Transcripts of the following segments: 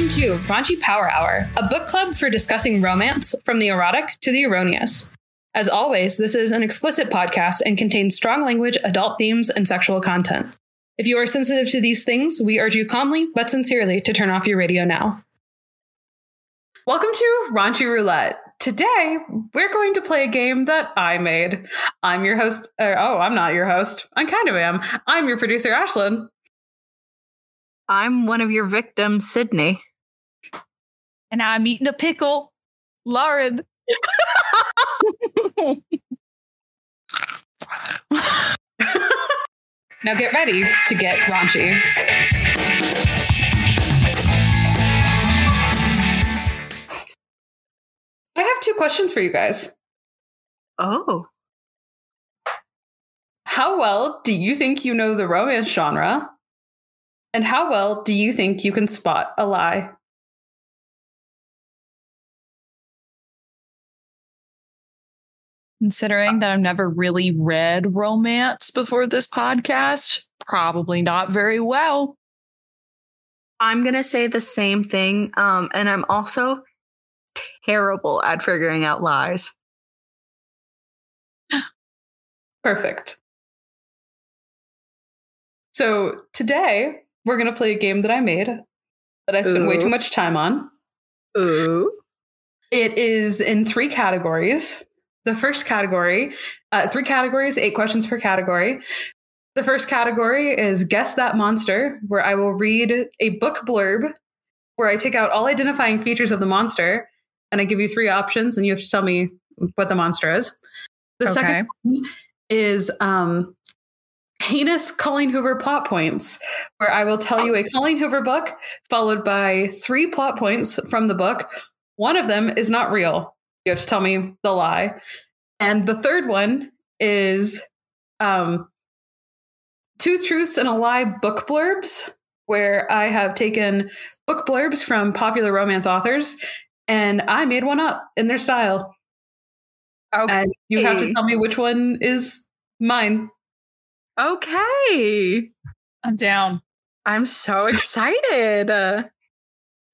Raunchy Power Hour, a book club for discussing romance from the erotic to the erroneous. As always, this is an explicit podcast and contains strong language, adult themes, and sexual content. If you are sensitive to these things, we urge you calmly but sincerely to turn off your radio now. Welcome to Raunchy Roulette. Today, we're going to play a game that I made. I'm your host. Uh, oh, I'm not your host. I kind of am. I'm your producer, Ashlyn. I'm one of your victims, Sydney. And now I'm eating a pickle. Lauren. Now get ready to get raunchy. I have two questions for you guys. Oh. How well do you think you know the romance genre? And how well do you think you can spot a lie? Considering that I've never really read romance before this podcast, probably not very well. I'm going to say the same thing. Um, and I'm also terrible at figuring out lies. Perfect. So today we're going to play a game that I made that I spent way Ooh. too much time on. Ooh. It is in three categories. The first category, uh, three categories, eight questions per category. The first category is Guess That Monster, where I will read a book blurb where I take out all identifying features of the monster and I give you three options and you have to tell me what the monster is. The second is um, heinous Colleen Hoover plot points, where I will tell you a Colleen Hoover book followed by three plot points from the book. One of them is not real. You have to tell me the lie. And the third one is um, two truths and a lie book blurbs, where I have taken book blurbs from popular romance authors and I made one up in their style. Okay. And you have to Okay. tell me which one is mine. okay. I'm down. I'm so excited. Uh,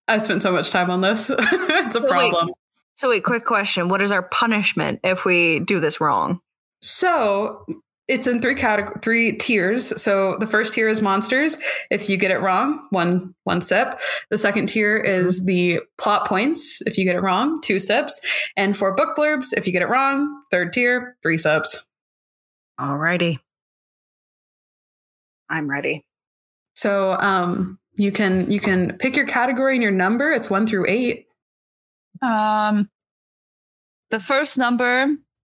I spent so much time on this. it's a But wait. problem. so, wait, quick question. What is our punishment if we do this wrong? So it's in three category three tiers. So the first tier is monsters. If you get it wrong, one one sip. The second tier is the plot points. If you get it wrong, two sips. And for book blurbs, if you get it wrong, third tier, three sips. Alrighty. I'm ready. So um you can you can pick your category and your number. It's one through eight. Um, the first number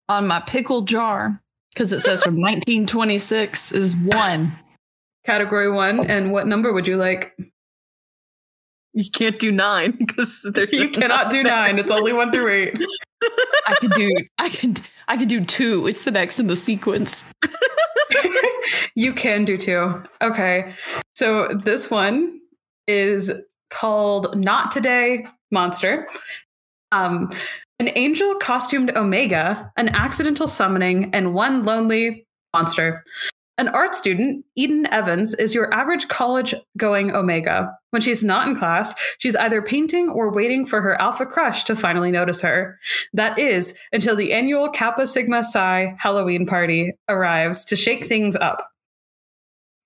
on my pickle jar, because it says from 1926, is one. Category one. And what number would you like? You can't do nine because You cannot do nine. It's only one through eight. I could do. I could. I could do two. It's the next in the sequence. you can do too. Okay. So this one is called Not Today Monster. Um, an angel costumed Omega, an accidental summoning, and one lonely monster. An art student, Eden Evans, is your average college going Omega. When she's not in class, she's either painting or waiting for her alpha crush to finally notice her. That is until the annual Kappa Sigma Psi Halloween party arrives to shake things up.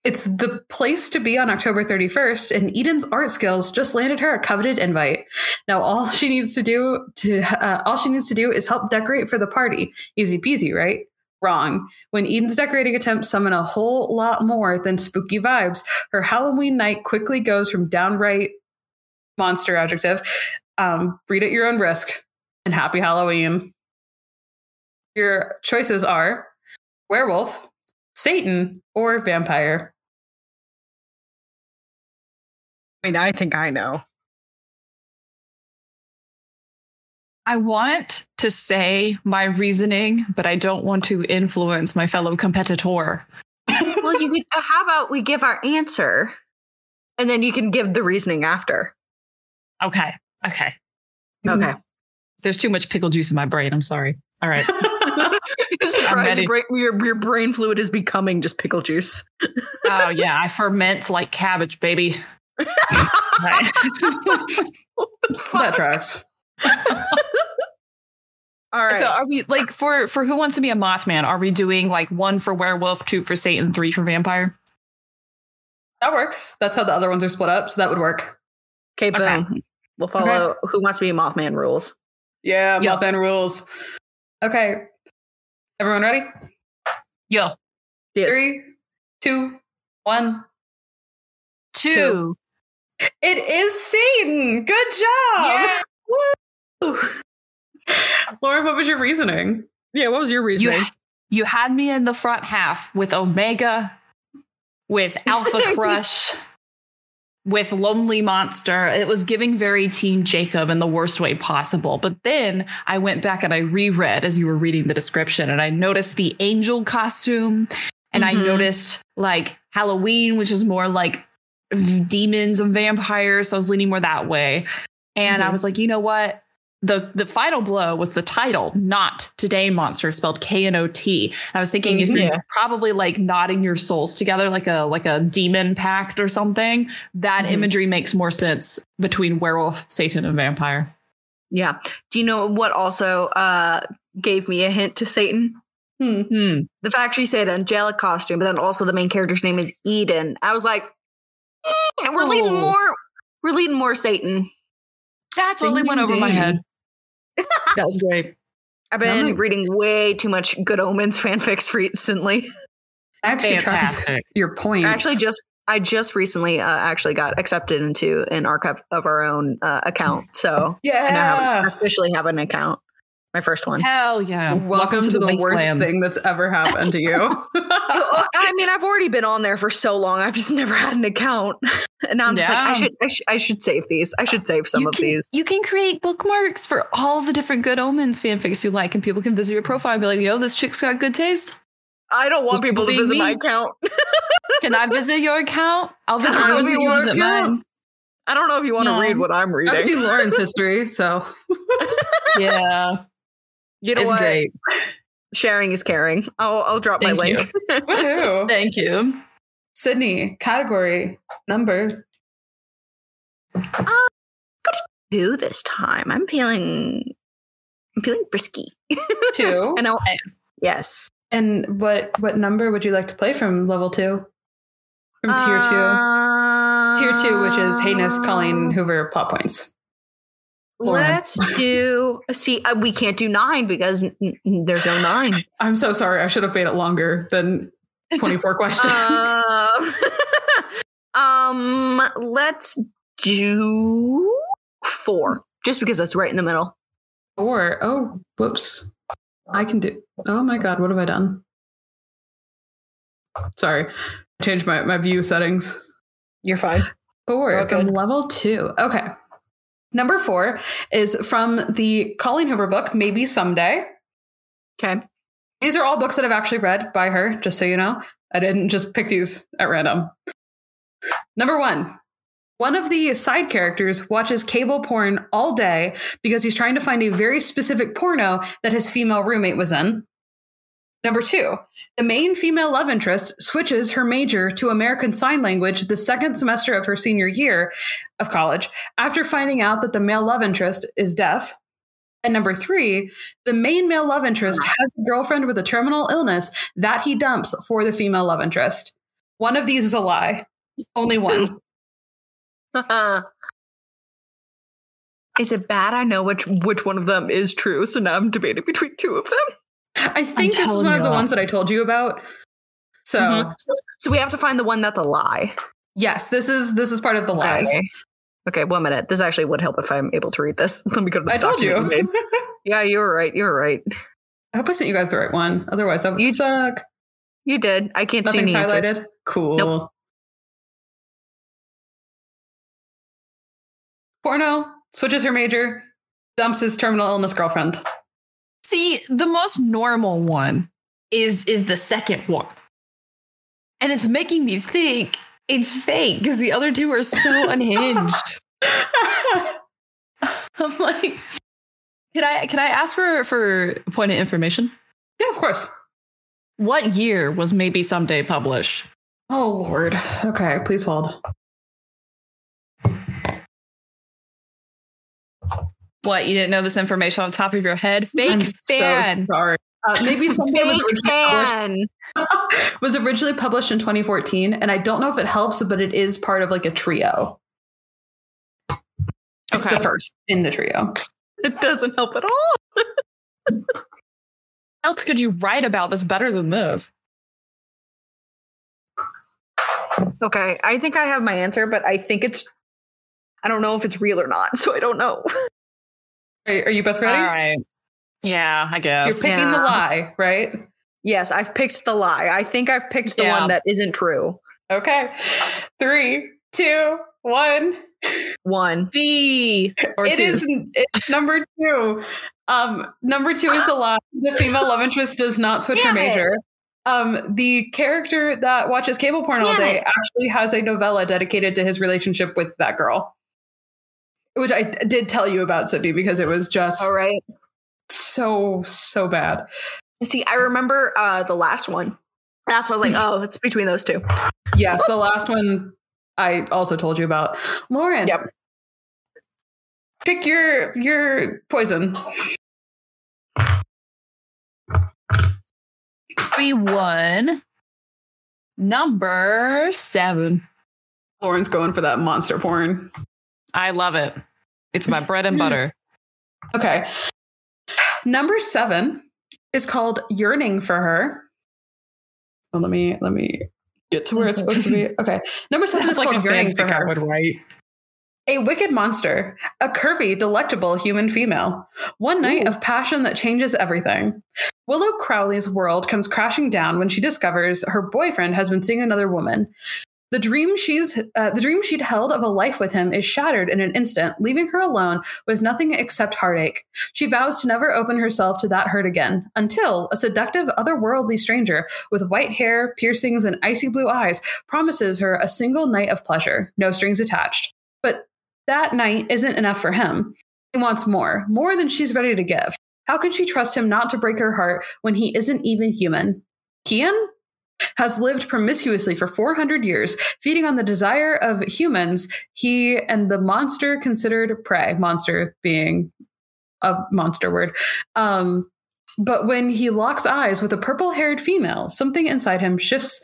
It's the place to be on October 31st, and Eden's art skills just landed her a coveted invite. Now all she needs to do to uh, all she needs to do is help decorate for the party. Easy peasy, right? Wrong. When Eden's decorating attempts summon a whole lot more than spooky vibes, her Halloween night quickly goes from downright monster adjective. Um, read at your own risk and happy Halloween. Your choices are werewolf, Satan, or vampire. I mean, I think I know. I want to say my reasoning, but I don't want to influence my fellow competitor. well, you could. uh, How about we give our answer, and then you can give the reasoning after. Okay. Okay. Okay. There's too much pickle juice in my brain. I'm sorry. All right. Surprise, ready. your, brain, your, your brain fluid is becoming just pickle juice. oh yeah, I ferment like cabbage, baby. Right. that tracks. All right. So are we like for for who wants to be a Mothman? Are we doing like one for werewolf, two for Satan, three for vampire? That works. That's how the other ones are split up, so that would work. okay, boom. okay. We'll follow who wants to be Mothman rules. Yeah, Yep. Mothman rules. Okay. Everyone ready? Yo, Yes. Three, two, one. two. Two. It is Satan. Good job. Yeah. Lauren, what was your reasoning? Yeah, what was your You you had me in the front half with Omega, with Alpha Crush, with Lonely Monster. It was giving very Team Jacob in the worst way possible. But then I went back and I reread as you were reading the description, and I noticed the angel costume, and I Mhm. noticed like Halloween, which is more like v- demons and vampires. So I was leaning more that way, and I Mhm. was like, you know what? the the final blow was the title, not today monster, spelled K N O T. I was thinking if Yeah. Mm-hmm. you're probably like knotting your souls together like a like a demon pact or something, that Mm-hmm. Mhm. imagery makes more sense between werewolf, Satan, and vampire. Yeah. Do you know what also uh gave me a hint to Satan? Hmm. Hmm. The fact she said angelic costume, but then also the main character's name is Eden. I was like, "Mm, we're leading Oh. more we're leading more Satan. That totally Ding, went over my ding. head. that was great. I've been Yummy. reading way too much Good Omens fanfics recently. I actually tried Fantastic. your point. Actually, just I just recently uh, actually got accepted into an archive of our own uh, account, so I now have, yeah. I officially have an account. My first one. Hell yeah. Welcome, to, the, worst wastelands. thing that's ever happened to you. I Oh, I mean, I've already been on there for so long. I've just never had an account, and now I'm just like, I Yeah. should, I should, I should save these. I should save some you of can, these. You can create bookmarks for all the different good omens fanfics you like, and people can visit your profile and be like, yo, this chick's got good taste. I don't want Just people to being visit my me. account. Can I visit your account? I'll visit I'll yours be and you your visit account. mine. I don't know if you want to No. read what I'm I've reading. seen Lauren's history, so Yeah. You know it's what? great. Sharing is caring. I'll, I'll drop Thank my you. link. woohoo. Thank you. Sydney, category, number. Do this time. I'm feeling, I'm feeling frisky. two. I and, know. Yes. what what number would you like to play from level two? From tier two. Uh, Tier two, which is heinous Colleen Hoover plot points. Lauren. Let's do. See, uh, we can't do nine because n- n- there's no nine. I'm so sorry. I should have made it longer than 24 questions. Um, um, let's do four, just because that's right in the middle. Or oh, whoops. I can do oh my god, what have I done? Sorry. I changed my, my view settings. You're fine. Four All from good. level two. Okay. Number four is from the Colleen Hoover book, Maybe Someday. Okay. These are all books that I've actually read by her, just so you know. I didn't just pick these at random. Number one one of the side characters watches cable porn all day because he's trying to find a very specific porno that his female roommate was in. Number two, the main female love interest switches her major to American Sign Language the second semester of her senior year of college after finding out that the male love interest is deaf. And number three, the main male love interest has a girlfriend with a terminal illness that he dumps for the female love interest. One of these is a lie. Only one. is it bad? I know which which one of them is true, so now I'm debating between two of them. I think this is telling one of you Mm-hmm. the all. ones that I told you about. So Mhm. So we have to find the one that's a lie. yes, this is this is part of the lies. Okay. Okay, one minute. This actually would help if I'm able to read this. Let me go to the I told you. document made. Yeah, you were right. You were right. I hope I sent you guys the right one. Otherwise, that would You- suck. You did. I can't Nothing's see any answers. highlighted. Cool. Porno switches her major, dumps his terminal illness girlfriend. See, the most normal one is is the second one. And it's making me think it's fake because the other two are so unhinged. I'm like, can I can I ask for for a point of information? Yeah, of course. What year was maybe someday published? Oh Lord. Okay, please hold. What, you didn't know this information off the top of your head? Fake I'm fan. so sorry. Uh, maybe something was Big originally, published, fan. was originally published in 2014, and I don't know if it helps, but it is part of like a trio. It's Okay. the first in the trio. It doesn't help at all. What else could you write about that's better than this? Okay, I think I have my answer, but I think it's I don't know if it's real or not, so I don't know. Are, are you both ready? All right. Yeah, I You're guess. picking the Yeah. lie, right? Yes, I've picked the lie. I think I've picked the Yeah. one that isn't true. Okay. Three, two, one. One. B or It two. is it's number two. Um, number two is the lie. The female love interest does not switch her Damn it. major. Um, the character that watches cable porn all Damn day it. actually has a novella dedicated to his relationship with that girl, which I did tell you about, Sydney, because it was just All right. so so bad. See, I remember uh the last one. That's why I was like, oh, it's between those two. Yes, the last one I also told you about, Lauren. Yep. Pick your your poison. Be one. Number seven. Lauren's going for that monster porn. I love it. It's my bread and butter. Okay. Number seven is called Yearning for Her. Oh, let me let me get to where it's supposed to be. Okay. Number seven is called Yearning for Her. write. A wicked monster, a curvy, delectable human female. One night of passion that changes everything. Willow Crowley's world comes crashing down when she discovers her boyfriend has been seeing another woman. The dream she's uh, the dream she'd held of a life with him is shattered in an instant, leaving her alone with nothing except heartache. She vows to never open herself to that hurt again until a seductive otherworldly stranger with white hair, piercings and icy blue eyes promises her a single night of pleasure, no strings attached. But that night isn't enough for him. He wants more, more than she's ready to give. How can she trust him not to break her heart when he isn't even human? Kian has lived promiscuously for 400 years, feeding on the desire of humans, he and the monster considered prey, monster being a monster word. Um, but when he locks eyes with a purple haired female, something inside him shifts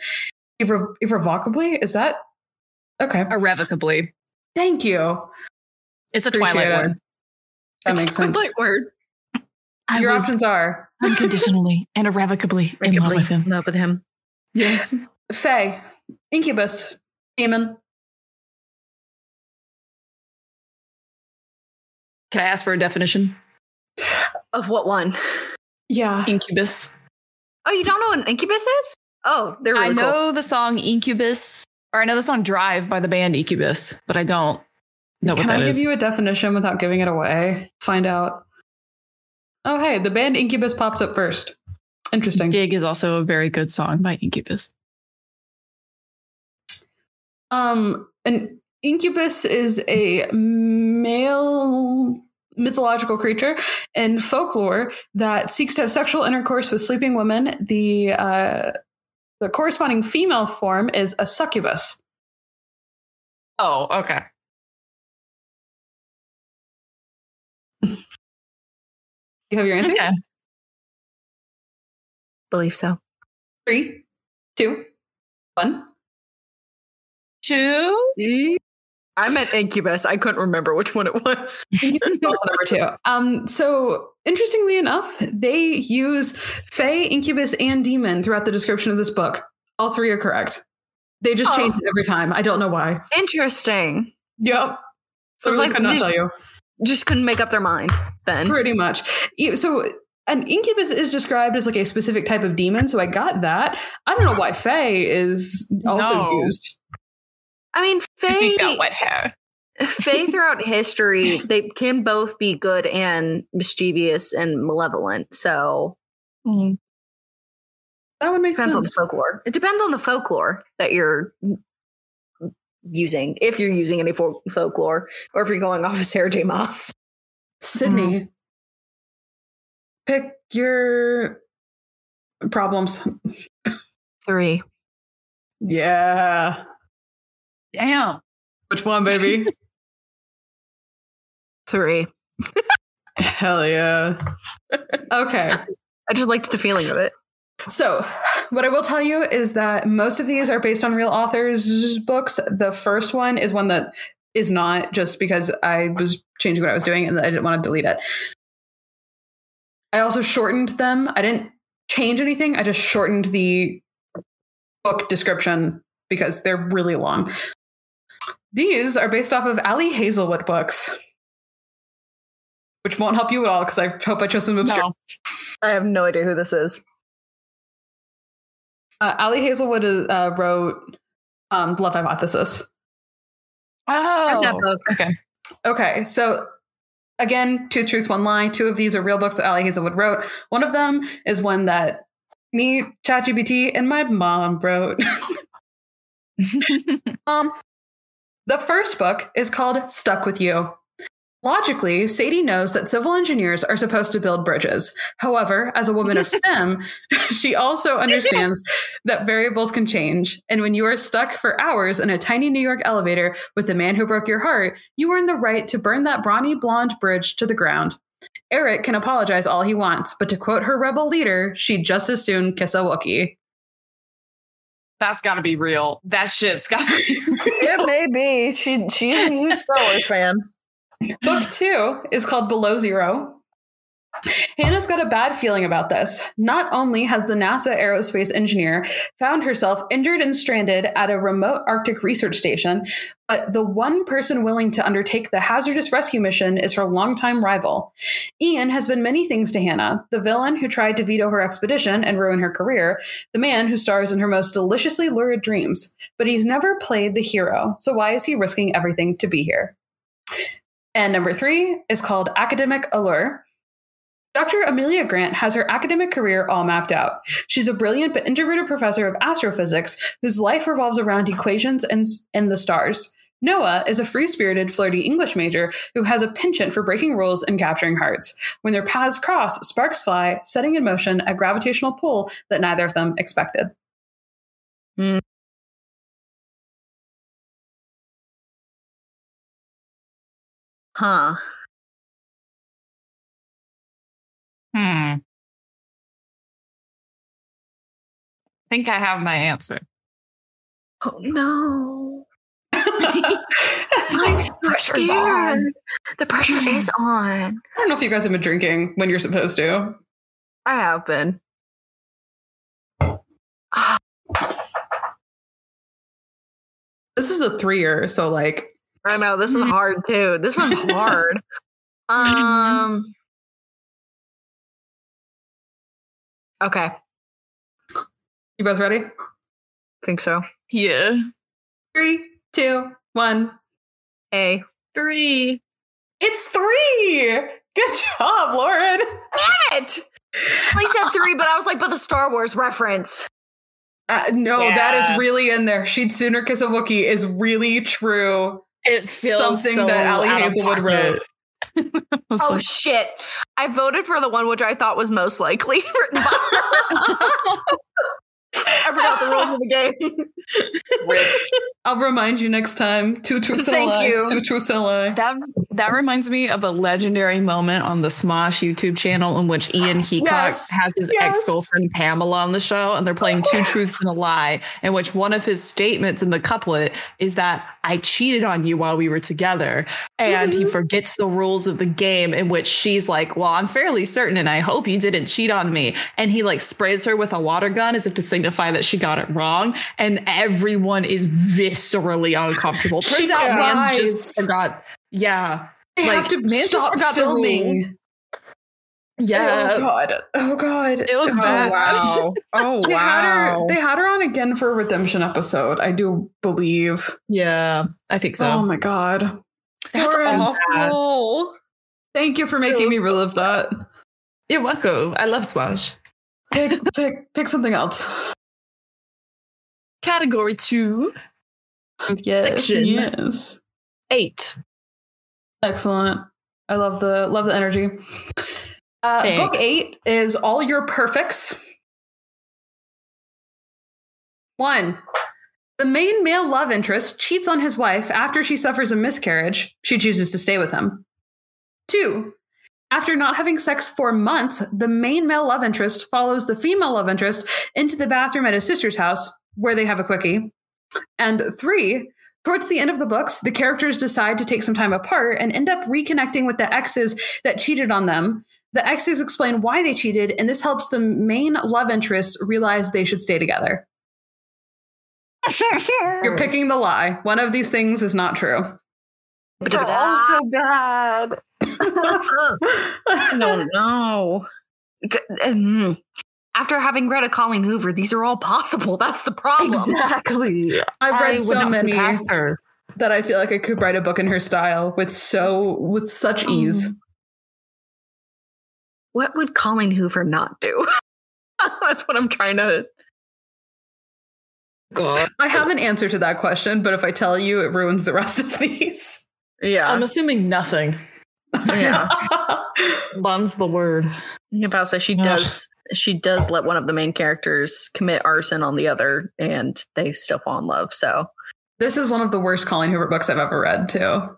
irre- irrevocably. Is that okay? Irrevocably. Thank you. It's a Appreciate Twilight it. one. That It's makes my sense. word. I Your was options are unconditionally and irrevocably in love with him. Love with him. Yes. Fae, Incubus, Demon. Can I ask for a definition? Of what one? Yeah. Incubus. Oh, you don't know what an incubus is? Oh, they're really I cool. know the song Incubus, or I know the song Drive by the band Incubus, but I don't know Can what I that give is. you a definition without giving it away? Find out. Oh, hey, the band Incubus pops up first. Interesting. Dig is also a very good song by Incubus. Um, an incubus is a male mythological creature in folklore that seeks to have sexual intercourse with sleeping women. The uh, the corresponding female form is a succubus. Oh, okay. You have your answers. Okay. believe so. Three, two, one. Two. I meant incubus. I couldn't remember which one it was. also number two. Um, so interestingly enough, they use Fae, Incubus, and Demon throughout the description of this book. All three are correct. They just Oh. change it every time. I don't know why. Interesting. Yep. So So it's really like could not just, tell you. just couldn't make up their mind then. Pretty much. E- So an incubus is described as like a specific type of demon. So I got that. I don't know why Fae is also No. used. I mean, He Faye, got wet hair. Faye throughout history, they can both be good and mischievous and malevolent. So Mm. That would make depends on the sense. folklore. It depends on the folklore that you're using, if you're using any fol- folklore, or if you're going off of Sarah J. Moss. Sydney, Mm-hmm. pick your problems. Three. Yeah. Damn. Which one, baby? Three. Hell yeah. okay. I just liked the feeling of it. So, what I will tell you is that most of these are based on real authors' books. The first one is one that is not just because I was changing what I was doing and I didn't want to delete it. I also shortened them. I didn't change anything, I just shortened the book description because they're really long. These are based off of Ali Hazelwood books, which won't help you at all because I hope I chose some obscure. No. I have no idea who this is. Uh, Ali Hazelwood uh, wrote um, Love Hypothesis. Read that Oh. book. Okay. Okay, so again, two truths, one lie. Two of these are real books that Ali Hazelwood wrote. One of them is one that me, ChatGPT, and my mom wrote. um, the first book is called Stuck with You. Logically, Sadie knows that civil engineers are supposed to build bridges. However, as a woman of STEM, she also understands that variables can change. And when you are stuck for hours in a tiny New York elevator with the man who broke your heart, you earn the right to burn that brawny blonde bridge to the ground. Eric can apologize all he wants, but to quote her rebel leader, she'd just as soon kiss a Wookiee. That's got to be real. That shit's got to be It may be. She she's a huge Star Wars fan. Book two is called Below Zero. Hannah's got a bad feeling about this. Not only has the NASA aerospace engineer found herself injured and stranded at a remote Arctic research station, but the one person willing to undertake the hazardous rescue mission is her longtime rival. Ian has been many things to Hannah the villain who tried to veto her expedition and ruin her career, the man who stars in her most deliciously lurid dreams. But he's never played the hero, so why is he risking everything to be here? And number three is called Academic Allure. Dr. Amelia Grant has her academic career all mapped out. She's a brilliant but introverted professor of astrophysics whose life revolves around equations and, and the stars. Noah is a free spirited, flirty English major who has a penchant for breaking rules and capturing hearts. When their paths cross, sparks fly, setting in motion a gravitational pull that neither of them expected. Huh. Hmm. I think I have my answer. Oh no. I pressure's on. The pressure is on. don't know if you guys have been drinking when you're supposed to. I have been. This is a three year, so like I know this is hard too. This one's hard. um. Okay, You both ready? think so. Yeah. Three, two, one. A. Three. It's three. Good job, Lauren. It. I said three, but I was like, but the Star Wars reference. Uh, no, that Yeah. is really in there. She'd sooner kiss a Wookiee is really true. It Something that Ally out of Hazelwood pocket. wrote. I was Oh like, shit! I voted for the one which I thought was most likely written by. I forgot the rules of the game. I'll remind you next time. Two truths and a Thank lie. you. Two truths and a lie. That that reminds me of a legendary moment on the Smosh YouTube channel in which Ian Heacock Yes. has his Yes. ex-girlfriend Pamela on the show, and they're playing Two Truths and a Lie, in which one of his statements in the couplet is that I cheated on you while we were together, and he Mm-hmm. Mhm. forgets the rules of the game, in which she's like, "Well, I'm fairly certain, and I hope you didn't cheat on me," and he like sprays her with a water gun as if to signify that she got it wrong, and everyone is viscerally uncomfortable. Turns out, Yeah. Vance just Nice. forgot. Yeah. They Like, have to man just stop forgot the filming. rules. Yeah. Oh god. Oh god. It was oh, bad. Wow. Oh They had her. They had her on again for a redemption episode. I do believe. Yeah. I think so. Oh my god. That's Lauren, awful. Thank you for making me was so relive that. You're welcome. I love Swash. Pick, pick, pick something else. Category two, Yes. Section. Yes. eight. Excellent. I love the love the energy. Uh, book Thanks. eight is all your perfects. One, the main male love interest cheats on his wife after she suffers a miscarriage. She chooses to stay with him. Two, After not having sex for months, the main male love interest follows the female love interest into the bathroom at his sister's house, where they have a quickie. And three, towards the end of the books, the characters decide to take some time apart and end up reconnecting with the exes that cheated on them. The exes explain why they cheated, and this helps the main love interest realize they should stay together. You're picking the lie. One of these things is not true. They're all so bad. I don't know. G- mm. After having read a Colleen Hoover, these are all possible. That's the problem. Exactly. I've read so many Ask her. that I feel like I could write a book in her style with so with such ease. What would Colleen Hoover not do? That's what I'm trying to. God. I have an answer to that question, but if I tell you, it ruins the rest of these. Yeah. I'm assuming nothing. yeah. Bum's the word. I'm about to say she Ugh. does. She does let one of the main characters commit arson on the other, and they still fall in love. So this is one of the worst Colleen Hoover books I've ever read, too.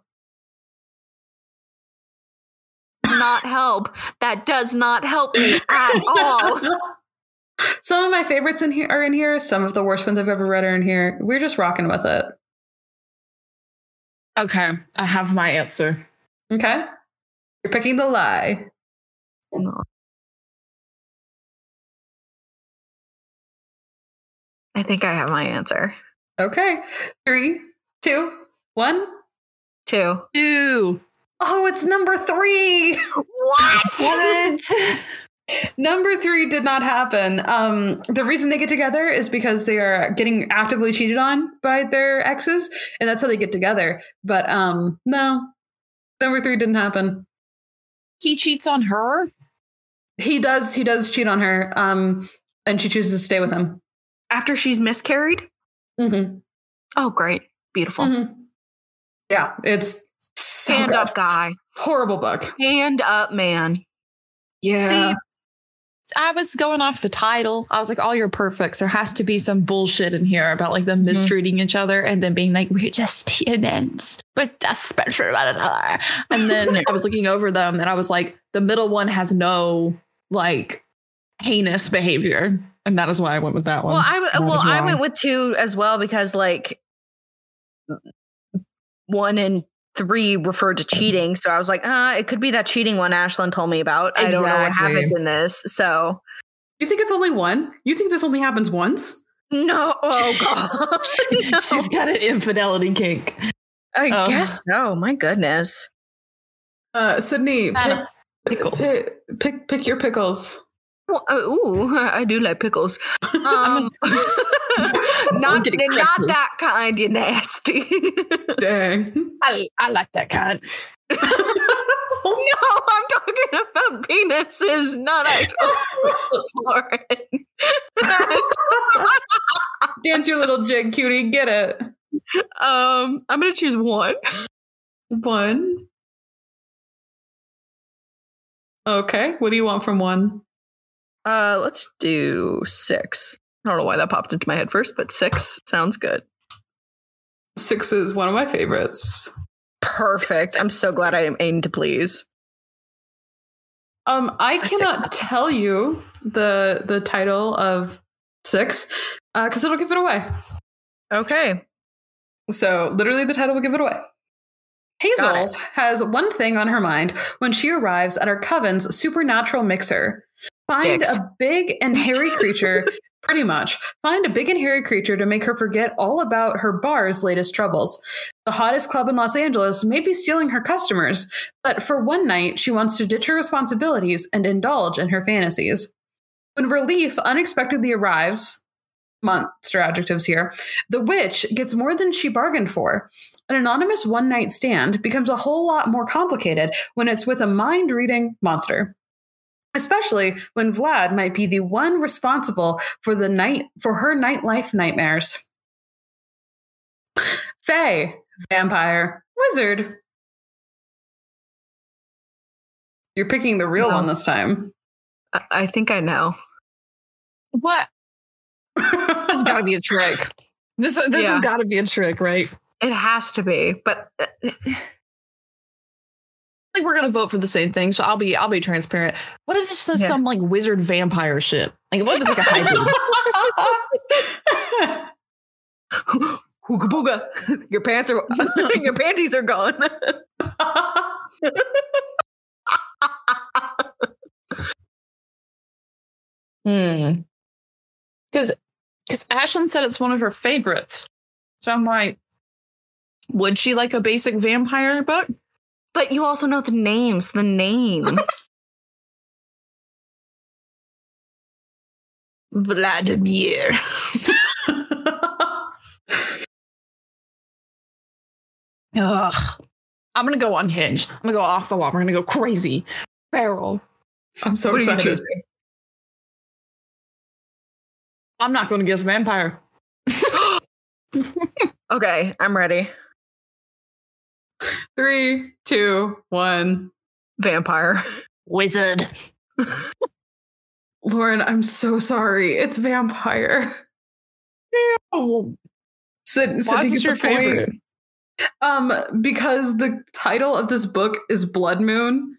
not help. That does not help me at all. Some of my favorites in here are in here. Some of the worst ones I've ever read are in here. We're just rocking with it. Okay, I have my answer. Okay. You're picking the lie. I think I have my answer. Okay. Three, two, one. Two. Ew. Oh, it's number three. What? Number three did not happen. Um, the reason they get together is because they are getting actively cheated on by their exes, and that's how they get together. But um, no, number three didn't happen. he cheats on her? He does. He does cheat on her, um, and she chooses to stay with him. After she's miscarried. Mhm. Oh, great. Beautiful. Mhm. Yeah, it's so Stand good. up, guy. Horrible book. Hand up, man. Yeah. See, I was going off the title. I was like, all your perfects. There has to be some bullshit in here about like them mistreating each other and then being like, we're just humans, but that's special. Blah, blah, blah. And then I was looking over them and I was like, the middle one has no like heinous behavior. And that is why I went with that one. Well, I w- That well was I wrong. went with two as well because like one and three referred to cheating, so I was like, uh, it could be that cheating one Ashlyn told me about. I don't know what Exactly. happened in this, so you think it's only one? You think this only happens once? no. Oh god, No. She's got an infidelity kink. I oh. guess no. My goodness, Uh, Sydney, pick, Adam, pickles. Pick, pick pick your pickles. well, uh, ooh, I do like pickles. Um, not, I'm not getting Christmas. that kind, you nasty. Dang. I, I like that kind. no, I'm talking about penises, not actual pickles, Lauren. Dance your little jig, cutie. Get it. um, I'm gonna choose one. One. Okay. What do you want from one? Uh, let's do six. I don't know why that popped into my head first, but six sounds good. Six is one of my favorites. Perfect. I'm so glad I am aimed to please. Um, I That's cannot six. tell you the the title of six because it'll give it away. Okay. So literally, the title will give it away. Got Hazel has one thing on her mind when she arrives at her coven's supernatural mixer. Find Dicks. a big and hairy creature, pretty much. Find a big and hairy creature to make her forget all about her bar's latest troubles. The hottest club in Los Angeles may be stealing her customers, but for one night, she wants to ditch her responsibilities and indulge in her fantasies. When relief unexpectedly arrives, monster adjectives here, the witch gets more than she bargained for. An anonymous one night stand becomes a whole lot more complicated when it's with a mind reading monster. Especially when Vlad might be the one responsible for the night for her nightlife nightmares. Fae, vampire, wizard. You're picking the real No. one this time. I, I think I know. What? This has got to be a trick. This this Yeah. has got to be a trick, right? It has to be, but uh, think we're gonna vote for the same thing, so I'll be I'll be transparent. What if this is Yeah. some like wizard vampire shit? Like what if it's like a hybrid? Hooga booga. Your pants are your panties are gone. Hmm. Because because Ashlyn said it's one of her favorites, so I'm like, would she like a basic vampire book? But you also know the names, the name. Vladimir. Ugh. I'm gonna go unhinged. I'm gonna go off the wall. We're gonna go crazy. Feral. I'm so What are you excited. choosing? I'm not gonna guess vampire. Okay, I'm ready. Three, two, one. Vampire. Wizard. Lauren, I'm so sorry. It's vampire. Oh, Sid, why Sid is you this get your the point. favorite? Um, because the title of this book is Blood Moon.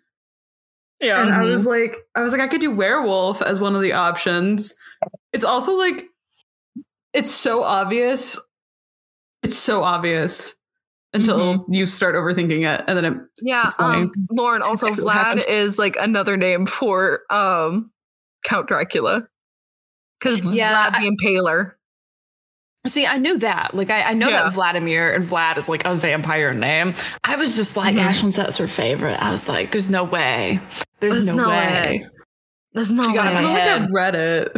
Yeah. Mm-hmm. and I Mhm. was like, I was like, I could do werewolf as one of the options. It's also like, it's so obvious. It's so obvious until Mm-hmm. you start overthinking it, and then it. Yeah. That's funny. Um, Lauren, That's also exactly what happened. Vlad is like another name for um Count Dracula. Because Yeah, Vlad the Impaler. See, I knew that. Like, I, I know Yeah. that Vladimir and Vlad is like a vampire name. I was just like, Mhm. Ashlyn, that's her favorite. I was like, there's no way. There's, no, way. There's no She got It's my not way. like I head. read it.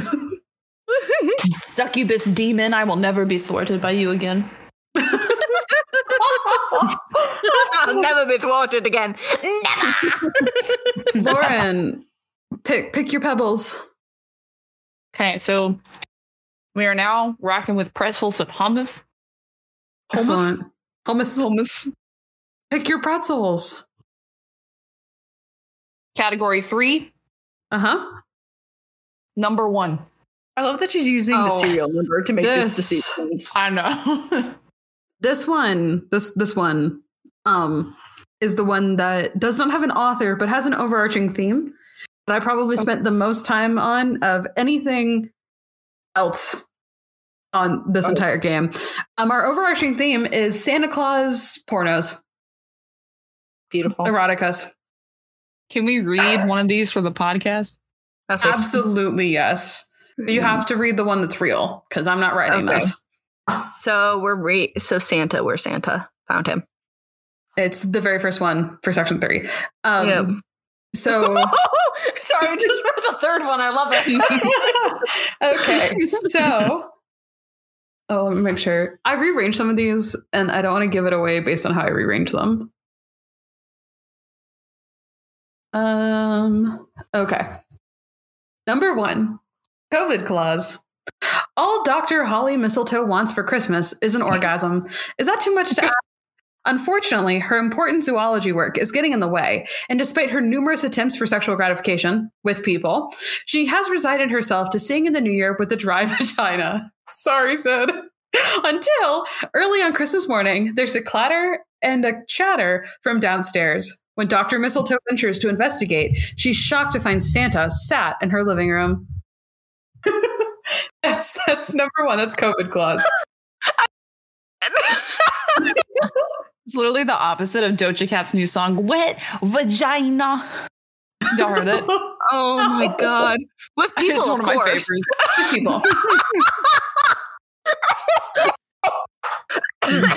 Succubus demon, I will never be thwarted by you again. I'll never be thwarted again. Never. Lauren, pick pick your pebbles. Okay, so we are now rocking with pretzels and hummus. Excellent. Hummus. Hummus. Pick your pretzels. Category three, Uh huh. number one. I love that she's using the the serial serial number to make make this this, decision. decision. I know. This one, this this one, um, is the one that does not have an author but has an overarching theme that I probably spent the most time on of anything else on this Oh. entire game. Um, our overarching theme is Santa Claus pornos, Beautiful. eroticas. Can we read one of these for the podcast? That's Mm-hmm. Absolutely yes. But you Mm. have to read the one that's real because I'm not writing Okay. this. So we're re- so Santa, where Santa found him. It's the very first one for section three. Um, Yep. So. Oh. Sorry, just for the third one. I love okay, so oh, let me make sure. I rearranged some of these, and I don't want to give it away based on how I rearranged them. Um. Okay. Number one, COVID clause. All Dr. Holly Mistletoe wants for Christmas is an orgasm. Is that too much to ask? Unfortunately, her important zoology work is getting in the way, and despite her numerous attempts for sexual gratification with people, she has resigned herself to seeing in the new year with a dry vagina. Sorry, Sid. Until early on Christmas morning, there's a clatter and a chatter from downstairs. When Dr. Mistletoe ventures to investigate, she's shocked to find Santa sat in her living room. that's that's number one. That's COVID clause. It's literally the opposite of Doja Cat's new song, Wet Vagina. Y'all heard it? oh my god, with people, it's of, course. favorites. People.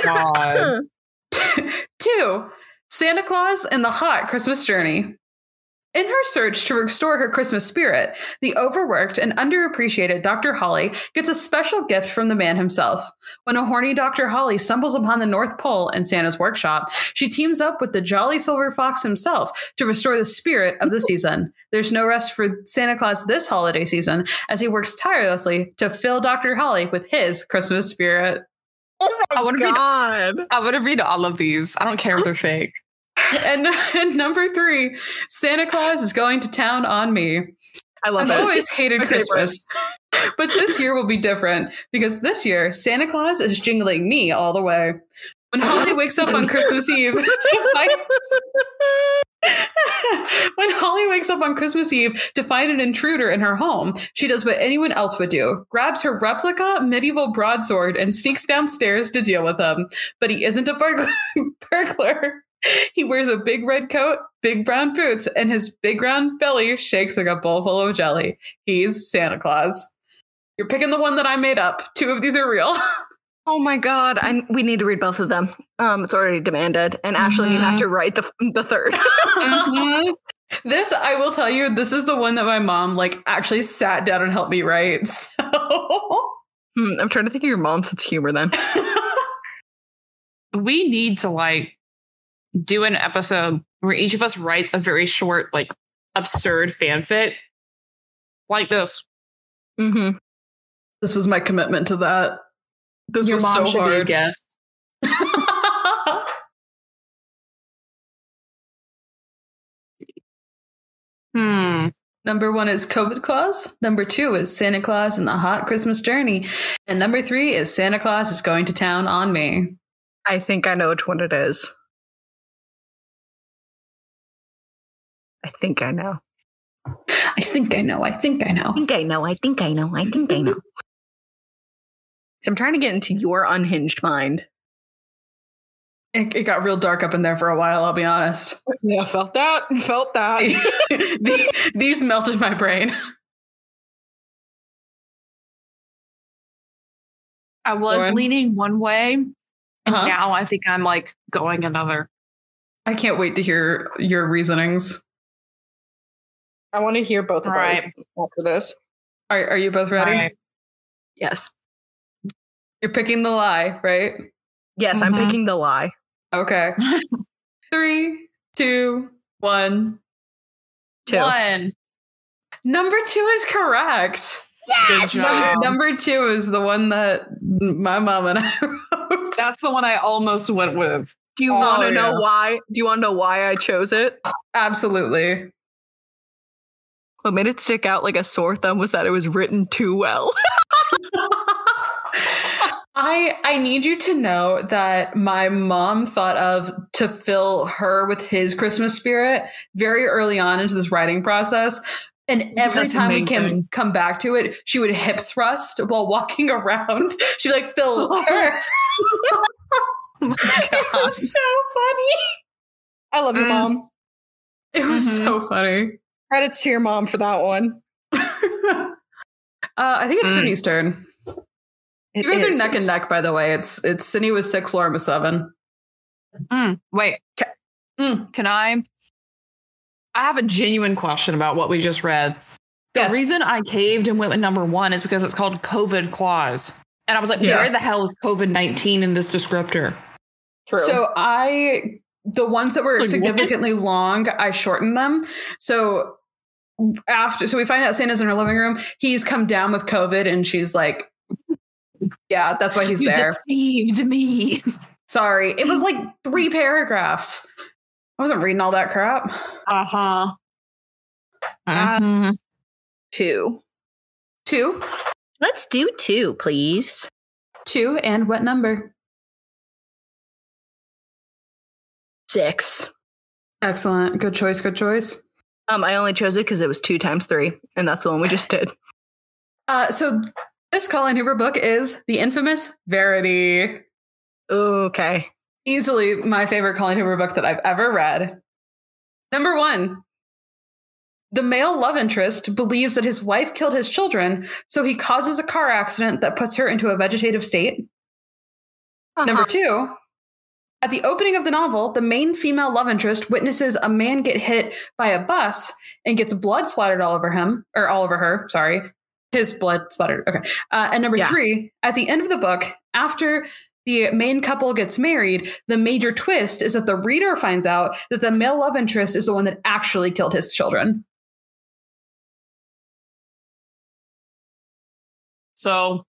God. Two, Santa Claus and the Hot Christmas Journey. In her search to restore her Christmas spirit, the overworked and underappreciated Dr. Holly gets a special gift from the man himself. When a horny Dr. Holly stumbles upon the North Pole and Santa's workshop, she teams up with the jolly silver fox himself to restore the spirit of the season. There's no rest for Santa Claus this holiday season as he works tirelessly to fill Dr. Holly with his Christmas spirit. Oh my I wanna be- god. I would have read all of these. I don't care if they're fake. And, and number three, Santa Claus is going to town on me. I love I've it. always hated My favorite. Christmas, but this year will be different because this year Santa Claus is jingling me all the way. When Holly wakes up on Christmas Eve to find when Holly wakes up on Christmas Eve to find an intruder in her home, she does what anyone else would do grabs her replica medieval broadsword and sneaks downstairs to deal with him. But he isn't a burglar. burglar. He wears a big red coat, big brown boots, and his big round belly shakes like a bowl full of jelly. He's Santa Claus. You're picking the one that I made up. Two of these are real. Oh my god, I we need to read both of them. Um, it's already demanded, and Ashley, you have to write the the 3rd Uh-huh. Uh-huh. Mhm. This I will tell you. This is the one that my mom like actually sat down and helped me write. So Hmm, I'm trying to think of your mom's sense of humor. Then we need to like do an episode where each of us writes a very short, like absurd fanfic like this. mm-hmm. this was my commitment to that. This was so hard. guest. Hmm. number one is COVID Claus. Number two is Santa Claus and the Hot Christmas Journey, and number three is Santa Claus is going to town on me. I think I know which one it is. I think I know. I think I know. I think I know. I think I know. I think I know. I think I know. So I'm trying to get into your unhinged mind. It, it got real dark up in there for a while. I'll be honest. Yeah, felt that. Felt that. The- These melted my brain. I was Lauren? leaning one way, and Uh-huh. now I think I'm like going another. I can't wait to hear your reasonings. I want to hear both of ours after this. Are, are you both ready? Alright. Yes. You're picking the lie, right? Yes, I'm Mm-hmm. Mhm. picking the lie. Okay. Three, two, one. Two. One. Number two is correct. Yes! Num- Number two is the one that my mom and I wrote. That's the one I almost went with. Do you Oh, want to know yeah. why? Do you want to know why I chose it? Absolutely. What made it stick out like a sore thumb was that it was written too well. I I need you to know that my mom thought of to fill her with his Christmas spirit very early on into this writing process. And every That's time we amazing. came come back to it, she would hip thrust while walking around. She'd be like, fill her. Oh it was so funny. I love your mom. It was Mhm. so funny. Credits to your mom for that one. uh, I think it's Mm. Sydney's turn. You guys are neck and neck, by the way. It's it's Sydney with six, Laura with seven. Mm, wait. Ca- Mm. Can I? I have a genuine question about what we just read. The Yes. reason I caved and went with number one is because it's called COVID clause. And I was like, where Yes. the hell is COVID 19 in this descriptor? True. So So I the ones that were Like, what? significantly long, I shortened them. So after so we find out Santa's in her living room, he's come down with COVID and she's like, Yeah, that's why he's you there. deceived me. Sorry. It was like three paragraphs. I wasn't reading all that crap. Uh-huh. Uh, two. Two, Let's do two, please. two, and what number? Six. Excellent. Good choice. Good choice. Um, I only chose it because it was two times three, and that's the one we just did. Uh, so this Colin Hoover book is the infamous Verity. Okay. Easily my favorite Colin Hoover book that I've ever read. Number one, the male love interest believes that his wife killed his children, so he causes a car accident that puts her into a vegetative state. Uh-huh. Number two, at the opening of the novel, the main female love interest witnesses a man get hit by a bus and gets blood splattered all over him, or all over her, sorry. His blood splattered. Okay. Uh, and number Yeah. three, at the end of the book, after the main couple gets married, the major twist is that the reader finds out that the male love interest is the one that actually killed his children. So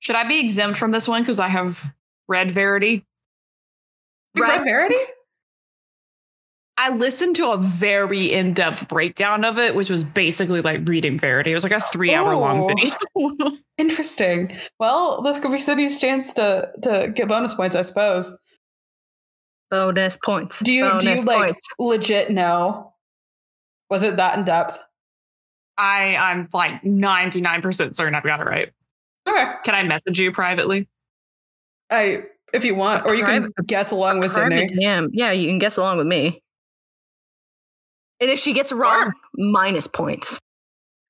should I be exempt from this one because I have read Verity? Is that Right. Verity? I listened to a very in depth breakdown of it, which was basically like reading Verity. It was like a three hour long Ooh. video. Interesting. Well, this could be City's chance to to get bonus points, I suppose. Bonus points. Do you do you Bonus like points. legit know? Was it that in depth? I, I'm like 99% certain I've got it right. Okay. Can I message you privately? I if you want, or you can Private- guess along with Sydney. Private DM. Yeah, you can guess along with me. And if she gets wrong, Sure. minus points.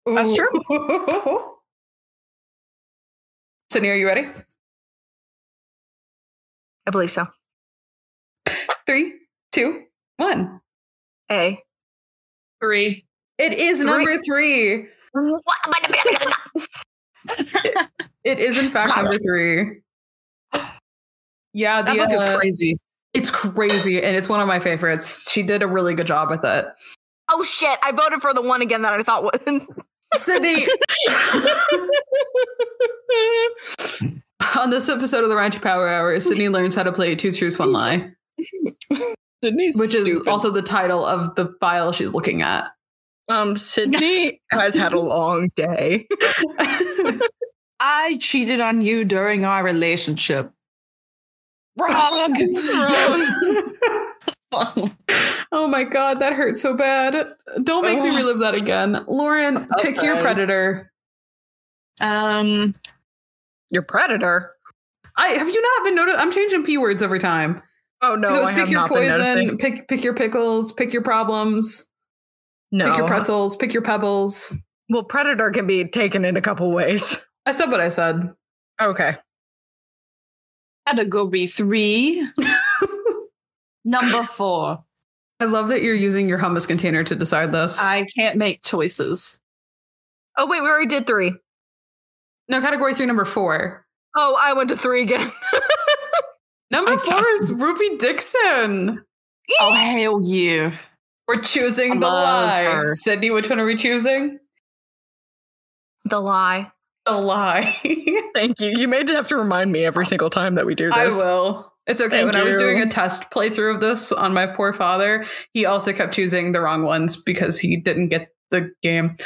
That's true. Sydney, are you ready? I believe so. Three, two, one. A. Three. It is Three. number three. It is in fact number three. Yeah, That the, book uh, is crazy. it's crazy, and it's one of my favorites. She did a really good job with it. oh shit! I voted for the one again that I thought was. Sydney. On this episode of the Ranch Power Hour, Sydney learns how to play Two Truths, One Lie, which is also the title of the file she's looking at. Um, Sydney has had a long day. I cheated on you during our relationship. Wrong. oh my god, that hurt so bad. Don't make me Oh. relive that again. Lauren, pick your Okay. predator. um, Your predator. I have you not been noticed? I'm changing p words every time. Oh no! So it was I pick have your not been poison, noticing. pick pick your pickles, pick your problems, No. pick your pretzels, pick your pebbles. well, predator can be taken in a couple ways. I said what I said. Okay. category three, number four. I love that you're using your hummus container to decide this. I can't make choices. Oh wait, we already did three. no, category three, number four. Oh, I went to three again. Number I four got is Ruby Dixon. Oh hell yeah! We're choosing I the love lie. her. Sydney, which one are we choosing? the lie. The lie. Thank you. You may have to remind me every single time that we do I will. It's okay. Thank when I was you. doing a test playthrough of this on my poor father, he also kept choosing the wrong ones because he didn't get the game.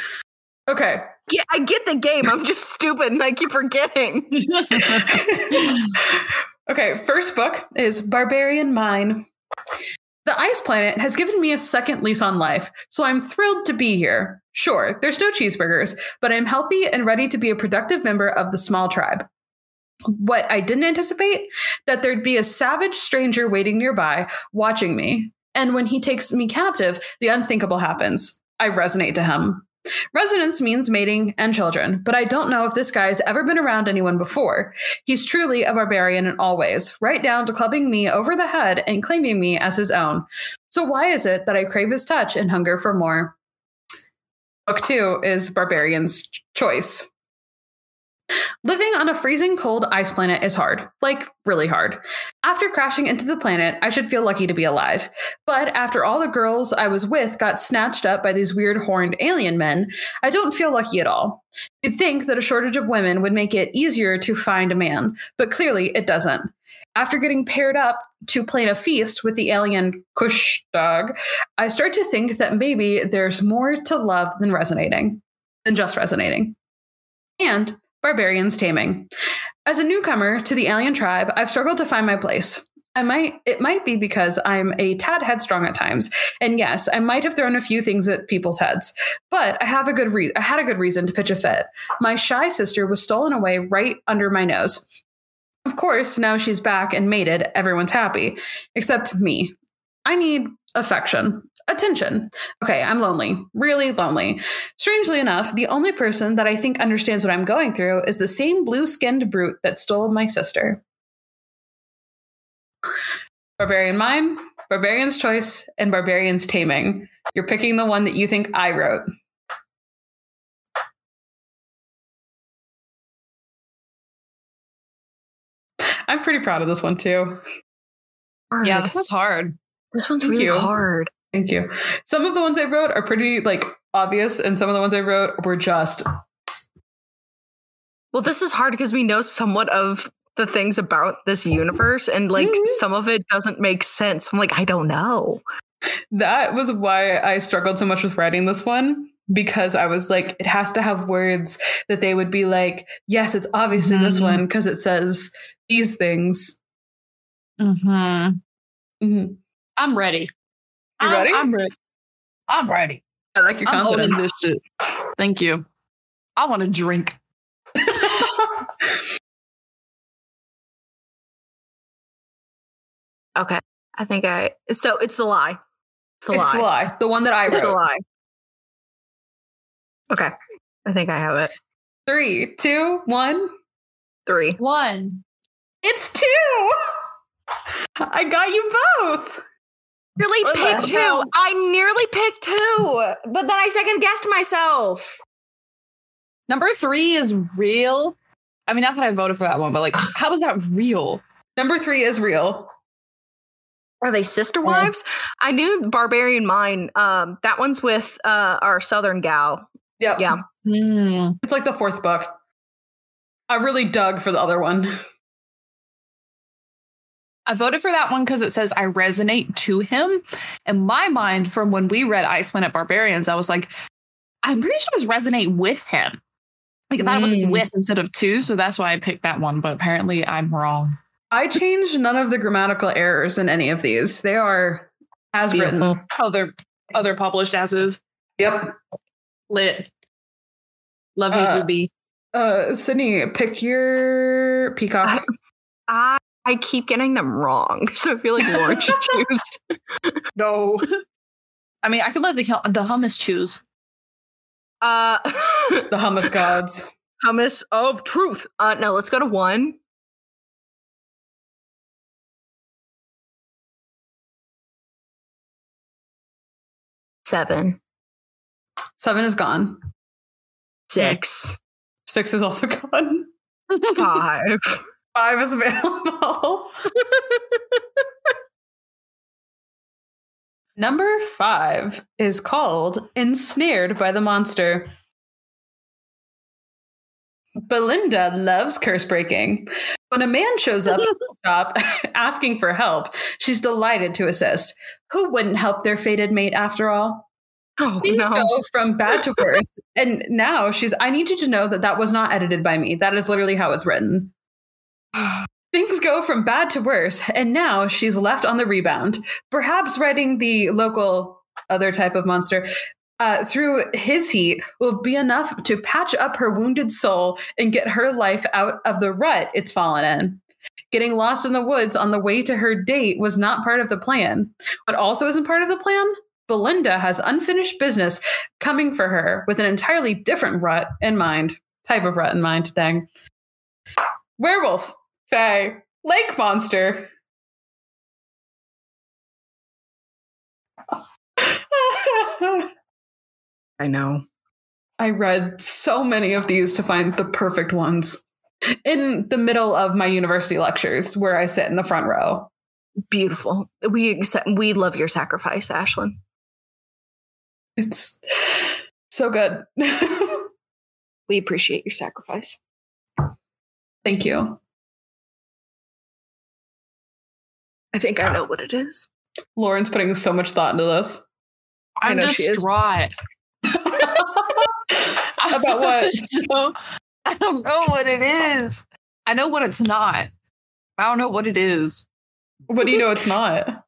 Okay. Yeah, I get the game. I'm just stupid and I keep forgetting. okay, first book is Barbarian Mine. The ice planet has given me a second lease on life, so I'm thrilled to be here. Sure, there's no cheeseburgers, but I'm healthy and ready to be a productive member of the small tribe. What I didn't anticipate that there'd be a savage stranger waiting nearby, watching me. And when he takes me captive, the unthinkable happens. I resonate to him. Resonance means mating and children, but I don't know if this guy's ever been around anyone before. He's truly a barbarian in all ways, right down to clubbing me over the head and claiming me as his own. So why is it that I crave his touch and hunger for more? Book two is Barbarian's Choice. Living on a freezing cold ice planet is hard, like really hard. After crashing into the planet, I should feel lucky to be alive. But after all the girls I was with got snatched up by these weird horned alien men, I don't feel lucky at all. You'd think that a shortage of women would make it easier to find a man, but clearly it doesn't. After getting paired up to plan a feast with the alien Kush dog, I start to think that maybe there's more to love than resonating, than just resonating. And barbarians taming. As a newcomer to the alien tribe, I've struggled to find my place. I might it might be because I'm a tad headstrong at times, and yes, I might have thrown a few things at people's heads. But I have a good re- I had a good reason to pitch a fit. My shy sister was stolen away right under my nose. Of course, now she's back and mated, everyone's happy, except me. I need affection, attention. Okay, I'm lonely, really lonely. Strangely enough, the only person that I think understands what I'm going through is the same blue skinned brute that stole my sister. Barbarian Mine, Barbarian's Choice, and Barbarian's Taming. You're picking the one that you think I wrote. I'm pretty proud of this one too. yeah, this is hard. this one's Thank really you. hard. Thank you. Some of the ones I wrote are pretty like obvious, and some of the ones I wrote were just Well, this is hard because we know somewhat of the things about this universe, and like Mhm. some of it doesn't make sense. I'm like, I don't know. That was why I struggled so much with writing this one because I was like, it has to have words that they would be like, yes, it's obvious in this Mm-hmm. Mhm. one because it says these things. Mm-hmm. Mhm. I'm ready. You I'm- ready? I'm ready. I'm ready. I like your I'm owning confidence. this shit. Thank you. I want to drink. Okay. I think I. So it's the lie. It's the it's lie. the lie, the one that I It's the wrote. lie. Okay. I think I have it. Three, two, one. Three. One. It's two. I got you both. Nearly What the picked two. hell? I nearly picked two, but then I second guessed myself. Number three is real. I mean, not that I voted for that one, but like, how was that real? Number three is real. Are they sister Yeah. wives? I knew Barbarian Mine. Um, that one's with uh, our Southern gal. Yep. Yeah. Hmm. It's like the fourth book. I really dug for the other one. I voted for that one because it says I resonate to him. In my mind, from when we read Icewind at Barbarians, I was like, I'm pretty sure it was resonate with him. Like that was Mm. with instead of two, so that's why I picked that one. But apparently, I'm wrong. I changed none of the grammatical errors in any of these. They are as written. Other other published as is Yep. lit. Love Uh, you, Ruby. Uh, Sydney, pick your peacock. I I keep getting them wrong, so I feel like Lauren should choose. No. I mean, I could let the hel- the hummus choose. Uh, The hummus gods. hummus of truth. Uh, no, let's go to one. Seven, Seven is gone. six, Six is also gone. five. Five is available. Number five is called Ensnared by the Monster. Belinda loves curse breaking. When a man shows up at the shop asking for help, she's delighted to assist. Who wouldn't help their fated mate after all? Oh Things no! go from bad to worse. and now she's, I need you to know that that was not edited by me. That is literally how it's written. Things go from bad to worse, and now she's left on the rebound. Perhaps writing the local other type of monster uh, through his heat will be enough to patch up her wounded soul and get her life out of the rut it's fallen in. Getting lost in the woods on the way to her date was not part of the plan. What also isn't part of the plan? Belinda has unfinished business coming for her with an entirely different rut in mind. Type of rut in mind, dang. Werewolf. Faye, Lake Monster. I know. I read so many of these to find the perfect ones in the middle of my university lectures where I sit in the front row. Beautiful. We accept, we love your sacrifice, Ashlyn. It's so good. We appreciate your sacrifice. Thank you. I think Ah. I know what it is. Lauren's putting so much thought into this. I I'm know she is. distraught. About what? So, I don't know what it is. I know what it's not. I don't know what it is. what do you know it's not?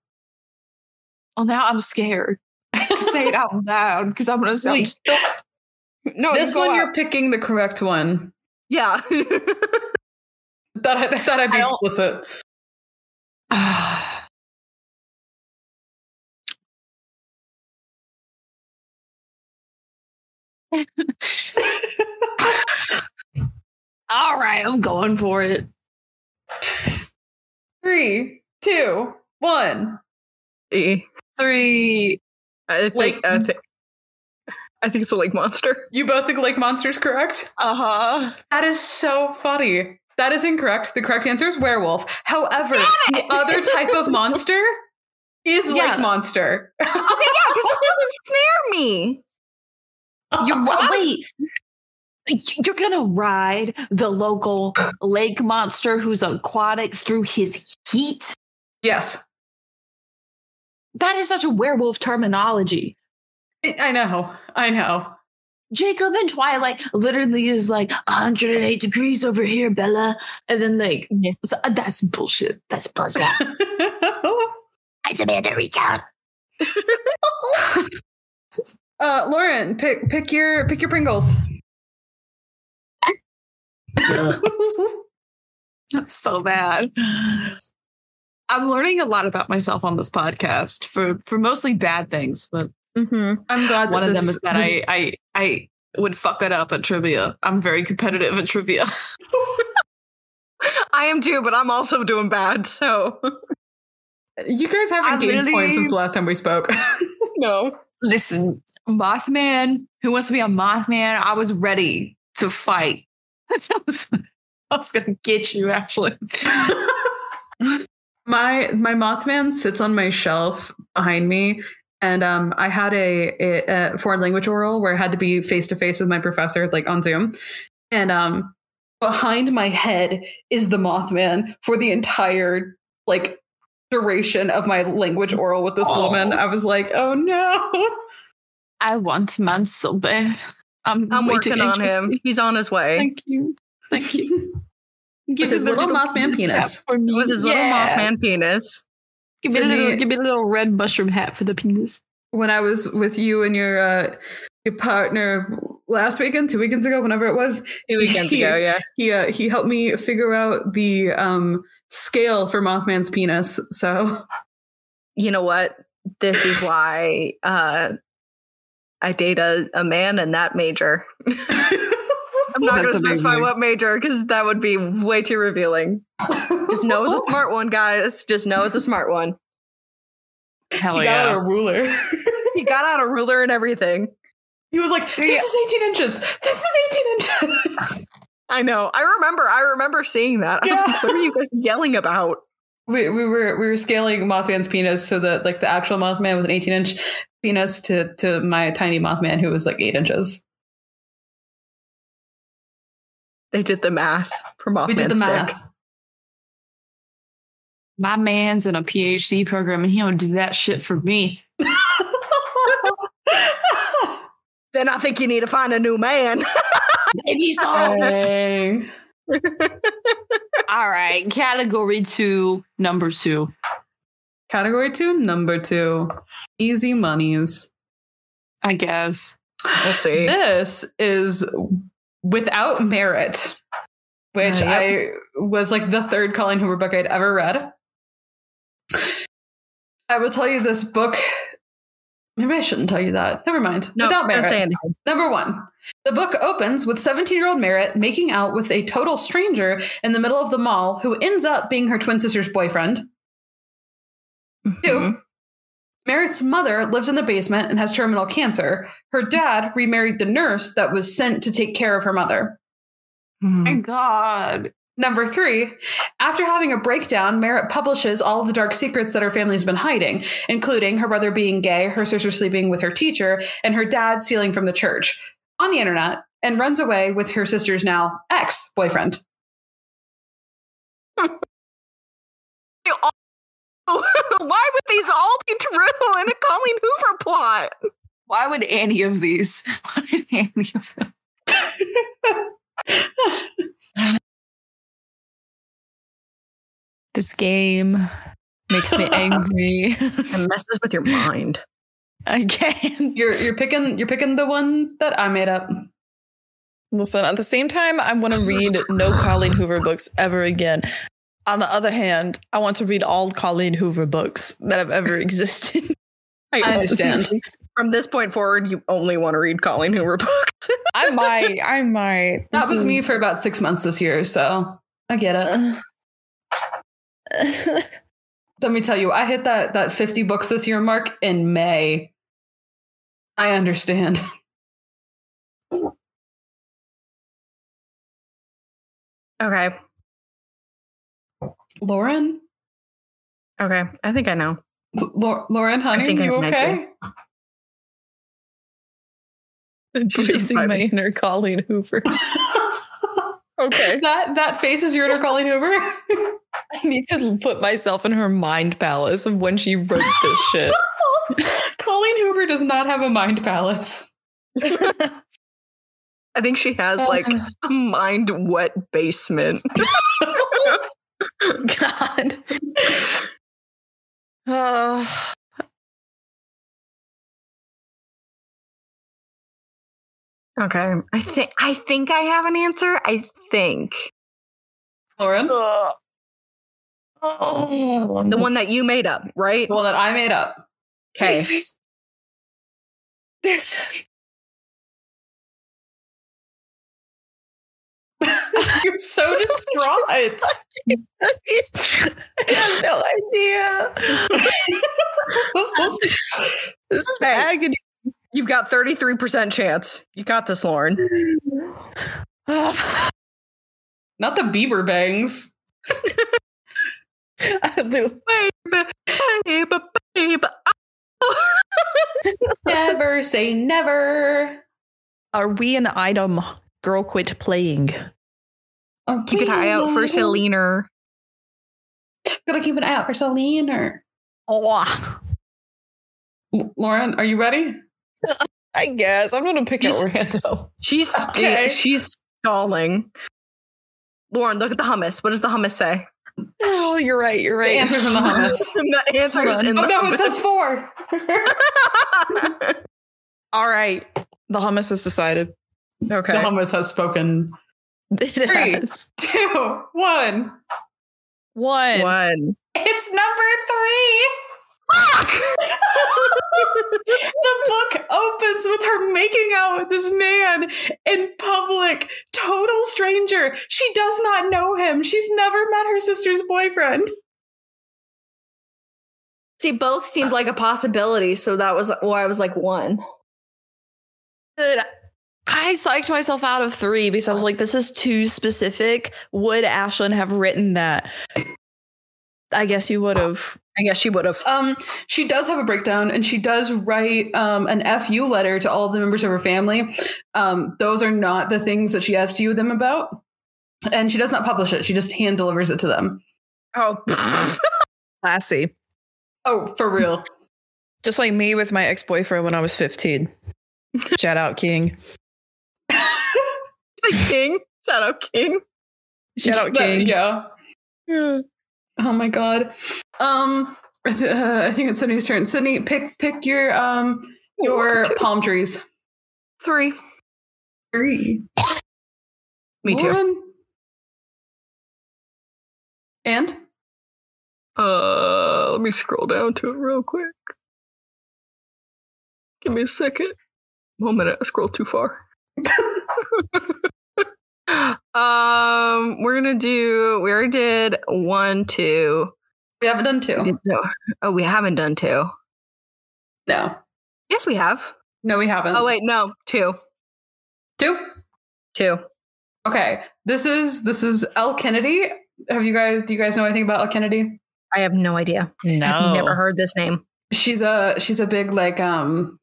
Well, now I'm scared to say it out loud because I'm going to sound. Wait. stupid. Oh, no, this you go one, out. you're picking the correct one. Yeah. That I thought I'd be I don't- explicit. I All right, I'm going for it. Three, two, one. Three. I think, Eh. Like- I think I think it's a lake monster. You both think Lake Monster's correct? Uh huh. That is so funny. That is incorrect. The correct answer is werewolf. However, Damn the it! other type of monster is Yeah. lake monster. Okay, yeah, because this doesn't snare me. You're wait. You're gonna ride the local lake monster who's aquatic through his heat. yes. That is such a werewolf terminology. I know. I know. Jacob and Twilight literally is like 108 degrees over here, Bella. And then, like, so- uh, that's bullshit. That's bullshit. I demand a recount. uh, Lauren, pick pick your pick your Pringles. so bad. I'm learning a lot about myself on this podcast for for mostly bad things, but I'm Uh, glad that one of them this- is that I I I would fuck it up at trivia. I'm very competitive at trivia. I am too, but I'm also doing bad. So you guys haven't I gained literally- points since the last time we spoke. no. listen, Mothman, who wants to be a Mothman? I was ready to fight. I was, I was gonna get you actually. My my Mothman sits on my shelf behind me, and um, I had a, a, a foreign language oral where I had to be face to face with my professor, like on Zoom, and um, behind my head is the Mothman for the entire like duration of my language oral with this woman. I was like, oh no. I want man so bad. I'm, I'm way too working on anxious. him. He's on his way Thank you. Thank you. With his him a little Mothman penis. hat for me. with his Yeah. little Mothman penis. Give me, a To little, me- give me a little red mushroom hat for the penis. when I was with you and your uh, your partner last weekend, two weekends ago, whenever it was, Two weekends ago, yeah. he uh, he helped me figure out the um, scale for Mothman's penis. So You know what? This is why uh, I date a, a man in that major. I'm not going to That's specify amazing. what major because that would be way too revealing. Just know it's a smart one, guys. Just know it's a smart one. Hell a ruler. He got out a ruler and everything. he was like, yeah. is 18 inches. This is 18 inches." I know. I remember. I remember seeing that. I was Yeah. like, what are you guys yelling about? we, we were we were scaling Mothman's penis so that like the actual Mothman with an 18 inch penis to to my tiny Mothman who was like eight inches. They did the math for Mothman we did the Stick. math. My man's in a PhD program and he don't do that shit for me. Then I think you need to find a new man. Maybe he's not. Dang. All right. Category two, number two. Category two, number two, easy monies. I guess. We'll see. This is without merit, which Uh, yep. I was like the third Colleen Hoover book I'd ever read. I will tell you this book. Maybe I shouldn't tell you that. Never mind. without merit. anything. Number one, the book opens with 17 year old Merritt making out with a total stranger in the middle of the mall who ends up being her twin sister's boyfriend. Mm-hmm. Mm-hmm. Two, Merritt's mother lives in the basement and has terminal cancer. Her dad remarried the nurse that was sent to take care of her mother. Oh Mm-hmm. My God. Number three, after having a breakdown, Merritt publishes all of the dark secrets that her family's been hiding, including her brother being gay, her sister sleeping with her teacher, and her dad stealing from the church on the internet, and runs away with her sister's now ex boyfriend. Why would these all be true in a Colleen Hoover plot? Why would any of these? Why would any of them? this game makes me angry. It messes with your mind. I can't. You're you're picking you're picking the one that I made up. Listen, at the same time, I want to read no Colleen Hoover books ever again. On the other hand, I want to read all Colleen Hoover books that have ever existed. I understand. From this point forward, you only want to read Colleen Hoover books. I might. I might. That This was is- me for about six months this year, so I get it. Let me tell you, I hit that that 50 books this year mark in May. I understand. okay. Lauren? Okay. I think I know. Lau- Lauren, honey, think I you might be. okay? Embracing my inner Colleen Hoover. Okay. that that face is your inner Colleen Hoover. I need to put myself in her mind palace of when she wrote this shit. Colleen Hoover does not have a mind palace. I think she has like a mind wet basement. God. Uh, Okay. I think I think I have an answer. I think. Lauren, the The one that you made up, right? one that I made up. Okay. You're so distraught. I have no idea. this is Hey. agony. You've got 33% chance. You got this, Lauren. Ah, Not the Bieber bangs. I literally- Babe, babe, babe. Never say never. Are we an item? Girl, quit playing. Keep an eye out for Selena. Gotta keep an eye out for Celine or Oh, L- Lauren, are you ready? I guess I'm gonna pick Just- out random. She's sta- Okay. she's stalling. Lauren, look at the hummus. What does the hummus say? Oh, you're right. You're The right. answer's in the hummus. the answer is in oh the no, hummus. it says four. All right. The hummus has decided. okay. The hummus has spoken. It Three. has. Two, one. One. One. It's number three. the book opens with her making out with this man in public, total stranger. She does not know him. She's never met her sister's boyfriend. See, both seemed like a possibility, so that was why I was like one. Dude, I psyched myself out of three because I was like, this is too specific. Would Ashlyn have written that? I guess you would have. I guess she would have. Um, she does have a breakdown, and she does write um, an FU letter to all of the members of her family. Um, those are not the things that she asks you them about, and she does not publish it. She just hand delivers it to them. Oh, Classy. Oh, for real. Just like me with my ex boyfriend when I was 15. Shout out, King. King. Shout out King. Shout out, But, King. yeah. Oh my god. Um, uh, I think it's Sydney's turn. Sydney, pick pick your um Oh, your palm trees. Three. Three. Me too. And Uh, let me scroll down to it real quick. Give me a second. One minute. I scrolled too far. um, we're gonna do. We already did one, two. we haven't done We two. did- no. Oh, we haven't done two. No, Yes, we have. no, we haven't. Oh wait, no, two, two. two. Okay, this is this is L Kennedy. Have you guys? Do you guys know anything about L Kennedy? I have no idea. No. I've never heard this name. She's a she's a big like um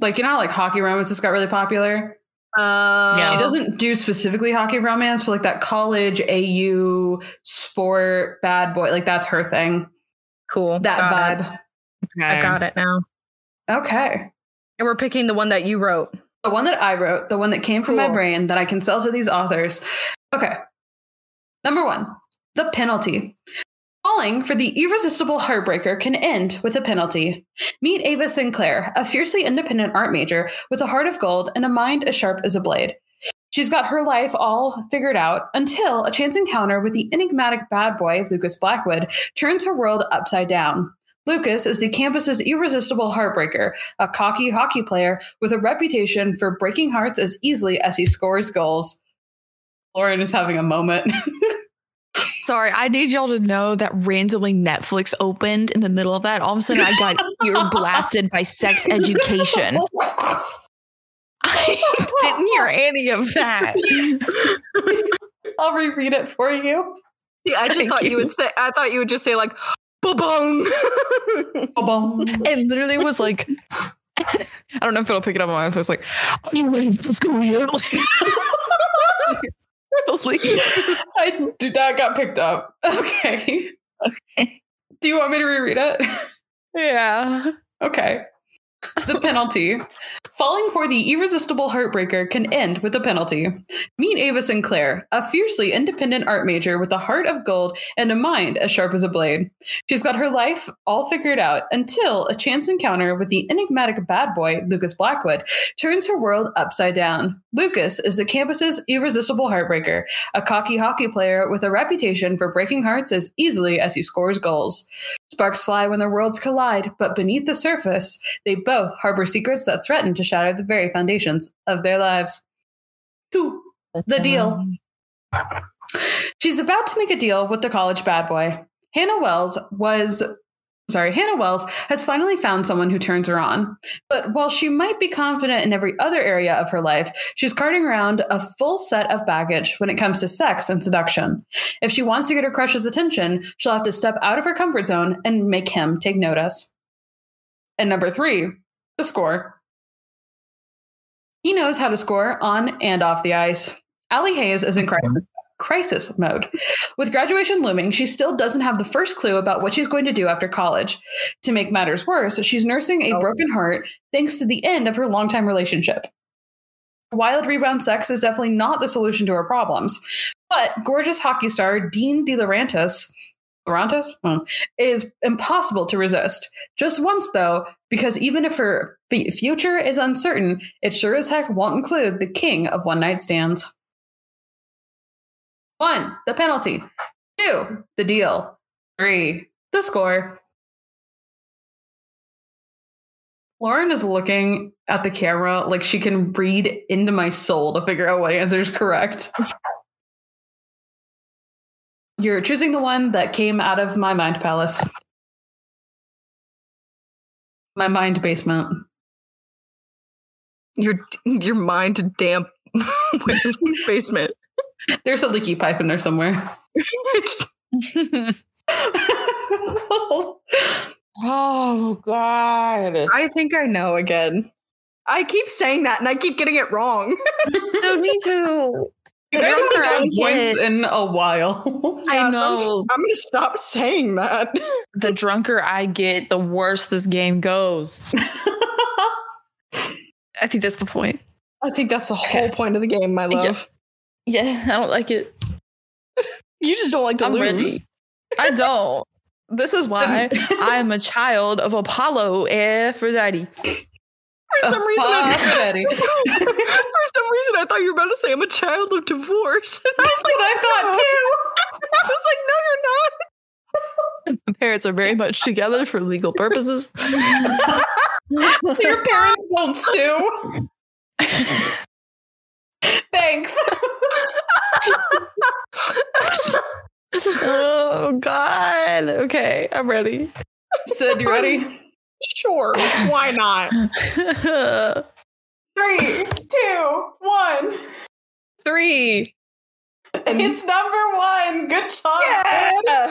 like you know how, like hockey romances got really popular. Uh, She doesn't do specifically hockey romance, but like that college AU sport bad boy, like that's her thing. cool. That Got it. vibe. I got it now. Okay. And we're picking the one that you wrote. The one that I wrote, the one that came from my Cool. brain that I can sell to these authors. Okay. Number one, the penalty. Falling for the irresistible heartbreaker can end with a penalty. Meet Ava Sinclair, a fiercely independent art major with a heart of gold and a mind as sharp as a blade. She's got her life all figured out until a chance encounter with the enigmatic bad boy, Lucas Blackwood, turns her world upside down. Lucas is the campus's irresistible heartbreaker, a cocky hockey player with a reputation for breaking hearts as easily as he scores goals. Lauren is having a moment. Sorry, I need y'all to know that randomly Netflix opened in the middle of that. All of a sudden, I got ear blasted by sex education. I didn't hear any of that. I'll reread it for you. Yeah, I just Thank thought you. you. would say. I thought you would just say like, "Bong." Ba-bum. It literally was like, I don't know if it'll pick it up on my phone. It's like, "Oh, you raised this career." Please. I do that got picked up. Okay. Okay. Do you want me to reread it? Yeah. Okay. The penalty. Falling for the irresistible heartbreaker can end with a penalty. Meet Ava Sinclair, a fiercely independent art major with a heart of gold and a mind as sharp as a blade. She's got her life all figured out until a chance encounter with the enigmatic bad boy, Lucas Blackwood, turns her world upside down. Lucas is the campus's irresistible heartbreaker, a cocky hockey player with a reputation for breaking hearts as easily as he scores goals. Sparks fly when their worlds collide, but beneath the surface, they both harbor secrets that threaten to shatter the very foundations of their lives. Who? The deal. She's about to make a deal with the college bad boy. Hannah Wells was. Sorry, Hannah Wells has finally found someone who turns her on. But while she might be confident in every other area of her life, she's carting around a full set of baggage when it comes to sex and seduction. If she wants to get her crush's attention, she'll have to step out of her comfort zone and make him take notice. And number three, the score. He knows how to score on and off the ice. Allie Hayes is in crisis, crisis mode. With graduation looming, she still doesn't have the first clue about what she's going to do after college. To make matters worse, she's nursing a broken heart thanks to the end of her longtime relationship. Wild rebound sex is definitely not the solution to her problems, but gorgeous hockey star Dean DeLaurentis Laurentius well, Hmm. is impossible to resist. Just once, though, because even if her f- future is uncertain, it sure as heck won't include the king of one night stands. One, the penalty. Two, the deal. Three, the score. Lauren is looking at the camera like she can read into my soul to figure out what answer is correct. You're choosing the one that came out of my mind palace. My mind basement. Your your mind damp basement. There's a leaky pipe in there somewhere. oh God. I think I know again. I keep saying that and I keep getting it wrong. no, me too. You guys haven't gotten points in a while. I know. I'm, I'm gonna stop saying that. The drunker I get, the worse this game goes. I think that's the point. I think that's the whole point of the game, my love. Yeah, I don't like it. You just don't like to I'm lose. ready. I don't. This is why I am a child of Apollo Aphrodite. For some reason, I, Aphrodite. for some reason, I thought you were about to say I'm a child of divorce. I was like, I thought too. I was like, no, you're not. My parents are very much together for legal purposes. Your parents won't sue. Thanks. oh God. Okay, I'm ready. Sid, you ready? Sure, why not? Three, two, one. Three. it's number one. Good job. Sid.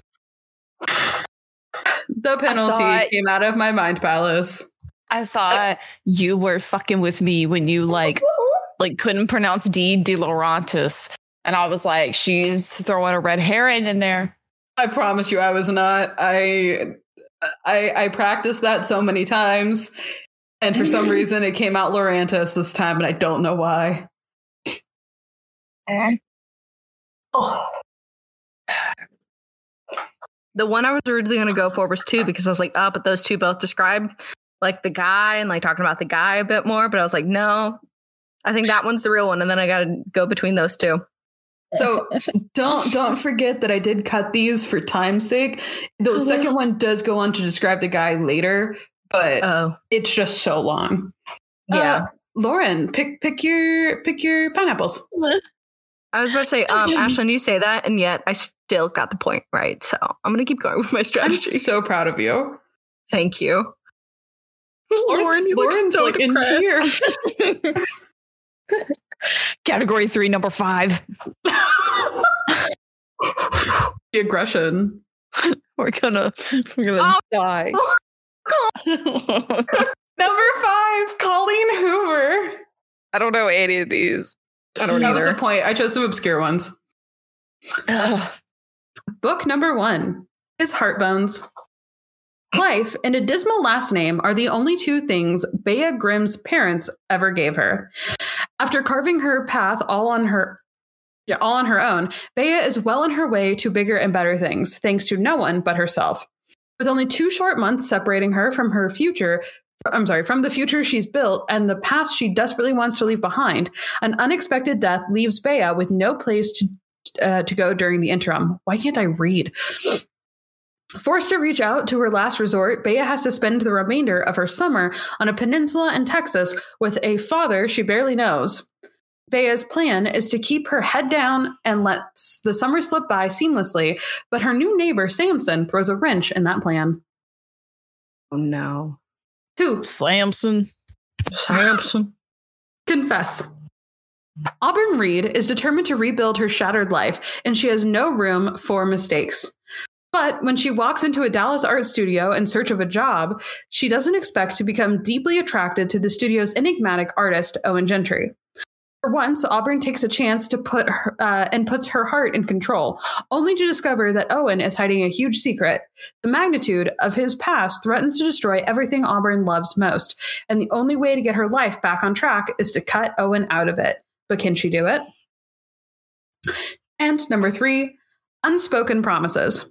The penalty thought- came out of my mind palace. I thought you were fucking with me when you like like couldn't pronounce D De Laurentiis. And I was like, she's throwing a red herring in there. I promise you, I was not. I I, I practiced that so many times, and for some reason, it came out Laurentis this time, and I don't know why. The one I was originally going to go for was two because I was like, oh, but those two both describe like the guy and like talking about the guy a bit more. But I was like, no, I think that one's the real one. And then I got to go between those two. So don't don't forget that I did cut these for time's sake. The second one does go on to describe the guy later, but Oh, it's just so long. yeah. Uh, Lauren, pick pick your pick your pineapples. I was about to say, um, Ashlyn, you say that, and yet I still got the point right. So I'm going to keep going with my I'm strategy. so proud of you. Thank you. Lauren's, you look Lauren's so like in depressed. tears. Category three, number five. the aggression. We're gonna we're gonna Oh. die. Number five, Colleen Hoover. I don't know any of these. I don't That was the either. point. I chose some obscure ones. Book number one is Heartbones. Life and a dismal last name are the only two things Bea Grimm's parents ever gave her. After carving her path all on her yeah, all on her own, Bea is well on her way to bigger and better things, thanks to no one but herself. With only two short months separating her from her future, I'm sorry, from the future she's built and the past she desperately wants to leave behind, an unexpected death leaves Bea with no place to uh, to go during the interim. Why can't I read? Forced to reach out to her last resort, Bea has to spend the remainder of her summer on a peninsula in Texas with a father she barely knows. Bea's plan is to keep her head down and let s- the summer slip by seamlessly, but her new neighbor Samson throws a wrench in that plan. Oh no. Two, Samson. Samson. Confess. Auburn Reed is determined to rebuild her shattered life, and she has no room for mistakes. But when she walks into a Dallas art studio in search of a job, she doesn't expect to become deeply attracted to the studio's enigmatic artist, Owen Gentry. For once, Auburn takes a chance to put her, uh, and puts her heart in control, only to discover that Owen is hiding a huge secret. The magnitude of his past threatens to destroy everything Auburn loves most and the only way to get her life back on track is to cut Owen out of it. But can she do it? And number three, unspoken promises.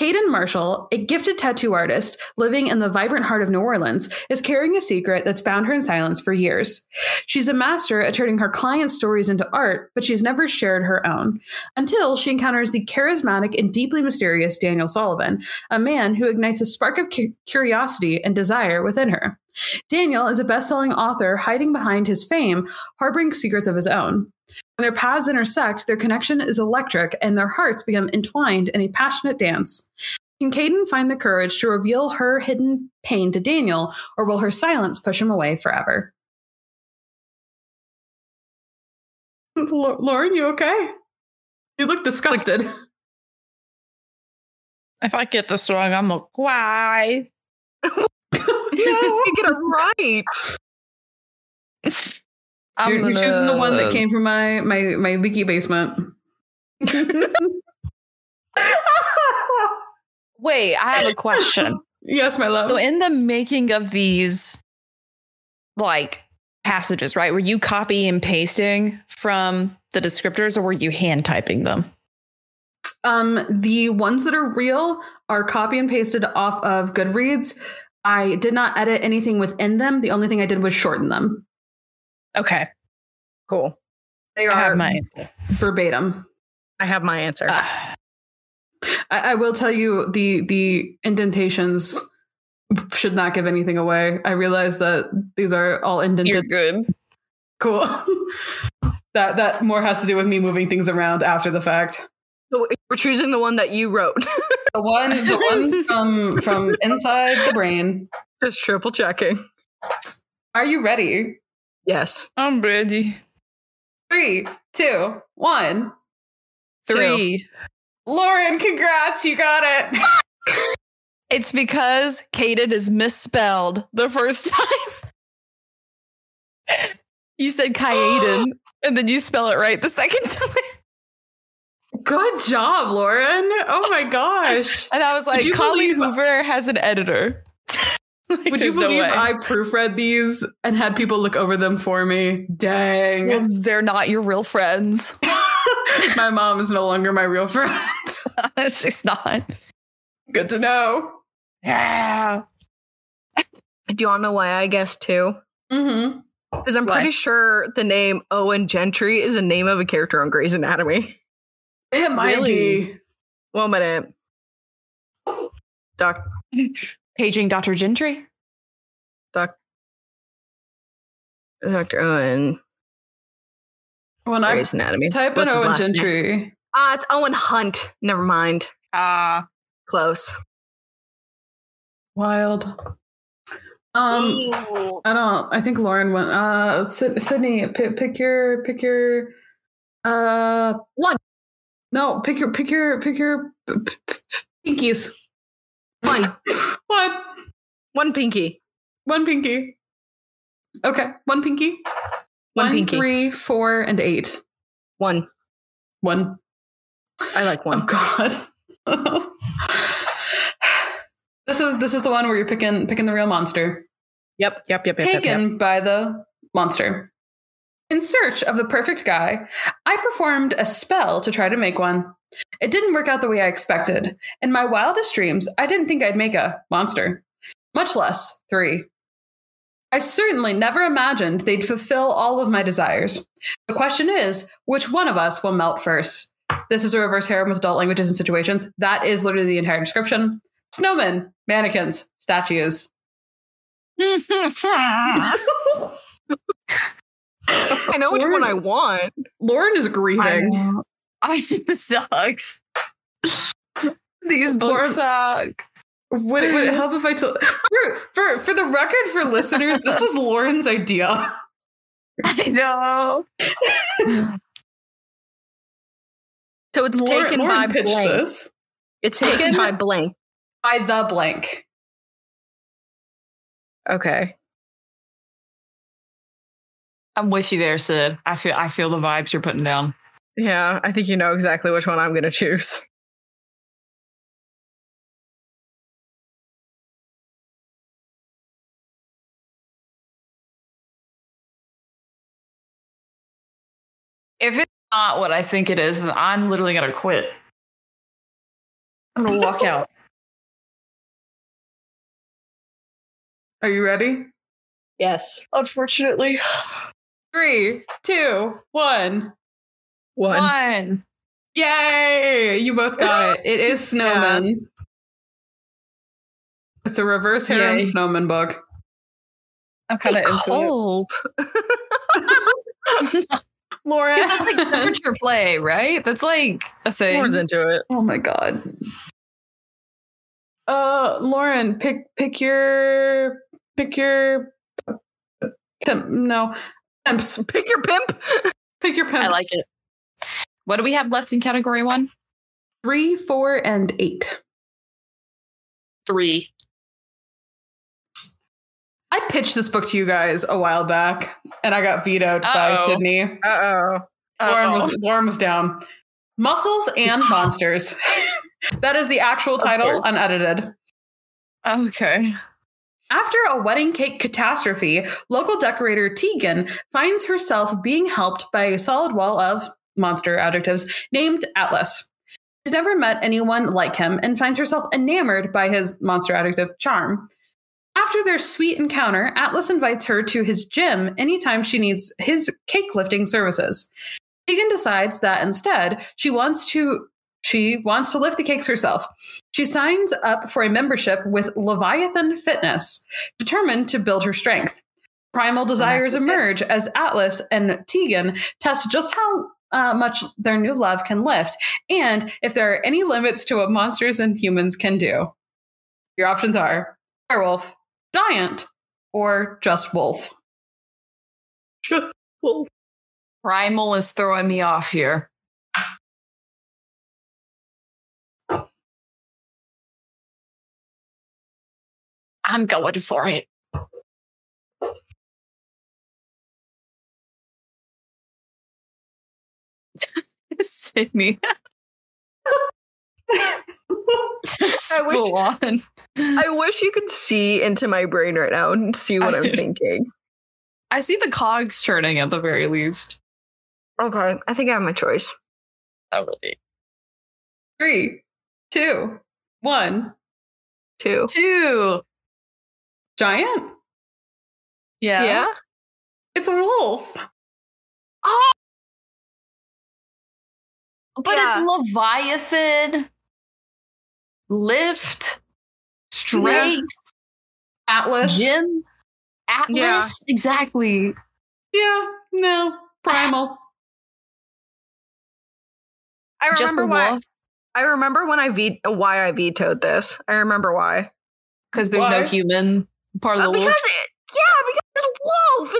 Caden Marshall, a gifted tattoo artist living in the vibrant heart of New Orleans, is carrying a secret that's bound her in silence for years. She's a master at turning her clients' stories into art, but she's never shared her own until she encounters the charismatic and deeply mysterious Daniel Sullivan, a man who ignites a spark of cu- curiosity and desire within her. Daniel is a best selling author hiding behind his fame, harboring secrets of his own. When their paths intersect, their connection is electric and their hearts become entwined in a passionate dance. Can Caden find the courage to reveal her hidden pain to Daniel, or will her silence push him away forever? Lau- Lauren, you okay? You look disgusted. If I get this wrong, I'm gonna cry. you get it right. I'm you're, you're choosing the one that gonna- came from my my my leaky basement. Wait, I have a question. yes, my love. So in the making of these like passages, right? Were you copy and pasting from the descriptors or were you hand typing them? Um, the ones that are real are copy and pasted off of Goodreads. I did not edit anything within them. The only thing I did was shorten them. Okay. Cool. They I are have my answer. verbatim. I have my answer. Ah, I, I will tell you the the indentations should not give anything away. I realize that these are all indented. you're good. cool. that that more has to do with me moving things around after the fact. So We're choosing the one that you wrote. The one the one from from inside the brain. Just triple checking. Are you ready? Yes. I'm ready. Three, two, one. Three. Lauren, congrats, you got it. It's because Kaden is misspelled the first time. you said Kaiden, and then you spell it right the second time. Good job, Lauren. Oh my gosh. And I was like, you Colleen believe- Hoover has an editor. Like, Would you there's no believe way. I proofread these and had people look over them for me? Dang. Well, they're not your real friends. my mom is no longer my real friend. She's not. Good to know. Yeah. Do you want to know why I guess too? Mm-hmm. Because I'm Why? pretty sure the name Owen Gentry is the name of a character on Grey's Anatomy. It might be. One minute. Doc, Paging Dr. Gentry. Dr. Owen, When I Grey's Anatomy. type in What's his Owen last name? Gentry. Ah, it's Owen Hunt. Never mind. Ah. Close. Wild. Um I don't. I think Lauren went. Uh, Syd- Sydney, pick, pick your, pick your, uh, One. No, pick your, pick your, pick your p- p- pinkies. One. One, One pinky. one pinky. Okay, one pinky. One One, pinky. three, four, and eight. One. One. I like one. Oh God. this is this is the one where you're picking picking the real monster, Yep, yep, yep, yep, yep, taken yep. by the monster. In search of the perfect guy, I performed a spell to try to make one. It didn't work out the way I expected. In my wildest dreams, I didn't think I'd make a monster, much less three. I certainly never imagined they'd fulfill all of my desires. The question is, which one of us will melt first? This is a reverse harem with adult languages and situations. That is literally the entire description. Snowmen, mannequins, statues. I know which one I want. Lauren is grieving. I this sucks. These books suck. Would it, would it help if I told for, for for the record for listeners? This was Lauren's idea. I know. So it's Lauren, taken Lauren by pitched blank. this It's taken Taken- by blank. by the blank. Okay. I'm with you there, Sid. I feel I feel the vibes you're putting down. Yeah, I think you know exactly which one I'm gonna choose. If it's not what I think it is, then I'm literally gonna quit. I'm gonna walk out. Are you ready? Yes. Unfortunately, Three, two, one. One. One. Yay! You both got it. It is snowmen. It's a reverse harem Yay. snowman book. I'm kind of into it. Cold. Lauren, Because that's like literature play, right? That's like a thing. More than do it. Oh my god. Uh Lauren, pick pick your pick your pimp no. Pimps. Pick your pimp. Pick your pimp. I like it. What do we have left in category one? three, four, and eight. Three. I pitched this book to you guys a while back and I got vetoed by Uh-oh. Sydney. Uh oh. Lauren Uh-oh. was Lauren was down. Muscles and monsters. that is the actual title, course. unedited. oh, Okay. After a wedding cake catastrophe, local decorator Tegan finds herself being helped by a solid wall of monster adjectives named Atlas. She's never met anyone like him and finds herself enamored by his monster adjective charm. After their sweet encounter, Atlas invites her to his gym anytime she needs his cake lifting services. Tegan decides that instead she wants to she wants to lift the cakes herself. She signs up for a membership with Leviathan Fitness, determined to build her strength. Primal desires emerge as Atlas and Tegan test just how uh, much their new love can lift and if there are any limits to what monsters and humans can do. Your options are werewolf, giant, or just wolf. Primal is throwing me off here. I'm going for it. Sydney. Just I wish- full on. I wish you could see into my brain right now and see what I'm thinking. I see the cogs turning at the very least. Okay. I think I have my choice. Not Oh, really. Three, two, one. Two. Two. Giant? Yeah. It's a wolf. But it's Leviathan, lift, strength, Atlas. gym, atlas. Yeah. Exactly. Yeah, no. Primal. I Just remember the why. wolf I remember when I ve- why I vetoed this. I remember why. because there's Why? no human part of the Uh, because wolf. it, yeah, because it's wolf.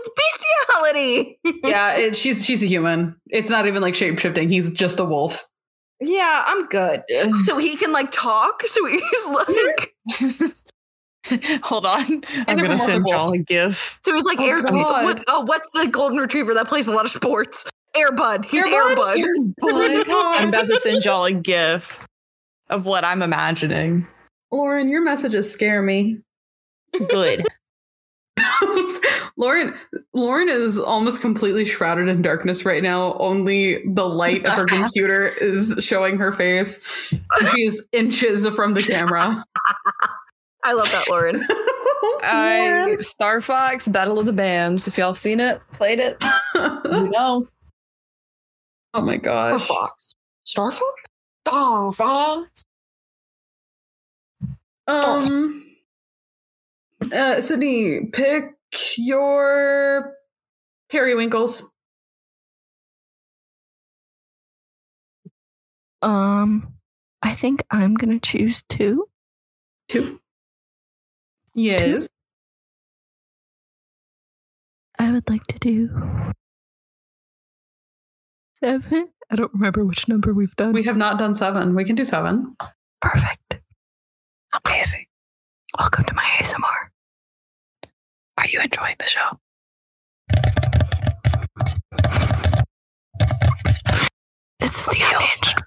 It's bestiality. yeah, it, she's she's a human. It's not even like shape shifting. He's just a wolf. yeah, I'm good. So he can like talk. So he's like, Hold on. I'm them going are to send wolves. y'all a gif. So he's like, Oh, Air, God. what, oh, what's the golden retriever that plays a lot of sports? Airbud. He's Air Bud? Airbud. But I'm God. about to send y'all a gif of what I'm imagining. Lauren, your messages scare me. Good. Lauren Lauren is almost completely shrouded in darkness right now. Only the light of her computer is showing her face. She's inches from the camera. I love that, Lauren. I, Star Fox Battle of the Bands. If y'all seen it, played it, oh you know. my gosh. Fox. Star Fox? Star Fox. Um uh, Sydney, pick your periwinkles. Um, I think I'm gonna choose two. Two. Yes. I would like to do seven. I don't remember which number we've done. We have not done seven. We can do seven. Perfect. Amazing. Welcome to my ASMR. Are you enjoying the show? This is the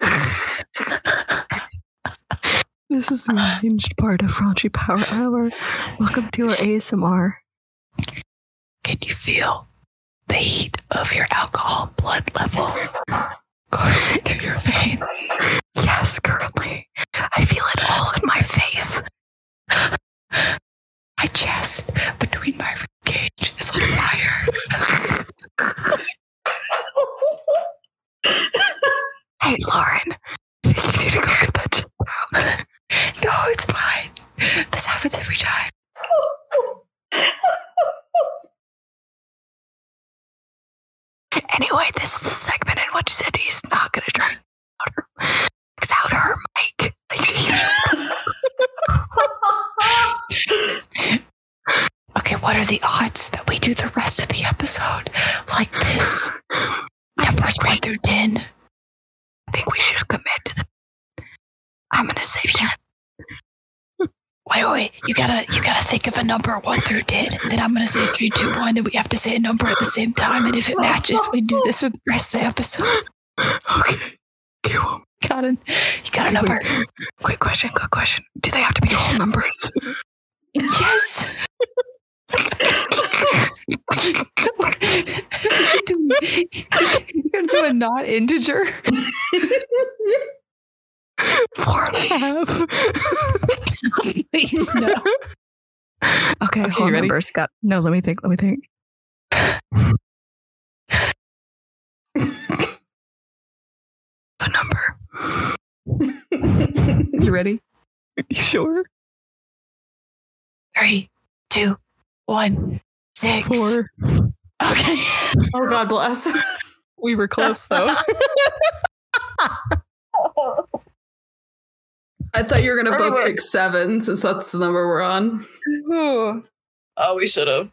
unhinged. this is the unhinged part of Raunchy Power Hour. Welcome to our ASMR. Can you feel the heat of your alcohol blood level coursing through your veins? Yes, currently. I feel it all in my face. My chest between my rib cage is on fire. hey, Lauren, I think you need to go get that checked out. No, Oh, it's fine. This happens every time. Anyway, this is the segment in which Cindy's not going to try it's out her mic. Like she usually- okay, what are the odds that we do the rest of the episode like this? Numbers one through ten. I think we should commit to the. I'm gonna say yeah. Wait, wait, wait. You gotta you gotta think of a number one through ten. and Then I'm gonna say three, two, one, then we have to say a number at the same time. And if it matches, we do this for the rest of the episode. Okay. Okay, well, Got it. You got a number. quick question, quick question. Do they have to be all numbers? Yes. You're going to do a not integer. Four and a half. Please, no. Okay, Okay, whole you ready? numbers. Got no. Let me think. Let me think. the number. Oh, You ready? Sure. Three, two, one, six. Four. Okay. Oh God bless. We were close though. I thought you were gonna both Alright. pick seven since that's the number we're on. oh, we should have.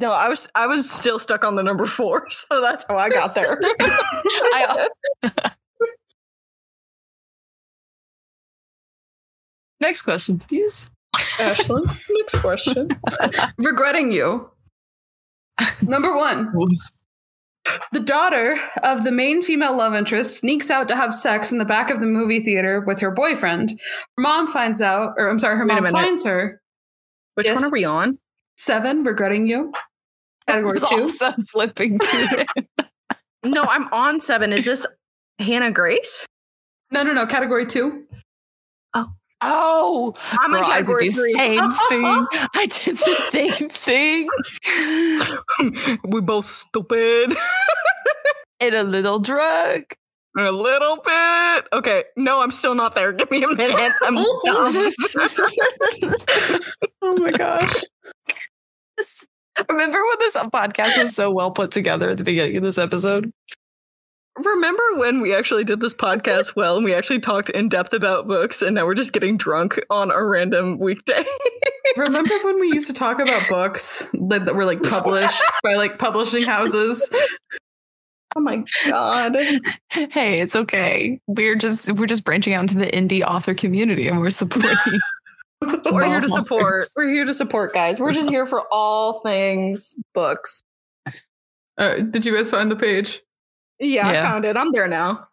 No, I was I was still stuck on the number four, so that's how I got there. I- Next question, please. Ashlyn, next question. Regretting you. Number one. The daughter of the main female love interest sneaks out to have sex in the back of the movie theater with her boyfriend. Her mom finds out, or I'm sorry, her Wait a mom minute. finds her. Which Yes. one are we on? Seven, regretting you. Category It's two. also flipping to it. No, I'm on seven. Is this Hannah Grace? No, no, no. Category two. Oh, I'm Bro, on I did category the three. same thing. I did the same thing. we both stupid. In a little drug. A little bit. Okay. No, I'm still not there. Give me a minute. I'm Oh, dumb. Oh my gosh. Remember when this podcast was so well put together at the beginning of this episode? Remember when we actually did this podcast well and we actually talked in depth about books and now we're just getting drunk on a random weekday? Remember when we used to talk about books that, that were like published by like publishing houses? Oh my god. Hey, it's okay. We're just we're just branching out into the indie author community and we're supporting We're here to Small support. monsters. We're here to support, guys. We're just here for all things books. Uh, did you guys find the page? Yeah, I Yeah. found it. I'm there now.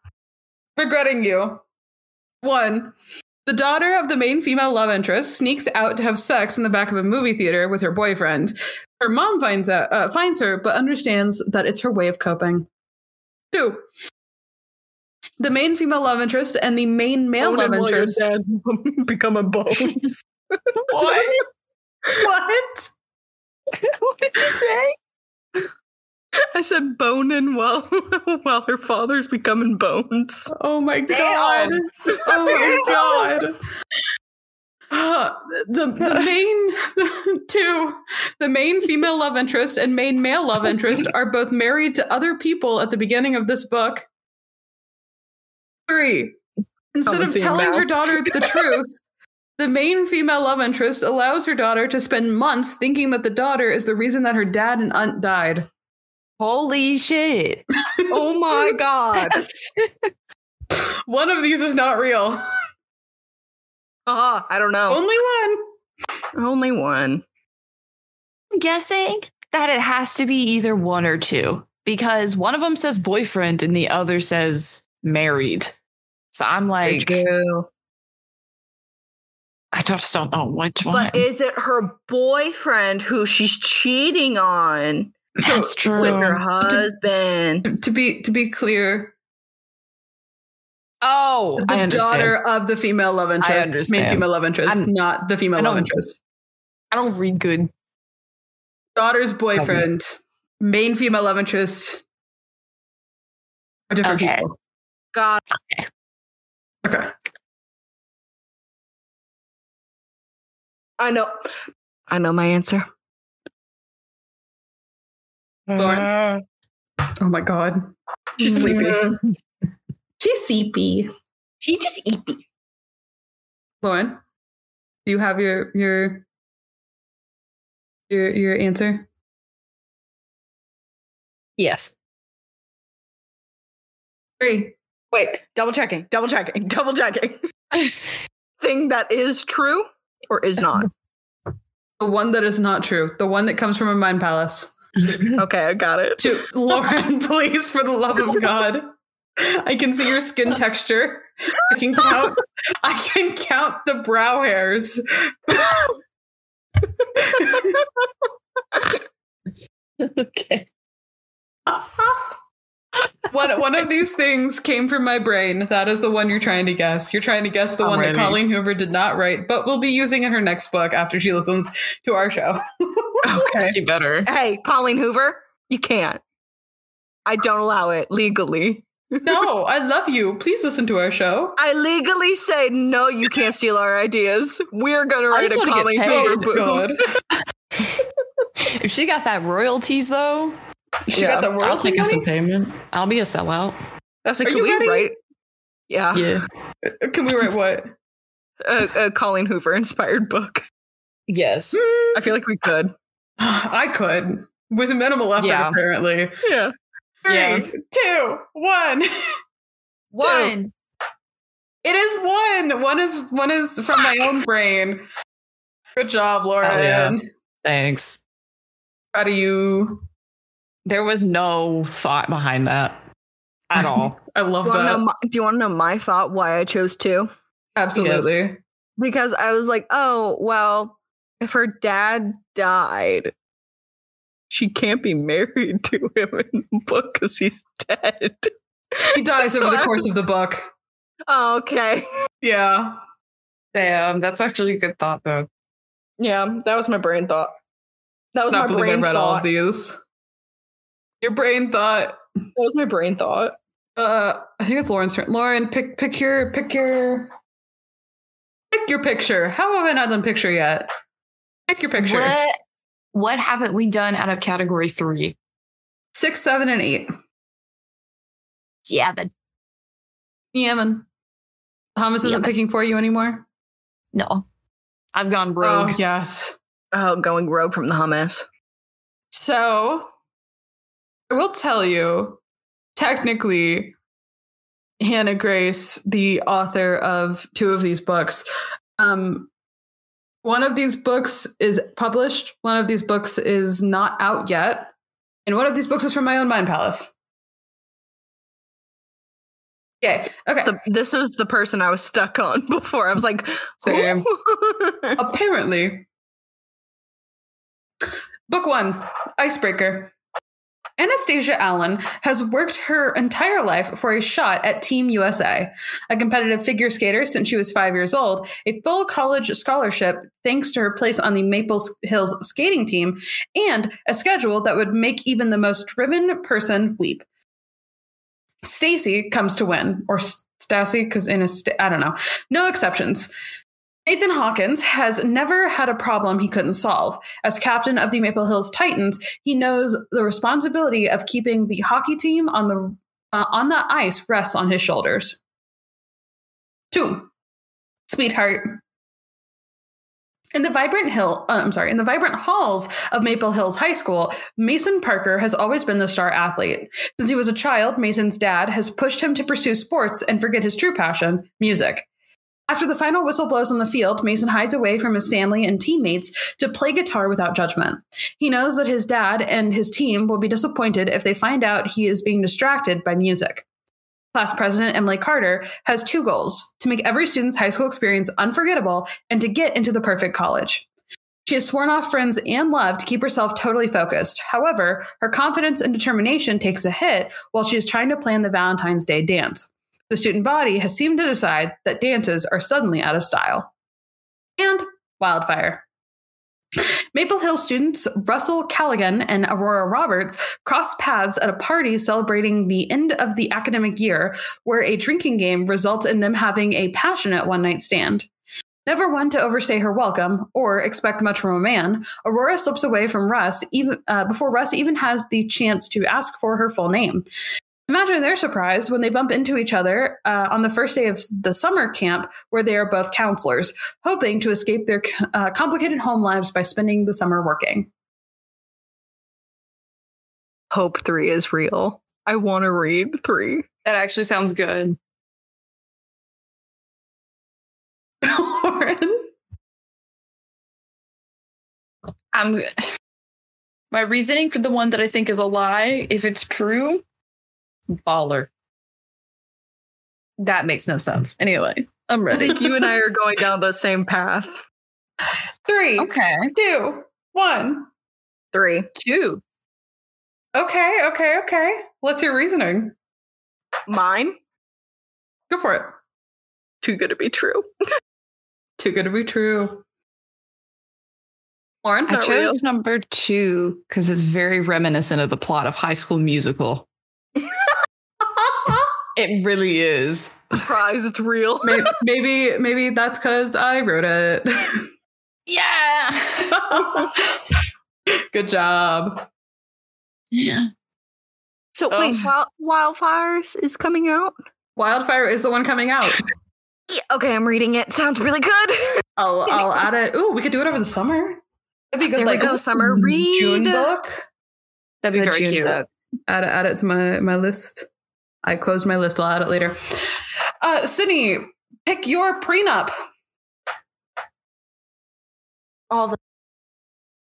regretting you. One, the daughter of the main female love interest sneaks out to have sex in the back of a movie theater with her boyfriend. Her mom finds out, uh, finds her, but understands that it's her way of coping. Two, the main female love interest and the main male love interest. become a bones. what? What? what did you say? I said boning while while her father's becoming bones. Oh my god! Damn. Oh my god! Uh, the the main two, the main female love interest and main male love interest are both married to other people at the beginning of this book. Three, instead Someone of threw telling him out. her daughter the truth, the main female love interest allows her daughter to spend months thinking that the daughter is the reason that her dad and aunt died. Holy shit. Oh my god. One of these is not real. Ah, I don't know. Only one. Only one. I'm guessing that it has to be either one or two because one of them says boyfriend and the other says married. So I'm like, I just don't know which one. But is it her boyfriend who she's cheating on That's with her true. husband? to be to be clear, Oh, I the understand. daughter of the female love interest, understand. main female love interest, I'm- not the female I love don't- interest. I don't read good. Daughter's boyfriend, main female love interest. Are different Okay. people. God, Okay. I know. I know my answer. Mm. Lauren? Oh my god, she's sleepy. Mm. She's sleepy. She just E eepy. Lauren, do you have your your your your answer? Yes. Three. Wait, double checking, double checking, double checking. Thing that is true or is not. The one that is not true. The one that comes from a mind palace. Okay, I got it. Shoot, Lauren, please, for the love of God. I can see your skin texture. I can count. I can count the brow hairs. okay. one one of these things came from my brain. That is the one you're trying to guess. You're trying to guess the one that Alrighty. Colleen Hoover did not write, but will be using in her next book after she listens to our show. She better. Hey, Colleen Hoover, you can't. I don't allow it legally. no, I love you. Please listen to our show. I legally say no. You can't steal our ideas. We're gonna write just a wanna get Colleen paid. Hoover Oh book. God. If she got that royalties though, She got the I'll royalty take us money? in payment. I'll be a sellout. That's like, Are can you we ready? write? Yeah, Yeah. Can we write what? A, a Colleen Hoover inspired book. Yes. I feel like we could. I could with minimal effort, Yeah. apparently. Yeah. Three, two, one. Yeah. One. It is one. One is one is from my own brain. Good job, Lauren. Hell yeah. Thanks. Proud of you. There was no thought behind that at all. I Do love you, wanna that. know my, do you want to know my thought why I chose two? Absolutely. Because I was like, oh well, if her dad died, she can't be married to him in the book because he's dead. He dies over the Sorry. course of the book. Oh, okay. Yeah. Damn, that's actually a good thought though. Yeah, that was my brain thought. That was Not my believe I brain read thought. all of these. Your brain thought. that was my brain thought. Uh I think it's Lauren's turn. Lauren, pick pick your pick your pick your picture. How have I not done picture yet? Pick your picture. What what haven't we done out of category three? Six, seven, and eight. Yeah, but Yemen. Thomas isn't Yemen. picking for you anymore. no. I've gone rogue. Oh yes. Oh, going rogue from the hummus. So I will tell you, technically, Hannah Grace, the author of two of these books, um, One of these books is published, one of these books is not out yet, and one of these books is from my own mind palace. Yay. Okay. The- this was the person I was stuck on before. I was like, Same. Apparently. Book one, Icebreaker. Anastasia Allen has worked her entire life for a shot at Team USA, a competitive figure skater since she was five years old, a full college scholarship thanks to her place on the Maple Hills skating team, and a schedule that would make even the most driven person weep. Stacy comes to win, or Stacy, because in a st- I don't know, no exceptions. Nathan Hawkins has never had a problem he couldn't solve. As captain of the Maple Hills Titans, he knows the responsibility of keeping the hockey team on the uh, on the ice rests on his shoulders. Two, sweetheart. In the vibrant hill, uh, I'm sorry, in the vibrant halls of Maple Hills High School, Mason Parker has always been the star athlete. Since he was a child, Mason's dad has pushed him to pursue sports and forget his true passion, music. After the final whistle blows on the field, Mason hides away from his family and teammates to play guitar without judgment. He knows that his dad and his team will be disappointed if they find out he is being distracted by music. Class president Emily Carter has two goals to make every student's high school experience unforgettable and to get into the perfect college. She has sworn off friends and love to keep herself totally focused. However, her confidence and determination takes a hit while she is trying to plan the Valentine's Day dance the student body has seemed to decide that dances are suddenly out of style. And wildfire. Maple Hill students Russell Callaghan and Aurora Roberts crossed paths at a party celebrating the end of the academic year, where a drinking game results in them having a passionate one night stand. Never one to overstay her welcome or expect much from a man, Aurora slips away from Russ even uh, before Russ even has the chance to ask for her full name. Imagine their surprise when they bump into each other uh, on the first day of the summer camp, where they are both counselors, hoping to escape their uh, complicated home lives by spending the summer working. Hope three is real. I want to read three. That actually sounds good. Lauren, I'm my reasoning for the one that I think is a lie, if it's true, baller. That makes no sense. Anyway, I'm I ready. think you and I are going down the same path. three, Okay. two, one. Three. Two. Okay, okay, okay. What's your reasoning? Mine? Go for it. Too good to be true. Too good to be true. Lauren, I Not chose real. number two because it's very reminiscent of the plot of High School Musical. it really is. Surprise, it's real. maybe, maybe, maybe that's because I wrote it. Yeah. Good job. Yeah. So Oh. wait, Wild- Wildfires is coming out? Wildfire is the one coming out. Yeah, okay, I'm reading it. Sounds really good. I'll I'll add it. Ooh, we could do it over the summer. That'd be good. There we like go, summer read. June book. That'd be Good very June uh, cute. book. Add it, add it to my my list. I closed my list. I'll add it later. Uh, Sydney, pick your prenup. All the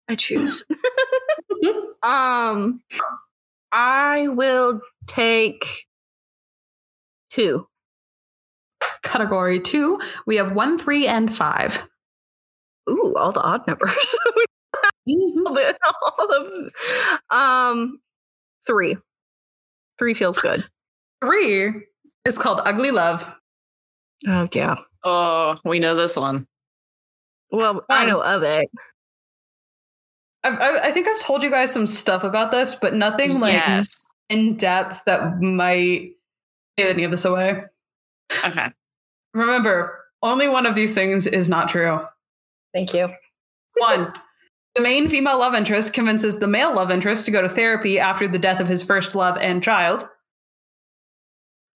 I choose. um I will take two. Category two. We have one, three, and 5 Ooh, all the odd numbers. all the- all of- um three. Three feels good. Three is called Ugly Love. Oh yeah. Oh, we know this one. Well, I know of it. I, I, I think I've told you guys some stuff about this, but nothing like yes. in depth that might give any of this away. Okay. Remember, only one of these things is not true. Thank you. One, the main female love interest convinces the male love interest to go to therapy after the death of his first love and child.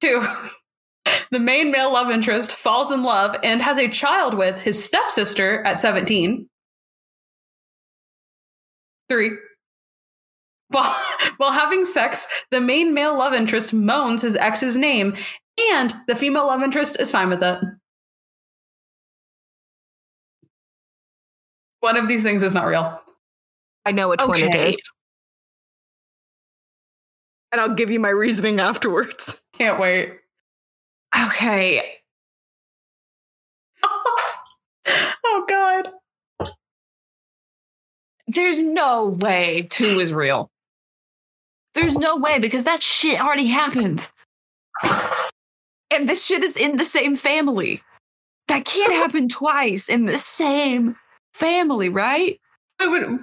Two, the main male love interest falls in love and has a child with his stepsister at 17. Three, while, while having sex, the main male love interest moans his ex's name, and the female love interest is fine with it. One of these things is not real. I know which one it Okay. is. And I'll give you my reasoning afterwards. Can't wait. Okay. Oh God. There's no way two is real. There's no way because that shit already happened. And this shit is in the same family. That can't happen twice in the same family, right? I would.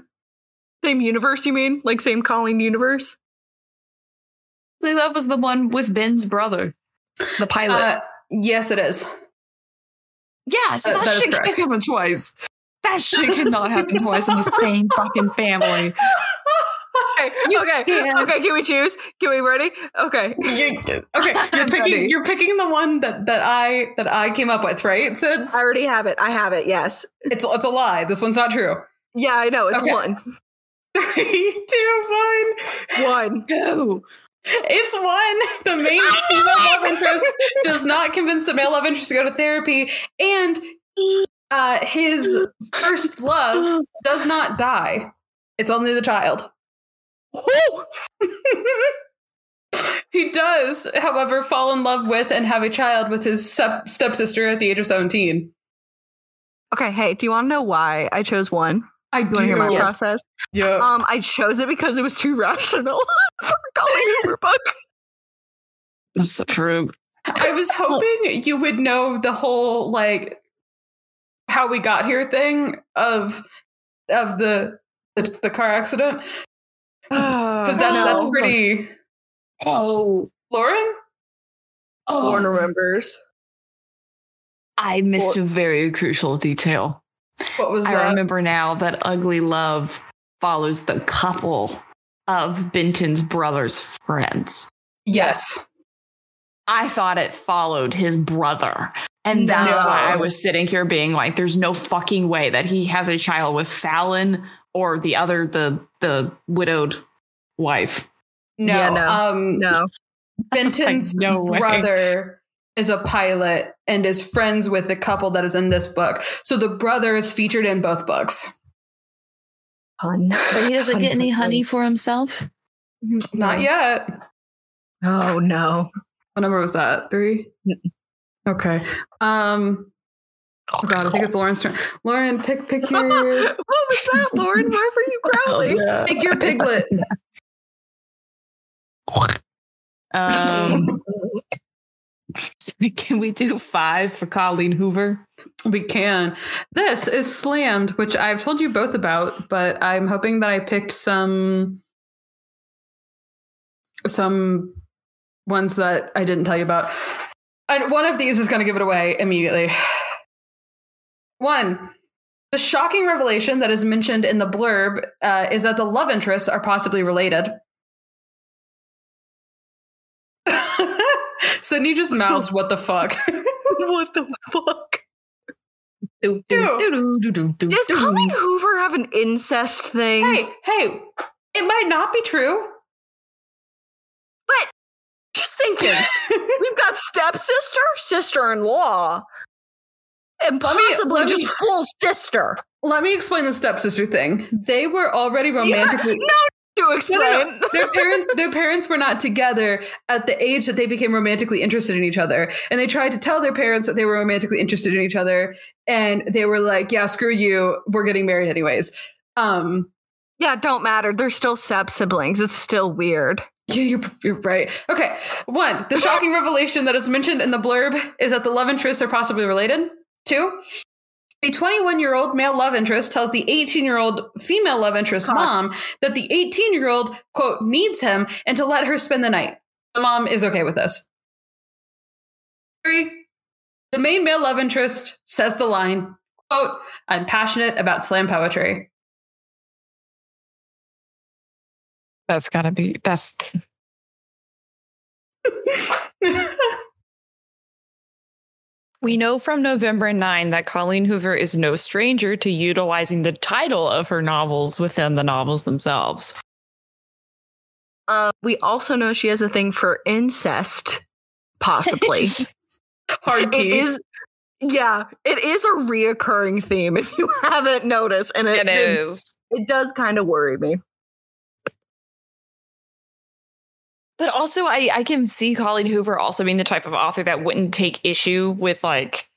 Same universe, you mean? Like same Colleen universe? Like, That was the one with Ben's brother, the pilot. Uh, yes, it is. yeah, so uh, that, that is shit correct. can't happen twice. That shit cannot happen twice in the same fucking family. Okay, okay, okay. Can we choose? Can we ready? Okay. You- Okay, you're I'm ready. picking. You're picking the one that that I that I came up with, right? Sid, I already have it. I have it. Yes. it's it's a lie. This one's not true. Yeah, I know. It's Okay. one. Three, two, one. One. No. It's one. The main female love interest does not convince the male love interest to go to therapy, and uh, his first love does not die. It's only the child. he does, however, fall in love with and have a child with his step- stepsister at the age of seventeen. Okay, hey, do you want to know why I chose one? I You want to hear my do. process? Yeah. Um, I chose it because it was too rational for Colleen Hoover book. That's true. I was hoping you would know the whole like how we got here thing of of the the, the car accident because that, that's pretty. Oh, Lauren, oh remembers. I missed a very crucial detail. what was I that? remember now that Ugly Love follows the couple of Benton's brother's friends. Yes, I thought it followed his brother. And that's No. why I was sitting here being like, there's no fucking way that he has a child with Fallon or the other, the the widowed wife. no, Yeah, no. um, No. Benton's no way. brother is a pilot and is friends with the couple that is in this book. So the brother is featured in both books. Hun. But he doesn't get any honey for himself. Not yet. Oh no. What number was that? Three. Okay. Um. Oh God, I think it's Lauren's turn. Lauren, pick pick what your was that, Lauren? Why were you growling? pick your piglet. Um, can we do five for Colleen Hoover? We can. This is slammed, which I've told you both about, but I'm hoping that I picked some some ones that I didn't tell you about. And one of these is going to give it away immediately. One, the shocking revelation that is mentioned in the blurb uh, is that the love interests are possibly related. Sydney just mouths, "What the fuck." what the fuck? Do, do, do, do, do, do, Does do. Colleen Hoover have an incest thing? hey, hey, it might not be true. Just thinking. We've got stepsister, sister in law, and Let me- possibly let me- just full sister. Let me explain the stepsister thing. They were already romantically. Yeah, no, to explain. Their parents, their parents were not together at the age that they became romantically interested in each other, and they tried to tell their parents that they were romantically interested in each other, and they were like, "Yeah, screw you, we're getting married anyways." Um, Yeah, don't matter. They're still step siblings. It's still weird. yeah, you're, you're right. Okay, one, the shocking revelation that is mentioned in the blurb is that the love interests are possibly related. Two, a 21 year old male love interest tells the 18 year old female love interest Cock. mom that the 18 year old, quote, needs him and to let her spend the night. The mom is okay with this. Three, the main male love interest says the line, quote, I'm passionate about slam poetry. That's gotta be. That's We know from November 9 that Colleen Hoover is no stranger to utilizing the title of her novels within the novels themselves. Uh, we also know she has a thing for incest, possibly. Hard it tea. is. Yeah, it is a reoccurring theme if you haven't noticed, and it, It is. it does kind of worry me. But also, I, I can see Colleen Hoover also being the type of author that wouldn't take issue with like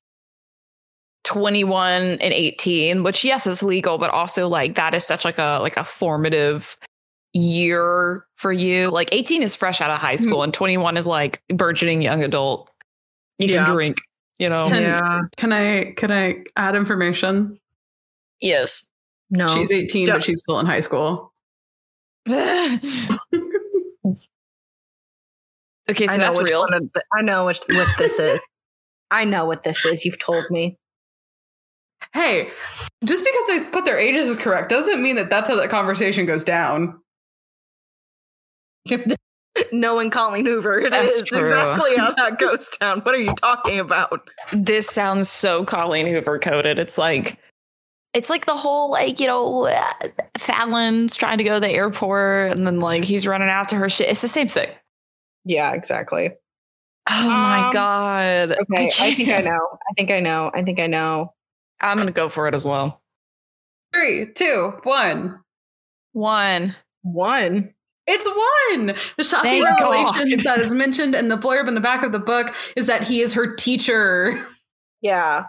21 and 18, which yes is legal, but also like that is such like a like a formative year for you. Like 18 is fresh out of Mm-hmm. high school and 21 is like burgeoning young adult. You Yeah. can drink, you Oh, know. Can- Can I can I add information? Yes. No. She's 18, Don't- but she's still in high school. okay, so that's which real. one of the- I know which, what this is. I know what this is. You've told me. Hey, just because they put their ages is correct doesn't mean that that's how that conversation goes down. Knowing Colleen Hoover, it That's is true. exactly how that goes down. What are you talking about? this sounds so Colleen Hoover coded. It's like it's like the whole like you know uh, Fallon's trying to go to the airport and then like he's running after her shit. It's the same thing. Yeah, exactly. Oh my Um, god. Okay, I, think I can't. know. I think I know. I think I know. I'm gonna go for it as well. Three, two, one. One. One. It's one. The shocking Thank revelation God. that is mentioned in the blurb in the back of the book is that he is her teacher. Yeah.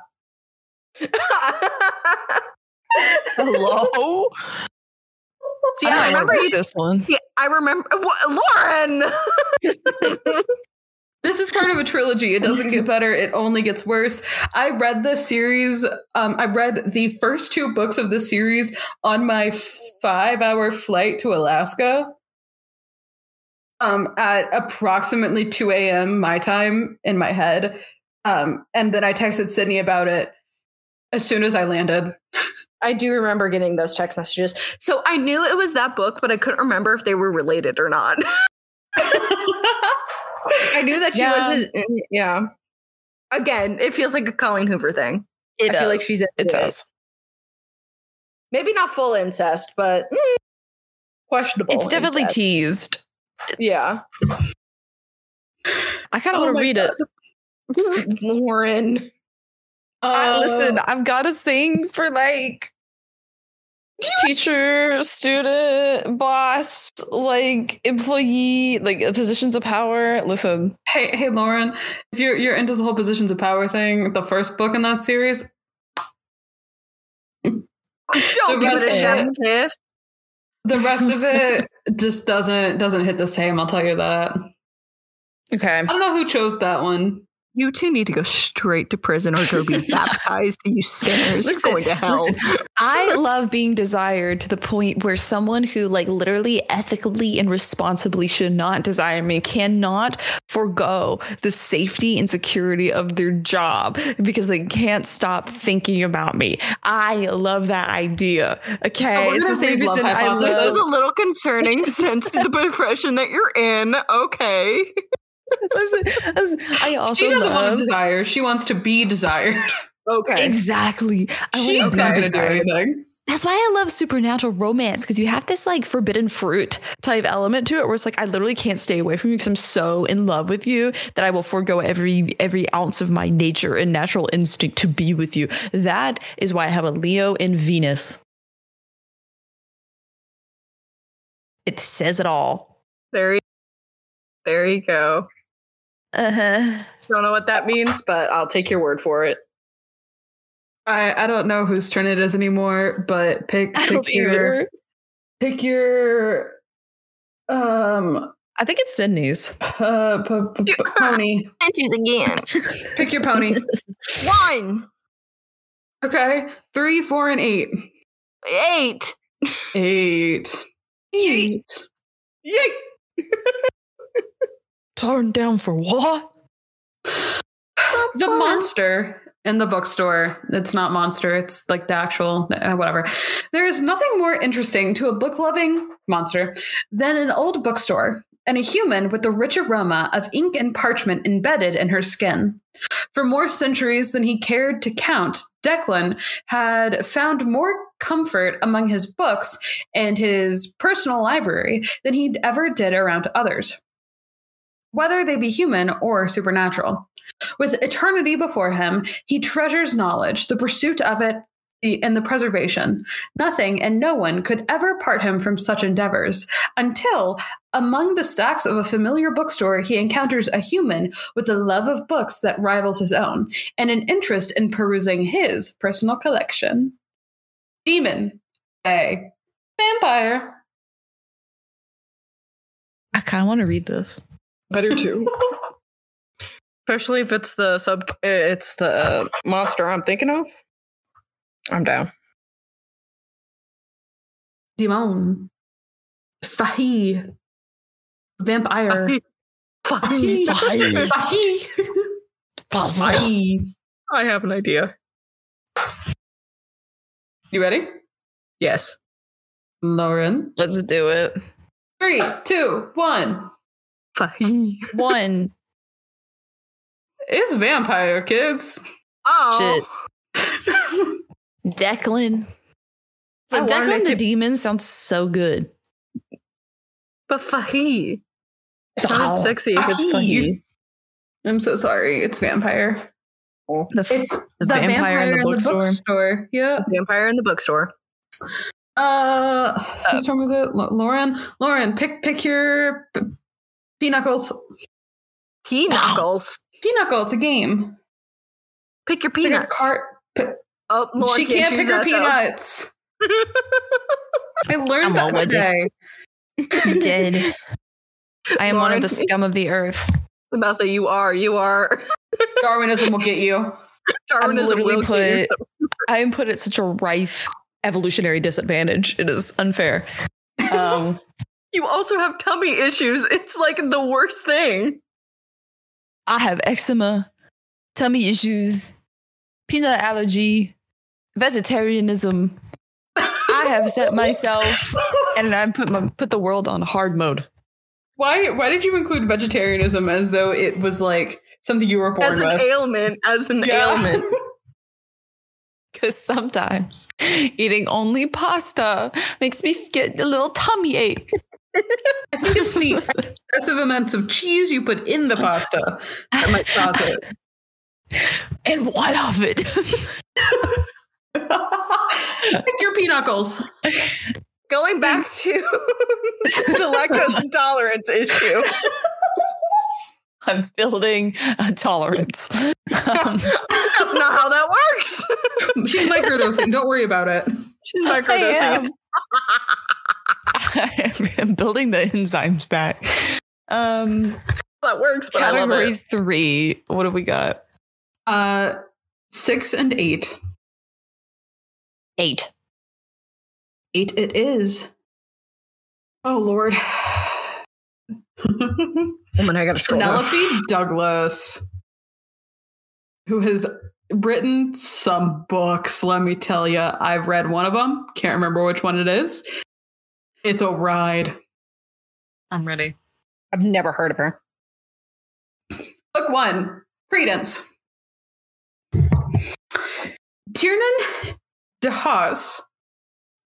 Hello. See, I, remember. this one. Yeah, I remember. What, Lauren. This is part of a trilogy. It doesn't get better, it only gets worse. I read the series, um, I read the first two books of the series on my five hour flight to Alaska um, at approximately 2 a.m. my time in my head. Um, and then I texted Sydney about it as soon as I landed. I do remember getting those text messages. So I knew it was that book, but I couldn't remember if they were related or not. I knew that she Yeah. was his. Yeah. Again, it feels like a Colleen Hoover thing. It I feel like she's. into it does. Maybe not full incest, but mm, questionable. It's definitely incest. teased. yeah. I kind of Oh want to my read it. Lauren. I- Oh. Uh, listen, I've got a thing for like teacher, student, boss, like employee, like uh, positions of power. Listen, Hey, hey, Lauren, if you're you're into the whole positions of power thing, the first book in that series, Don't The give it a rest chef's of kiss. the rest of it just doesn't doesn't hit the same. I'll tell you that. okay. I don't know who chose that one. You two need to go straight to prison or go be baptized, you sinners. Listen, You're going to hell. listen, I love being desired to the point where someone who, like, literally ethically and responsibly should not desire me cannot forego the safety and security of their job because they can't stop thinking about me. I love that idea. Okay. we're it's gonna the same read Love reason I Hypothesis. love. This is a little concerning since the profession that you're in. Okay. Listen, listen, I also She doesn't want love- to desire. She wants to be desired. Okay. Exactly. I She's want to not be going to do desired. anything. That's why I love supernatural romance because you have this like forbidden fruit type element to it where it's like I literally can't stay away from you because I'm so in love with you that I will forego every every ounce of my nature and natural instinct to be with you. That is why I have a Leo and Venus. It says it all. There you, there you go. Uh-huh. Don't know what that means, but I'll take your word for it. I I don't know whose turn it is anymore. But pick I pick don't your either. pick your um I think it's Sydney's. uh, p- p- p- pony. And she's again. Pick your pony. One, Okay, three, four, and eight. eight. Eight. Eight. Yay. Torn down for what? the monster in the bookstore it's not monster it's like the actual uh, whatever there is nothing more interesting to a book loving monster than an old bookstore and a human with the rich aroma of ink and parchment embedded in her skin for more centuries than he cared to count declan had found more comfort among his books and his personal library than he ever did around others whether they be human or supernatural With eternity before him, he treasures knowledge, the pursuit of it, the- and the preservation. Nothing and no one could ever part him from such endeavors until, among the stacks of a familiar bookstore, he encounters a human with a love of books that rivals his own and an interest in perusing his personal collection. Demon, a vampire. I kind of want to read this. Better too. Especially if it's the sub, uh, it's the uh, monster I'm thinking of. I'm down. Demon. Fahi. Vampire. I Fahi. have an idea. You ready? Yes. Lauren. Let's do it. Three, two, one. One. It's vampire, kids. Oh, Declan. I wanted The it Declan the to- Demon sounds so good. but Fahi. It sounded sexy. if It's Fahi. I'm so sorry. It's vampire. The, f- the vampire, in the bookstore. Yeah. Vampire in the bookstore. Uh, whose turn was it? L- Lauren. Lauren, pick pick your p- pinocles. He knuckles. Pinochle. It's a game. Pick your It's like a peanuts. cart. Oh, Lauren she can't choose pick her that, though. peanuts. I learned I'm that already- today. You did. I am one of Lauren. the scum of the earth. I'm about to say you are. You are. Darwinism will get you. I'm Darwinism literally will get you. put. I am put at such a rife evolutionary disadvantage. It is unfair. Um, You also have tummy issues. It's like the worst thing. I have eczema, tummy issues, peanut allergy, vegetarianism. I have set myself, and I put my put the world on hard mode. Why? Why did you include vegetarianism as though it was like something you were born as an with? ailment. As an Yeah. ailment. Because sometimes eating only pasta makes me get a little tummy ache. I think it's the excessive amounts of cheese you put in the pasta that might cause it. And what of it? Pick your Mm. pinocles. Going back to the lactose intolerance issue. I'm building a tolerance. Um, That's not how that works. She's microdosing. Don't worry about it. She's I microdosing. am. it. I am building the enzymes back. Um, That works, but I love category it. three. What do we got? Uh, six and eight. Eight. Eight it is. Oh Lord. Oh man, I gotta scroll. down. Penelope Douglas, who has written some books, let me tell you. I've read one of them, can't remember which one it is. It's a ride. I'm ready. I've never heard of her. Book one Credence. Tiernan DeHaas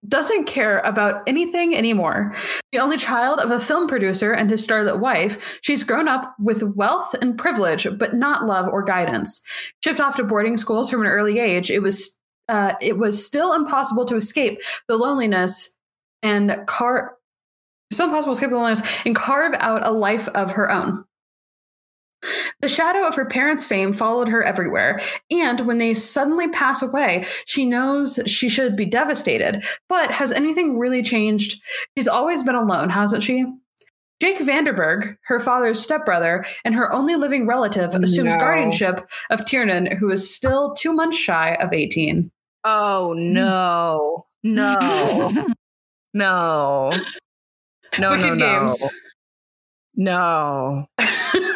doesn't care about anything anymore. The only child of a film producer and his starlet wife, she's grown up with wealth and privilege, but not love or guidance. Shipped off to boarding schools from an early age, it was uh, it was still impossible to escape the loneliness and car. Still impossible to escape the loneliness and carve out a life of her own. The shadow of her parents' fame followed her everywhere, and when they suddenly pass away, she knows she should be devastated. But has anything really changed? She's always been alone, hasn't she? Jake Vanderberg, her father's stepbrother and her only living relative, assumes No. guardianship of Tiernan, who is still two months shy of 18. Oh no. No. no. No. Wicked no, games. No. No.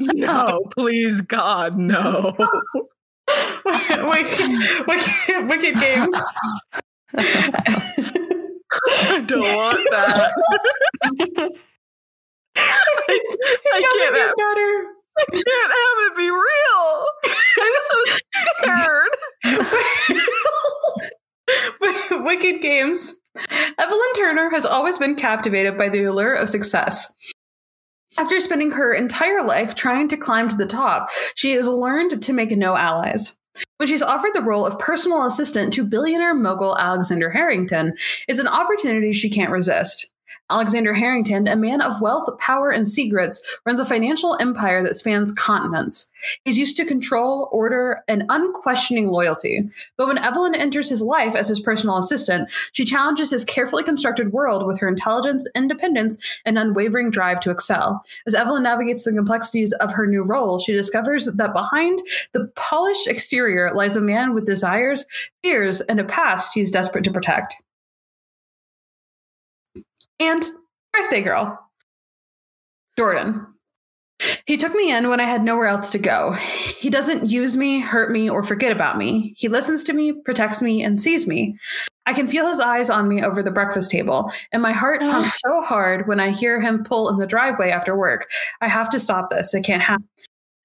no. Please God, no. wicked, wicked, wicked games. I don't want that. I, I can't, have, doesn't I can't have it be real. I'm so scared. get better. wicked games. Evelyn Turner has always been captivated by the allure of success. After spending her entire life trying to climb to the top, she has learned to make no allies. When she's offered the role of personal assistant to billionaire mogul Alexander Harrington, it's an opportunity she can't resist. Alexander Harrington, a man of wealth, power, and secrets, runs a financial empire that spans continents. He's used to control, order, and unquestioning loyalty. But when Evelyn enters his life as his personal assistant, she challenges his carefully constructed world with her intelligence, independence, and unwavering drive to excel. As Evelyn navigates the complexities of her new role, she discovers that behind the polished exterior lies a man with desires, fears, and a past he's desperate to protect and birthday girl, Jordan. He took me in when I had nowhere else to go. He doesn't use me, hurt me, or forget about me. He listens to me, protects me, and sees me. I can feel his eyes on me over the breakfast table, and my heart pumps so hard when I hear him pull in the driveway after work. I have to stop this. It can't happen.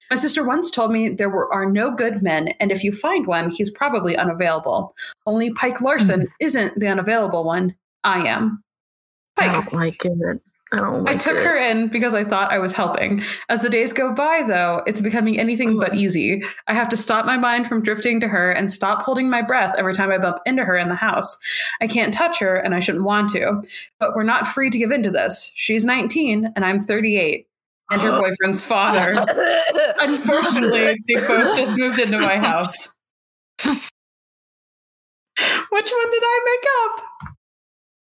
My sister once told me there were, are no good men, and if you find one, he's probably unavailable. Only Pike Larson isn't the unavailable one. I am. I don't like it. I don't. I like took it. her in because I thought I was helping. As the days go by, though, it's becoming anything but Mm-hmm. easy. I have to stop my mind from drifting to her and stop holding my breath every time I bump into her in the house. I can't touch her and I shouldn't want to, but we're not free to give in to this. She's 19 and I'm 38, and her boyfriend's father. Unfortunately, they both just moved into my house. Which one did I make up?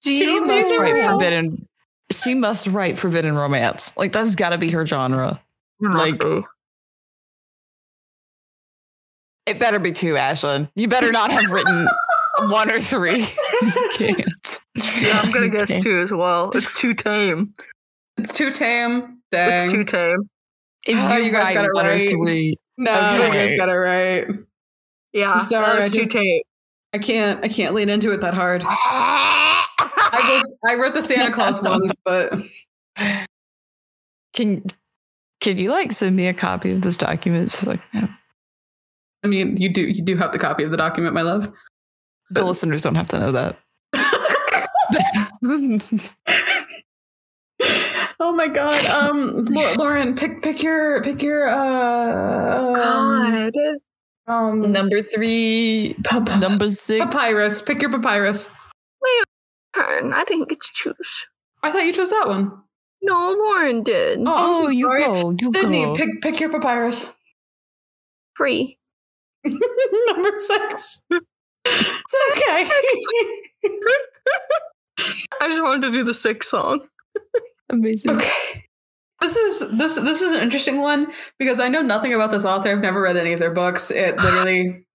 She Two must in a write row. forbidden. She must write forbidden romance. Like that's got to be her genre. Like, It better be two, Ashlyn. You better not have written one or three. You can't. yeah, I'm gonna You guess can't. two as well. It's too tame. It's too tame. Dang. It's too tame. If Oh, you, you guys write got it one right. or three, no, you Okay. guys got it right. Yeah, I'm sorry, That was I too just- tame. I can't. I can't lean into it that hard. I wrote, I wrote the Santa Claus ones, but can can you like send me a copy of this document? Just like yeah. I mean, you do. You do have the copy of the document, my love. the listeners don't have to know that. Oh my God, um, Lau- Lauren, pick pick your pick your uh um, God, um number three, pap- number six. papyrus. Pick your papyrus. Lauren, I didn't get to choose. I thought you chose that one. No, Lauren did. Oh, I'm so Oh, you sorry. go, you Sydney, go. pick pick your papyrus. Free. number six. okay. I just wanted to do the sick song. Amazing. Okay. This is this this is an interesting one because I know nothing about this author. I've never read any of their books. It literally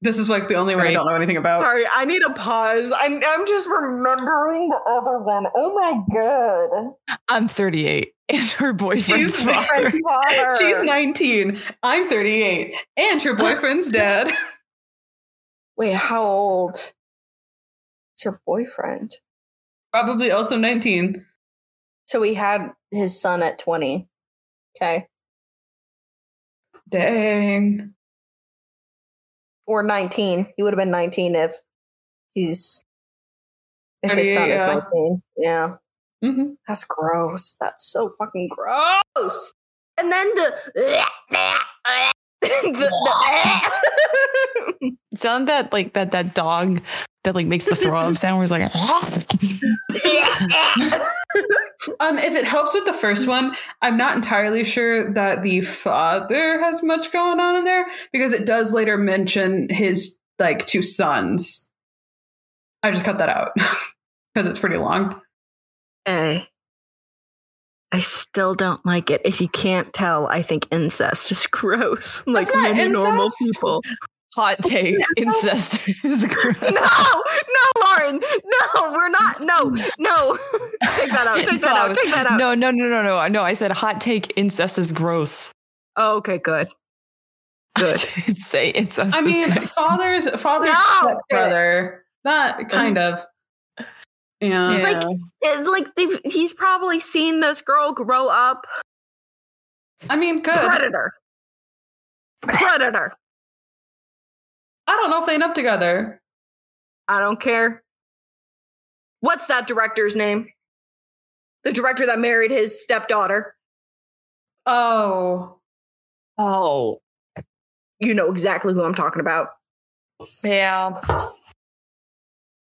this is like the only one I Right. don't know anything about. Sorry, I need a pause. I, I'm just remembering the other one. Oh my god. I'm 38, and her boyfriend's She's father. Father. She's 19. I'm 38. And her boyfriend's dead. Wait, how old? It's her boyfriend. Probably also 19. So he had his son at 20. Okay. Dang. Or 19. He would have been 19 if he's if his son is Yeah. 19. Yeah. hmm That's gross. That's so fucking gross. And then the the- the- Sound that like that that dog that like makes the throw up sound where it's like Um, if it helps with the first one, I'm not entirely sure that the father has much going on in there because it does later mention his like two sons. I just cut that out because it's pretty long. Hey. I still don't like it. If you can't tell, I think incest is gross. Like not many normal incest. people. hot take incest is No, gross. no, Lauren. No, we're not. No, no. take that out. Take that No, I out. was- Take that out. No, no, no, no, no. No, I said hot take incest is gross. Oh, okay, good. Good. I didn't say incest. I is mean, sex. father's father's No! brother. That kind of. Yeah. Like, It's like they've, he's probably seen this girl grow up. I mean, good. I Predator. Predator. don't know if they end up together. I don't care. What's that director's name? The director that married his stepdaughter. Oh. Oh, You know exactly who I'm talking about. yeah.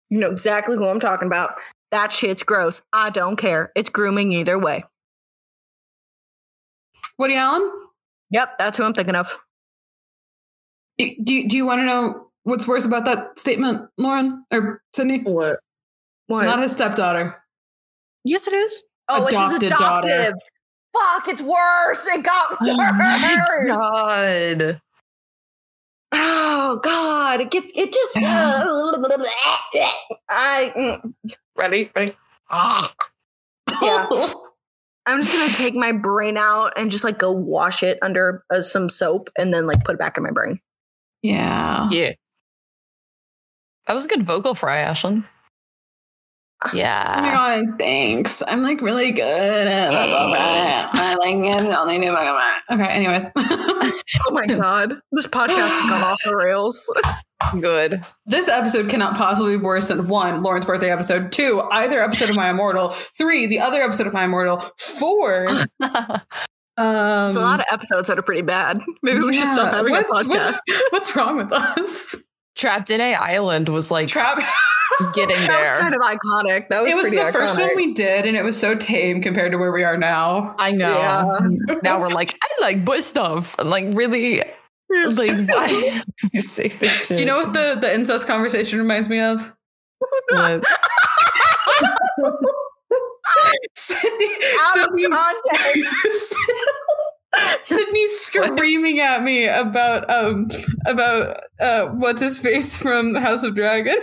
You know exactly who I'm talking about. That shit's gross. I don't care. It's grooming either way. Woody Allen? Yep, that's who I'm thinking of. Do, do, you- do you want to know what's worse about that statement, Lauren or Sydney? What? What? Not his stepdaughter. yes, it is. Oh, it's Adopted his daughter. adoptive. Fuck, it's worse. It got worse. God. Oh God! It gets it just. I mm, Ready? Ready? Ah, yeah. I'm just gonna take my brain out and just like go wash it under uh, some soap and then like put it back in my brain. Yeah. Yeah. That was a good vocal fry, Ashlyn. Oh my Yeah. god, thanks. I'm like really good at blah, blah, blah. I like it. I only knew blah, blah, blah. Okay, anyways. Oh my God! This podcast has gone off the rails. Good. this episode cannot possibly be worse than one, Lauren's birthday episode, two, either episode of My Immortal, three, the other episode of My Immortal, four. Um, It's a lot of episodes that are pretty bad. Maybe we should stop yeah. having a what's, podcast. what's, what's wrong with us? Trapped in a island was like Trap. getting that there. was kind of iconic. That was It was pretty the iconic. first one we did, and it was so tame compared to where we are now. I know. Yeah. Now we're like, I like boy stuff. Like really like why you say this shit? Do you know what the, the incest conversation reminds me of? what? Sydney, Out of Sydney, context. Sydney screaming at me about um about uh what's his face from House of Dragon.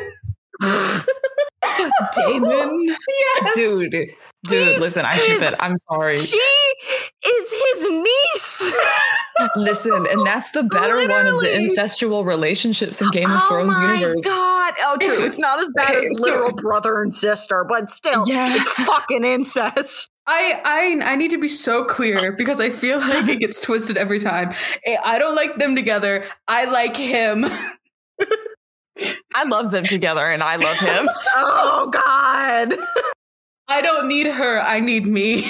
Damon? Yes. Dude. Dude, Please, listen, I please. should it. I'm sorry. She is his niece. Listen, and that's the better one of the Literally. incestual relationships in Game of oh Thrones my universe. god! Oh, true. It's not as bad Okay, as so- literal brother and sister, but still, Yeah. it's fucking incest. I, I I need to be so clear because I feel like it gets twisted every time. I- I don't like them together. I like him. I love them together and I love him. Oh god! I don't need her. I need me.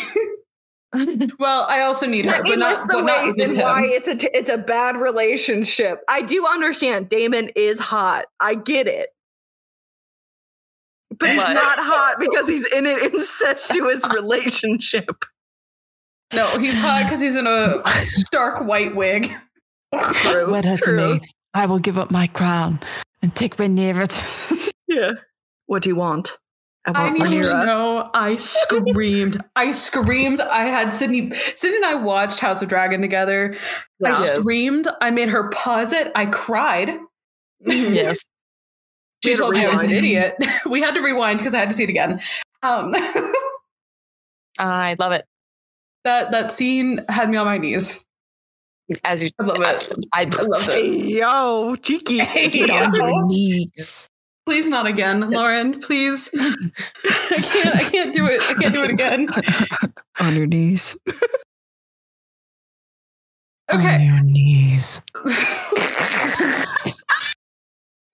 well, I also need her, Let me but not, list the but not ways with and him. why it's a t- it's a bad relationship. I do understand Damon is hot. I get it. But he's But- not hot because he's in an incestuous relationship. No, he's hot because he's in a stark white wig. True. What has true. me? I will give up my crown and take Rhaenyra. to- Yeah. What do you want? I need you Rhaenyra. to know. I screamed. I screamed. I had Sydney. Sydney and I watched House of Dragon together. I Yeah. screamed. I made her pause it. I cried. Mm-hmm. yes. She Did a told me I was an rewind. idiot. we had to rewind because I had to see it again. Um, I love it. that that scene had me on my knees. As you I love it. I, I loved Hey, it. yo, cheeky. get on your knees. Please not again, Lauren. Please. I can't. I can't do it. I can't do it again. On your knees. Okay. On your knees.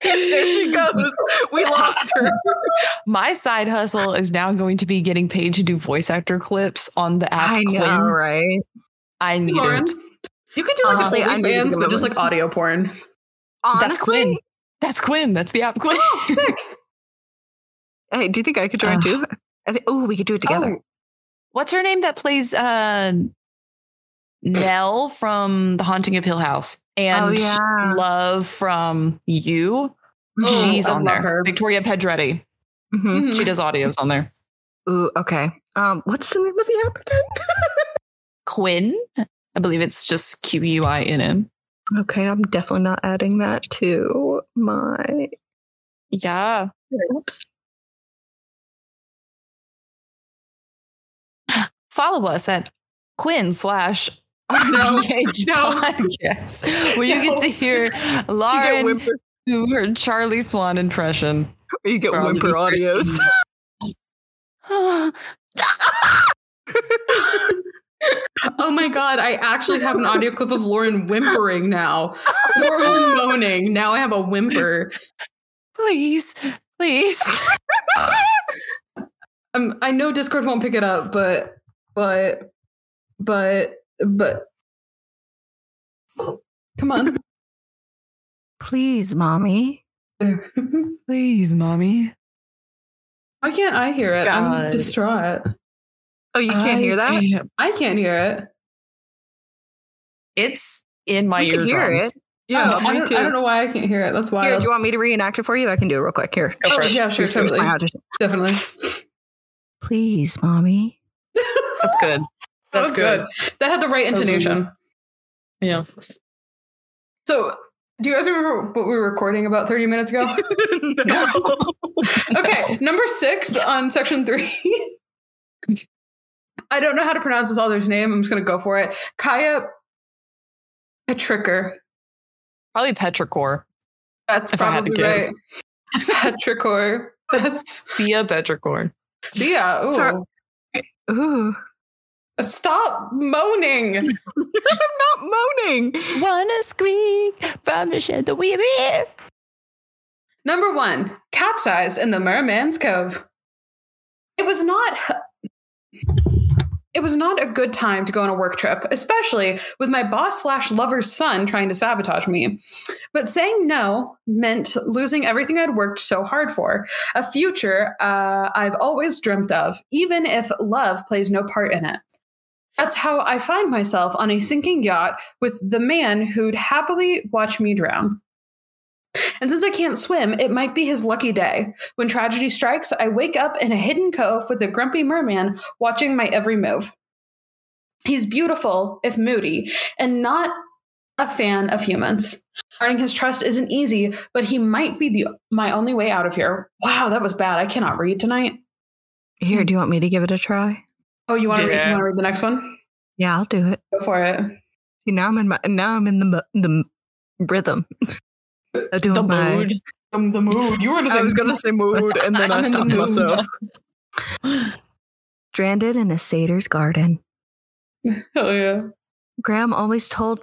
there she goes. We lost her. My side hustle is now going to be getting paid to do voice actor clips on the app Quinn. right? I need Lauren, it. you could do like Honestly, Honestly, I need to give OnlyFans, him but a just moment. like audio porn. That's Quinn. Honestly, That's Quinn. That's the app Quinn. Sick. hey, do you think I could join Uh. too? I think. Oh, we could do it together. Oh, what's her name that plays uh, Nell from The Haunting of Hill House and Oh, yeah. Mm-hmm. Love from You? Oh, She's I on love there. her. Victoria Pedretti. Mhm. Mm-hmm. She does audios on there. Ooh, okay. Um, what's the name of the app again? Quinn. I believe it's just Q U I N N. okay, I'm definitely not adding that to my. Yeah. Oops. Follow us at Quinn slash No, RBH no. podcast, where you No. get to hear You get Lauren whimper. do her Charlie Swan impression. You get for all of whimper you audios. thirsty- Oh my god, I actually have an audio clip of Lauren whimpering now. Before it was moaning. Now I have a whimper. please, please. Um, I know Discord won't pick it up, but but but But come on. Please, mommy. Why Please, mommy. can't I hear it? I'm God. distraught. Oh, you can't hear that? I can't hear it. It's in my We can eardrums. hear it. Yeah, Oh, I, me don't, too. I don't know why I can't hear it. That's why. Here, do you want me to reenact it for you? I can do it real quick. Here. Oh, yeah, sure, Here's- here's my totally. audition. Definitely. Please, mommy. That's good. That's Oh, good. That had the right was intonation. Yeah. So, do you guys remember what we were recording about 30 minutes ago? okay, number six on section three. I don't know how to pronounce this author's name. I'm just going to go for it. Kaya Petricker. Probably petrichor. That's If I had to probably guess. right. Petrichor. That's Thea petrichor. so yeah. It's her- ooh. Ooh. Stop moaning. I'm not moaning. Wanna squeak from the shed the wee bit. Number one, capsized in the Merman's Cove. It was not. It was not a good time to go on a work trip, especially with my boss slash lover's son trying to sabotage me. But saying no meant losing everything I'd worked so hard for, a future uh, I've always dreamt of, even if love plays no part in it. That's how I find myself on a sinking yacht with the man who'd happily watch me drown. And since I can't swim, it might be his lucky day. When tragedy strikes, I wake up in a hidden cove with a grumpy merman watching my every move. He's beautiful, if moody, and not a fan of humans. Earning his trust isn't easy, but he might be the my only way out of here. Wow, that was bad. I cannot read tonight. Here, do you want me to give it a try? Oh, you want to read, Yeah. you want to read the next one? Yeah, I'll do it. Go for it. See, now I'm in my now I'm in the mo- the m- rhythm. I'm doing The my mood. the mood. You were I was gonna say mood, and then I I'm in the stopped mood. myself. stranded in a satyr's garden. Hell yeah. Graham always told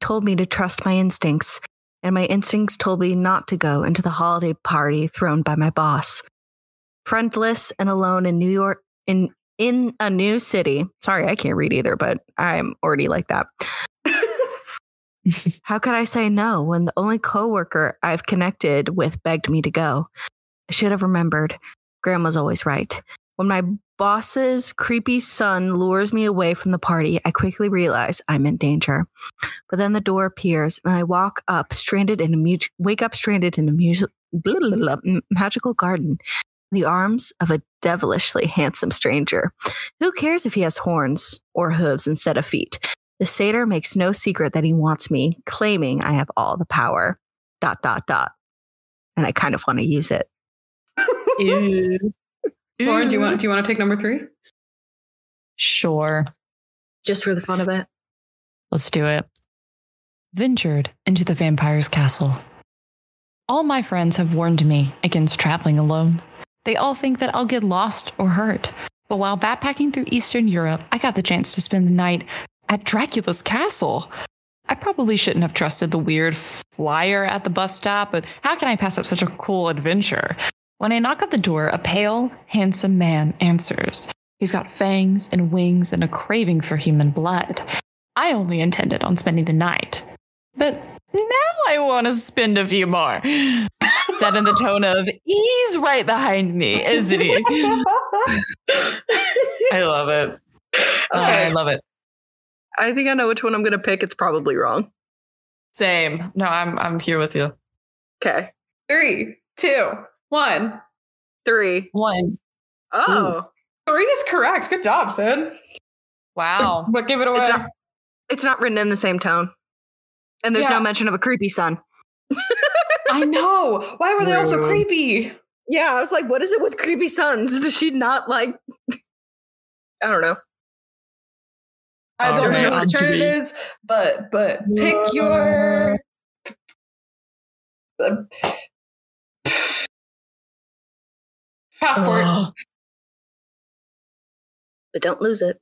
told me to trust my instincts, and my instincts told me not to go into the holiday party thrown by my boss. Friendless and alone in New York in in a new city. Sorry, I can't read either, but I'm already like that. How could I say no when the only coworker I've connected with begged me to go? I should have remembered. Grandma's always right. When my boss's creepy son lures me away from the party, I quickly realize I'm in danger. But then the door appears, and I walk up stranded in a mu- wake up stranded in a mus- blah, blah, blah, m- magical garden, in the arms of a devilishly handsome stranger. Who cares if he has horns or hooves instead of feet? The satyr makes no secret that he wants me, claiming I have all the power. Dot dot dot. And I kind of want to use it. Lauren, do you want do you want to take number three? Sure. Just for the fun of it. Let's do it. Ventured into the vampire's castle. All my friends have warned me against traveling alone. They all think that I'll get lost or hurt. But while backpacking through Eastern Europe, I got the chance to spend the night at Dracula's castle. I probably shouldn't have trusted the weird flyer at the bus stop, but how can I pass up such a cool adventure? When I knock at the door, a pale, handsome man answers. He's got fangs and wings and a craving for human blood. I only intended on spending the night, but now I want to spend a few more. Said in the tone of, he's right behind me, isn't he? I love it. Oh, I love it. I think I know which one I'm gonna pick. It's probably wrong. Same. No, I'm I'm here with you. Okay, Three, two, one. three. One. Oh, Three is correct. Good job, Sid. Wow. But give it away. It's not- it's not written in the same tone, and there's Yeah. no mention of a creepy son. I know. Why were they all so Rude. creepy? Yeah, I was like, what is it with creepy sons? Does she not like? I don't know. I don't know whose turn it is, but but pick your. Passport. But don't lose it.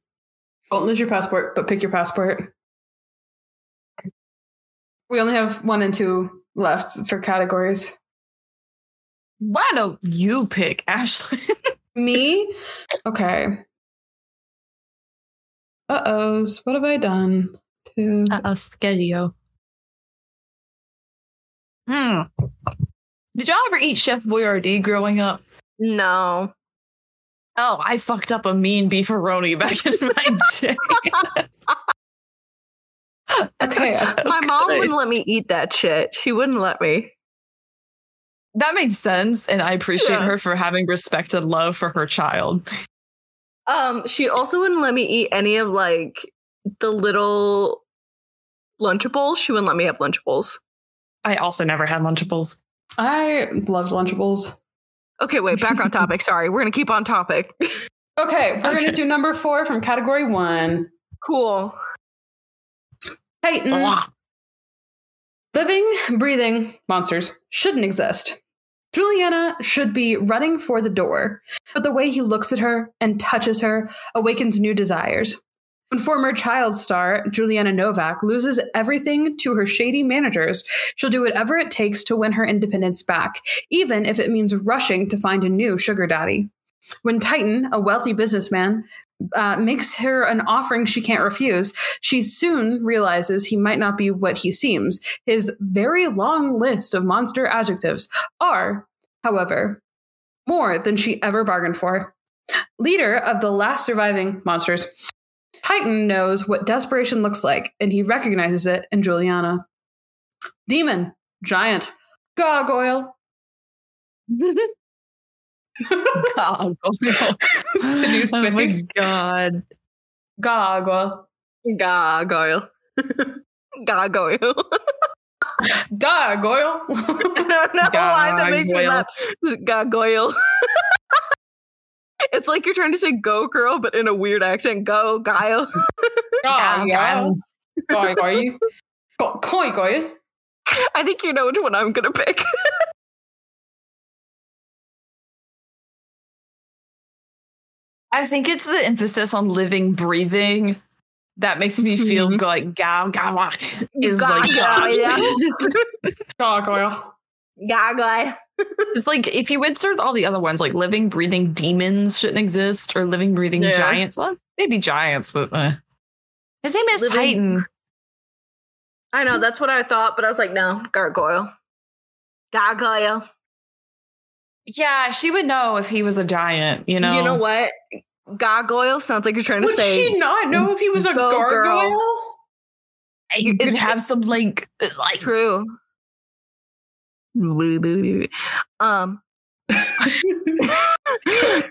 Don't lose your passport, but pick your passport. We only have one and two left for categories. Why don't you pick Ashley? Me? Okay. Uh ohs. What have I done? To Uh, Uh-oh, Skelio. Hmm. Did y'all ever eat Chef Boyardee growing up? No. Oh, I fucked up a mean beefaroni back in my day. okay. My mom wouldn't let me eat that shit. She wouldn't let me. That makes sense, and I appreciate Yeah. her for having respect and love for her child. Um, she also wouldn't let me eat any of like the little lunchables. She wouldn't let me have lunchables. I also never had Lunchables. I loved Lunchables. Okay, wait, back on topic. Sorry. We're gonna keep on topic. Okay, we're Okay. gonna do number four from category one. Cool. Titan. Living, breathing monsters shouldn't exist. Juliana should be running for the door, but the way he looks at her and touches her awakens new desires. When former child star Juliana Novak loses everything to her shady managers, she'll do whatever it takes to win her independence back, even if it means rushing to find a new sugar daddy. When Titan, a wealthy businessman, uh, makes her an offering she can't refuse, she soon realizes he might not be what he seems. His very long list of monster adjectives are, however, more than she ever bargained for. Leader of the last surviving monsters, Titan knows what desperation looks like, and he recognizes it in Juliana. Demon, giant, gargoyle. Oh, no. Seduced Oh my face. god. Gargoyle. Gargoyle. Gargoyle. Gargoyle. I don't know why that makes me laugh. Gargoyle. it's like you're trying to say go girl, but in a weird accent. Go, guile. Gargoyle. Gargoyle. Gargoyle. I think you know which one I'm gonna pick. I think it's the emphasis on living, breathing that makes me feel Mhm. go- like gow gow wah, is like Gargoyle. Gargoyle. it's like if you insert all the other ones like living, breathing demons shouldn't exist or living, breathing Yeah. giants. Well, maybe giants, but uh. his name is Living- Titan. I know that's what I thought, but I was like, no, gargoyle. Gargoyle. Yeah, she would know if he was a giant. You You know. know, what? Gargoyle sounds like you're trying to Would say she not know if he was a Go, girl. gargoyle? You could have some like like true. Um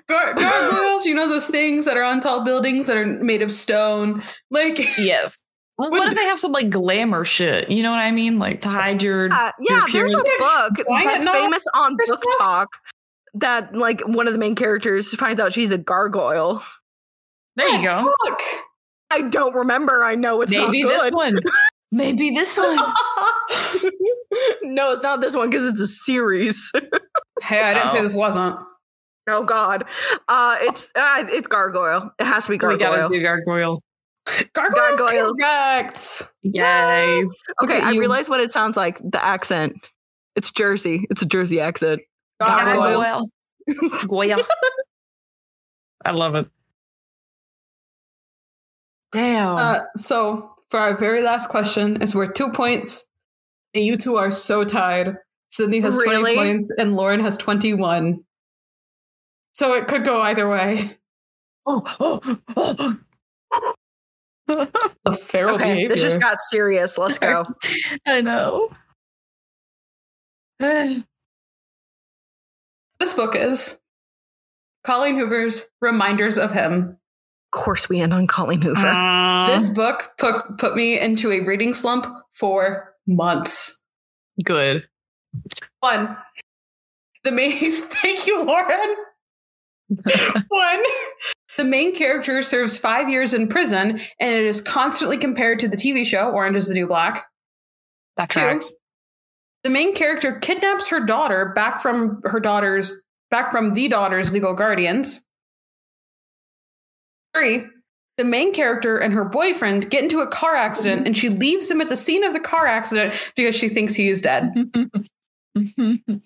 Gar- gargoyles, you know those things that are on tall buildings that are made of stone. Like yes. Well, what if they have some like glamour shit? You know what I mean? Like to hide your uh, yeah, there's a appearance. book Why that's not famous on for Book stuff? Talk that like one of the main characters finds out she's a gargoyle. There you go. look. I don't remember. I know it's Maybe not this good. one. Maybe this one. no, it's not this one because it's a series. Hey, I didn't say Oh. this wasn't. oh God, uh, it's uh, it's gargoyle. It has to be We gargoyle. gotta do gargoyle. Gargoyles Gargoyle. correct. Yay. Okay, Look at I you. realize what it sounds like. The accent. It's Jersey. It's a Jersey accent. Gargoyle. Gargoyle. Gargoyle. I love it. Damn. Um, Uh, so for our very last question, is worth two points, and you two are so tied. Sydney has twenty Really? points, and Lauren has twenty-one. So it could go either way. oh, oh, oh. The feral Okay, behavior. this just got serious. Let's go. I know. this book is Colleen Hoover's Reminders of Him. Of course, we end on Colleen Hoover. Mm, This Uh-huh. book put, put me into a reading slump for months. good. One, the main, thank you, Lauren. One, the main character serves five years in prison and it is constantly compared to the TV show Orange is the New Black. That Two. tracks. The main character kidnaps her daughter back from her daughter's back from the daughter's legal guardians. Three, the main character and her boyfriend get into a car accident and she leaves him at the scene of the car accident because she thinks he is dead. when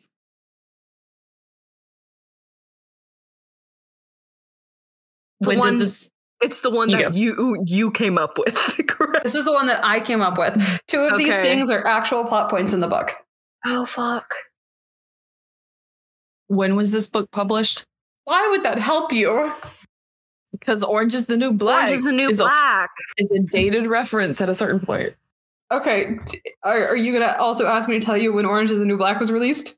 one- did this It's the one that Yeah. you you came up with. Correct. This is the one that I came up with. Two of these Okay. things are actual plot points in the book. Oh fuck. When was this book published? Why would that help you? Because Orange is the New Black Orange is the new is a- black. is a dated reference at a certain point. Okay, t- are, are you gonna also ask me to tell you when Orange is the New Black was released?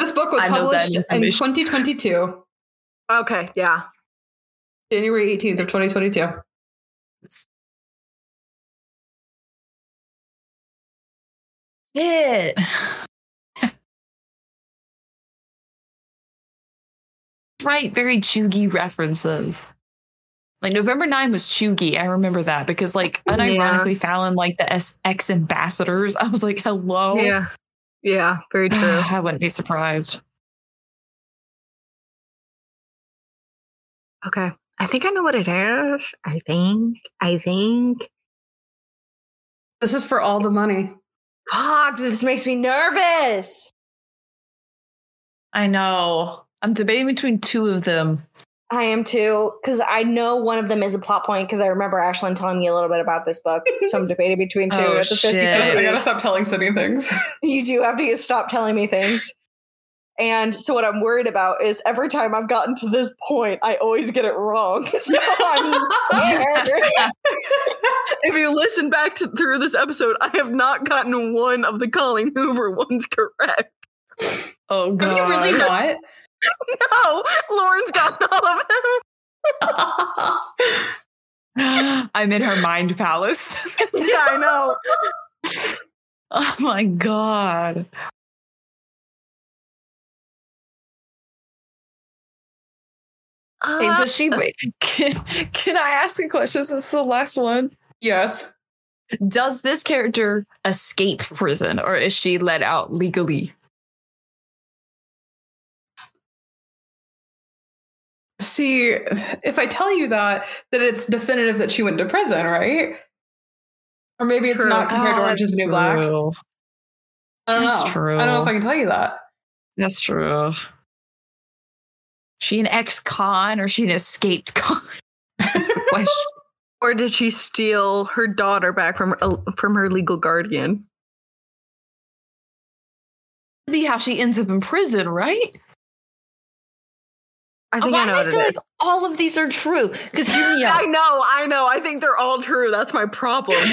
This book was I know that published in information. 2022, okay, yeah. January 18th of 2022. Shit. right very chuggy references like november 9 was chuggy i remember that because like Yeah. unironically fallon like the S- ex-ambassadors i was like hello Yeah. Yeah, very true. i wouldn't be surprised okay. I think I know what it is. I think. I think. This is for all the money. Fuck, this makes me nervous. I know. i'm debating between two of them I am too, because I know one of them is a plot point because I remember Ashlyn telling me a little bit about this book. So I'm debating between two. Oh, It's a 50 shit. I gotta 50. stop telling Sydney things. You do have to get- stop telling me things. And so what I'm worried about is every time I've gotten to this point, I always get it wrong. So I'm scared. If you listen back to through this episode, I have not gotten one of the Colleen Hoover ones correct. Oh Are you really not? No, Lauren's gotten all of them. i'm in her mind palace yeah, I know. oh my god Uh, Uh, and so she can, can i ask a question this is the last one yes. does this character escape prison or is she let out legally See, if I tell you that, then it's definitive that she went to prison, right? Or maybe it's True. not compared to Orange is the New Black. I Ah, True. don't That's know. true. I don't know if I can tell you that. That's true. She an ex-con or she an escaped con? That's the question. or did she steal her daughter back from uh, from her legal guardian? That'd Be how she ends up in prison, right? I Oh, think I know what it is. all of these are true? Because hear me I know, I know. I think they're all true. That's my problem.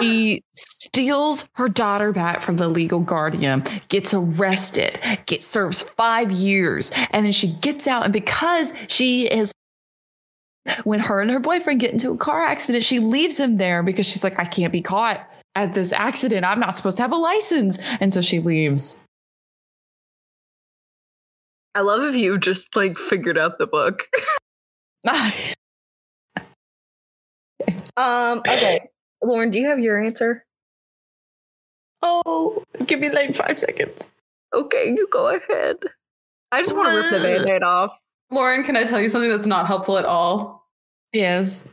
She steals her daughter back from the legal guardian, gets arrested, gets serves five years, and then she gets out. And because she is when her and her boyfriend get into a car accident, she leaves him there because she's like, I can't be caught at this accident. I'm not supposed to have a license. And so she leaves. I love if you just like figured out the book. um, okay. Lauren, do you have your answer? Oh, give me like five seconds. Okay, you go ahead. I just want to rip the band-aid off. Lauren, can I tell you something that's not helpful at all? Yes.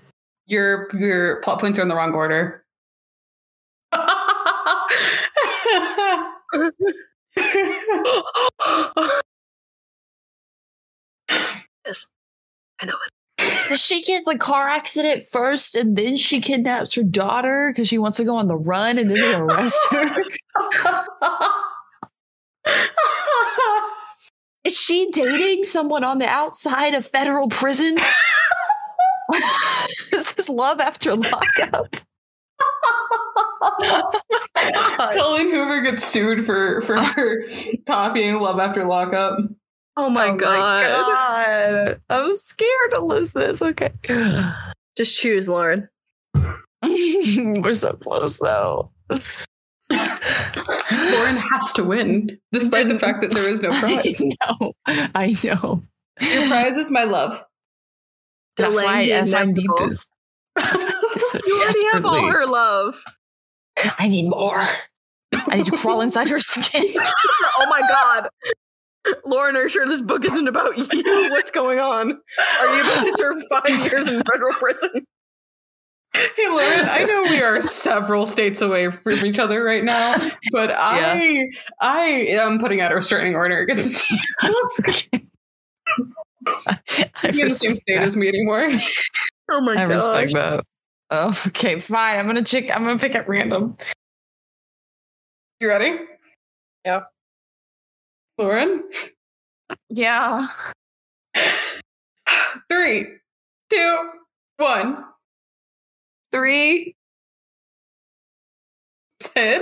Your your plot points are in the wrong order. Does she get the car accident first and then she kidnaps her daughter because she wants to go on the run and then they arrest her? Is she dating someone on the outside of federal prison? this is love after lockup. Colleen Hoover gets sued for for copying Love After Lockup. Oh my god. God. I'm scared to lose this. Okay. Just choose, Lauren. We're so close though. Lauren has to win, despite the fact that there is no prize. I know. I know. Your prize is my love. That's Delaying why, the that's why I need inevitable. this. That's why I need this so You already have all desperately. her love. I need more. I need to crawl inside her skin. Oh my god. Lauren, are you sure this book isn't about you? What's going on? Are you about to serve five years in federal prison? Hey, Lauren, I know we are several states away from each other right now, but I I am putting out a restraining order against you. Be in the same state as me anymore. Oh my I respect that. Oh, okay, fine. I'm gonna check. I'm gonna pick at random. You ready? Yeah. Lauren? Yeah. Three, two, one. Three. Sid?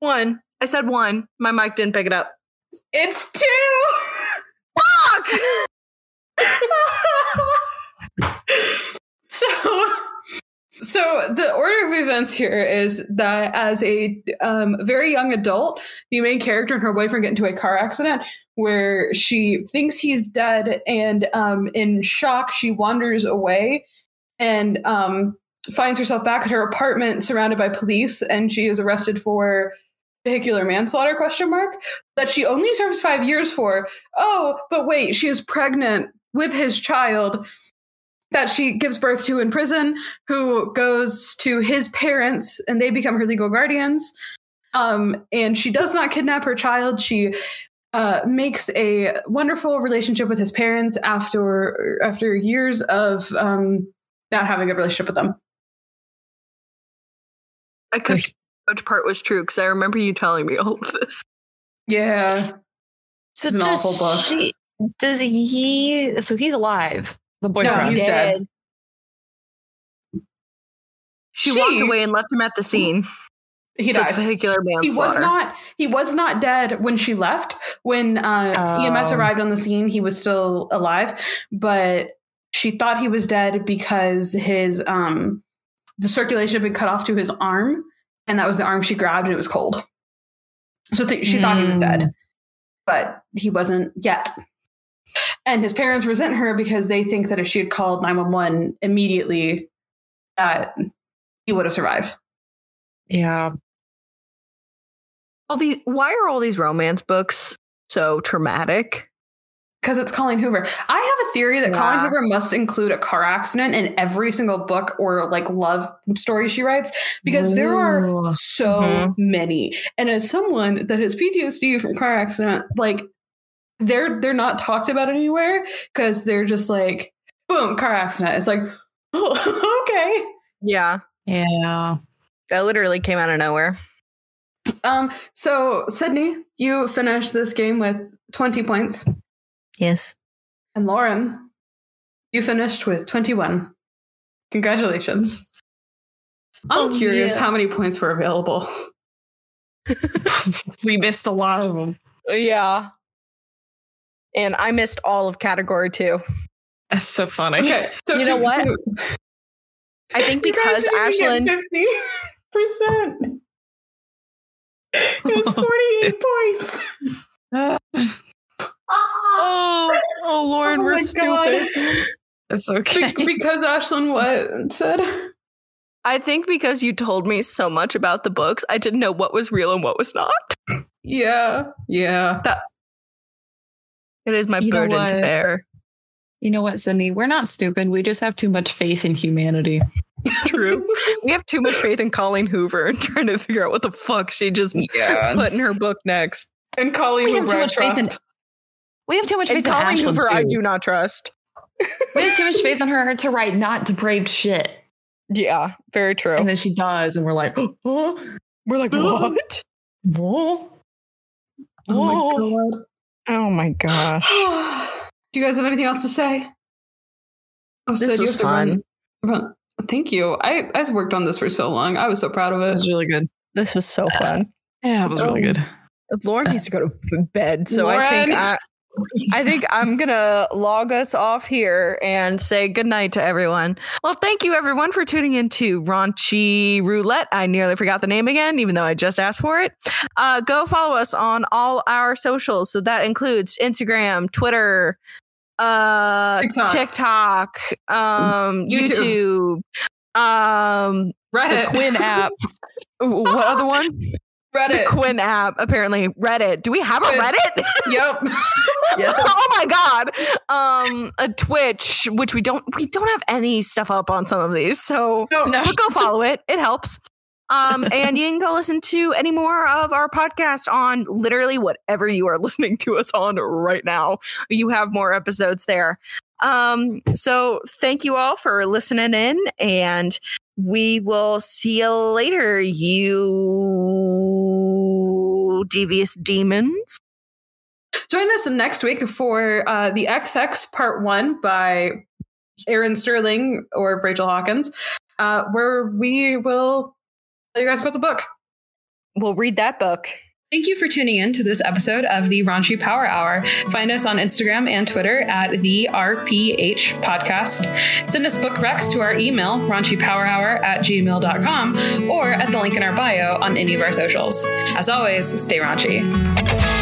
One. I said one. My mic didn't pick it up. It's two! Fuck! so, so the order of events here is that as a um, very young adult, the main character and her boyfriend get into a car accident where she thinks he's dead, and um, in shock, she wanders away and um, finds herself back at her apartment surrounded by police, and she is arrested for vehicular manslaughter question mark that she only serves five years for oh but wait she is pregnant with his child that she gives birth to in prison who goes to his parents and they become her legal guardians um, and she does not kidnap her child she uh, makes a wonderful relationship with his parents after after years of um, not having a relationship with them I could which part was true because I remember you telling me all of this. yeah So It's an does awful book. she? Does he? So he's alive. The no boyfriend. he's dead She, She- walked away and left him at the scene. he so dies it's vehicular he manslaughter. was not he was not dead when she left when uh, ems Oh. arrived on the scene he was still alive but she thought he was dead because his um the circulation had been cut off to his arm and that was the arm she grabbed and it was cold so th- she thought he was dead but he wasn't yet and his parents resent her because they think that if she had called 911 immediately that he would have survived Yeah. All these. Why are all these romance books so traumatic? Because it's Colleen Hoover. I have a theory that Colleen Yeah. Hoover must include a car accident in every single book or like love story she writes because there are so Mhm. many. And as someone that has PTSD from car accident, like they're they're not talked about anywhere because they're just like boom car accident. It's like oh, okay. Yeah, Yeah. that literally came out of nowhere. Um. So Sydney, you finished this game with twenty points, Yes. and Lauren, you finished with twenty-one. Congratulations. I'm Oh, curious yeah. how many points were available. We missed a lot of them. Yeah. And I missed all of category two. That's so funny. Okay. So You know to- what? to- I think You guys because didn't even Ashlyn. get 50%. It was 48 points. Oh, oh, Lauren, Oh we're my God. stupid. That's okay. Be- because Ashlyn what said? I think because you told me so much about the books, I didn't know what was real and what was not. Yeah. Yeah. It is my You know burden what? to bear. You know what, Sydney? We're not stupid. We just have too much faith in humanity. True. we have too much faith in Colleen Hoover and trying to figure out what the fuck she just put in her book next. And Colleen We have Hoover, too I much faith in- trust. We have too much And faith in Colleen Ashlyn, Hoover, I too. do not trust. We have too much faith in her to write not depraved shit. Yeah, very true. And then she does, and we're like, oh, We're like, what? oh my oh my gosh. god. Do you guys have anything else to say? Oh, This Sid, you was have to fun. run- run- Thank you. I I worked on this for so long. I was so proud of it. really good. This was so fun. Yeah, it was really good. Oh. Lauren needs to go to bed, so I think Lauren. I, I think I'm gonna log us off here and say goodnight to everyone. Well, thank you everyone for tuning in to Raunchy Roulette. I nearly forgot the name again, even though I just asked for it. Uh, go follow us on all our socials. So that includes Instagram, Twitter, uh, TikTok. TikTok, um, YouTube, YouTube. um, the Reddit. Quinn app. what other one? The Reddit. Quinn app, apparently. Reddit. Do we have a Quinn. Reddit? yep. oh my god. Um a Twitch, which we don't we don't have any stuff up on some of these. So No, no. but go follow it. It helps. Um, and you can go listen to any more of our podcast on literally whatever you are listening to us on right now. You have more episodes there. Um, so thank you all for listening in, and we will see you later, you devious demons. Join us next week for uh, the XX Part One by Aaron Sterling or Rachel Hawkins, uh, where we will tell you guys about the book. We'll read that book. Thank you for tuning in to this episode of the Raunchy Power Hour. Find us on Instagram and Twitter at the RPH Podcast. Send us book recs to our email, raunchypowerhour at gmail.com, or at the link in our bio on any of our socials. As always, stay raunchy.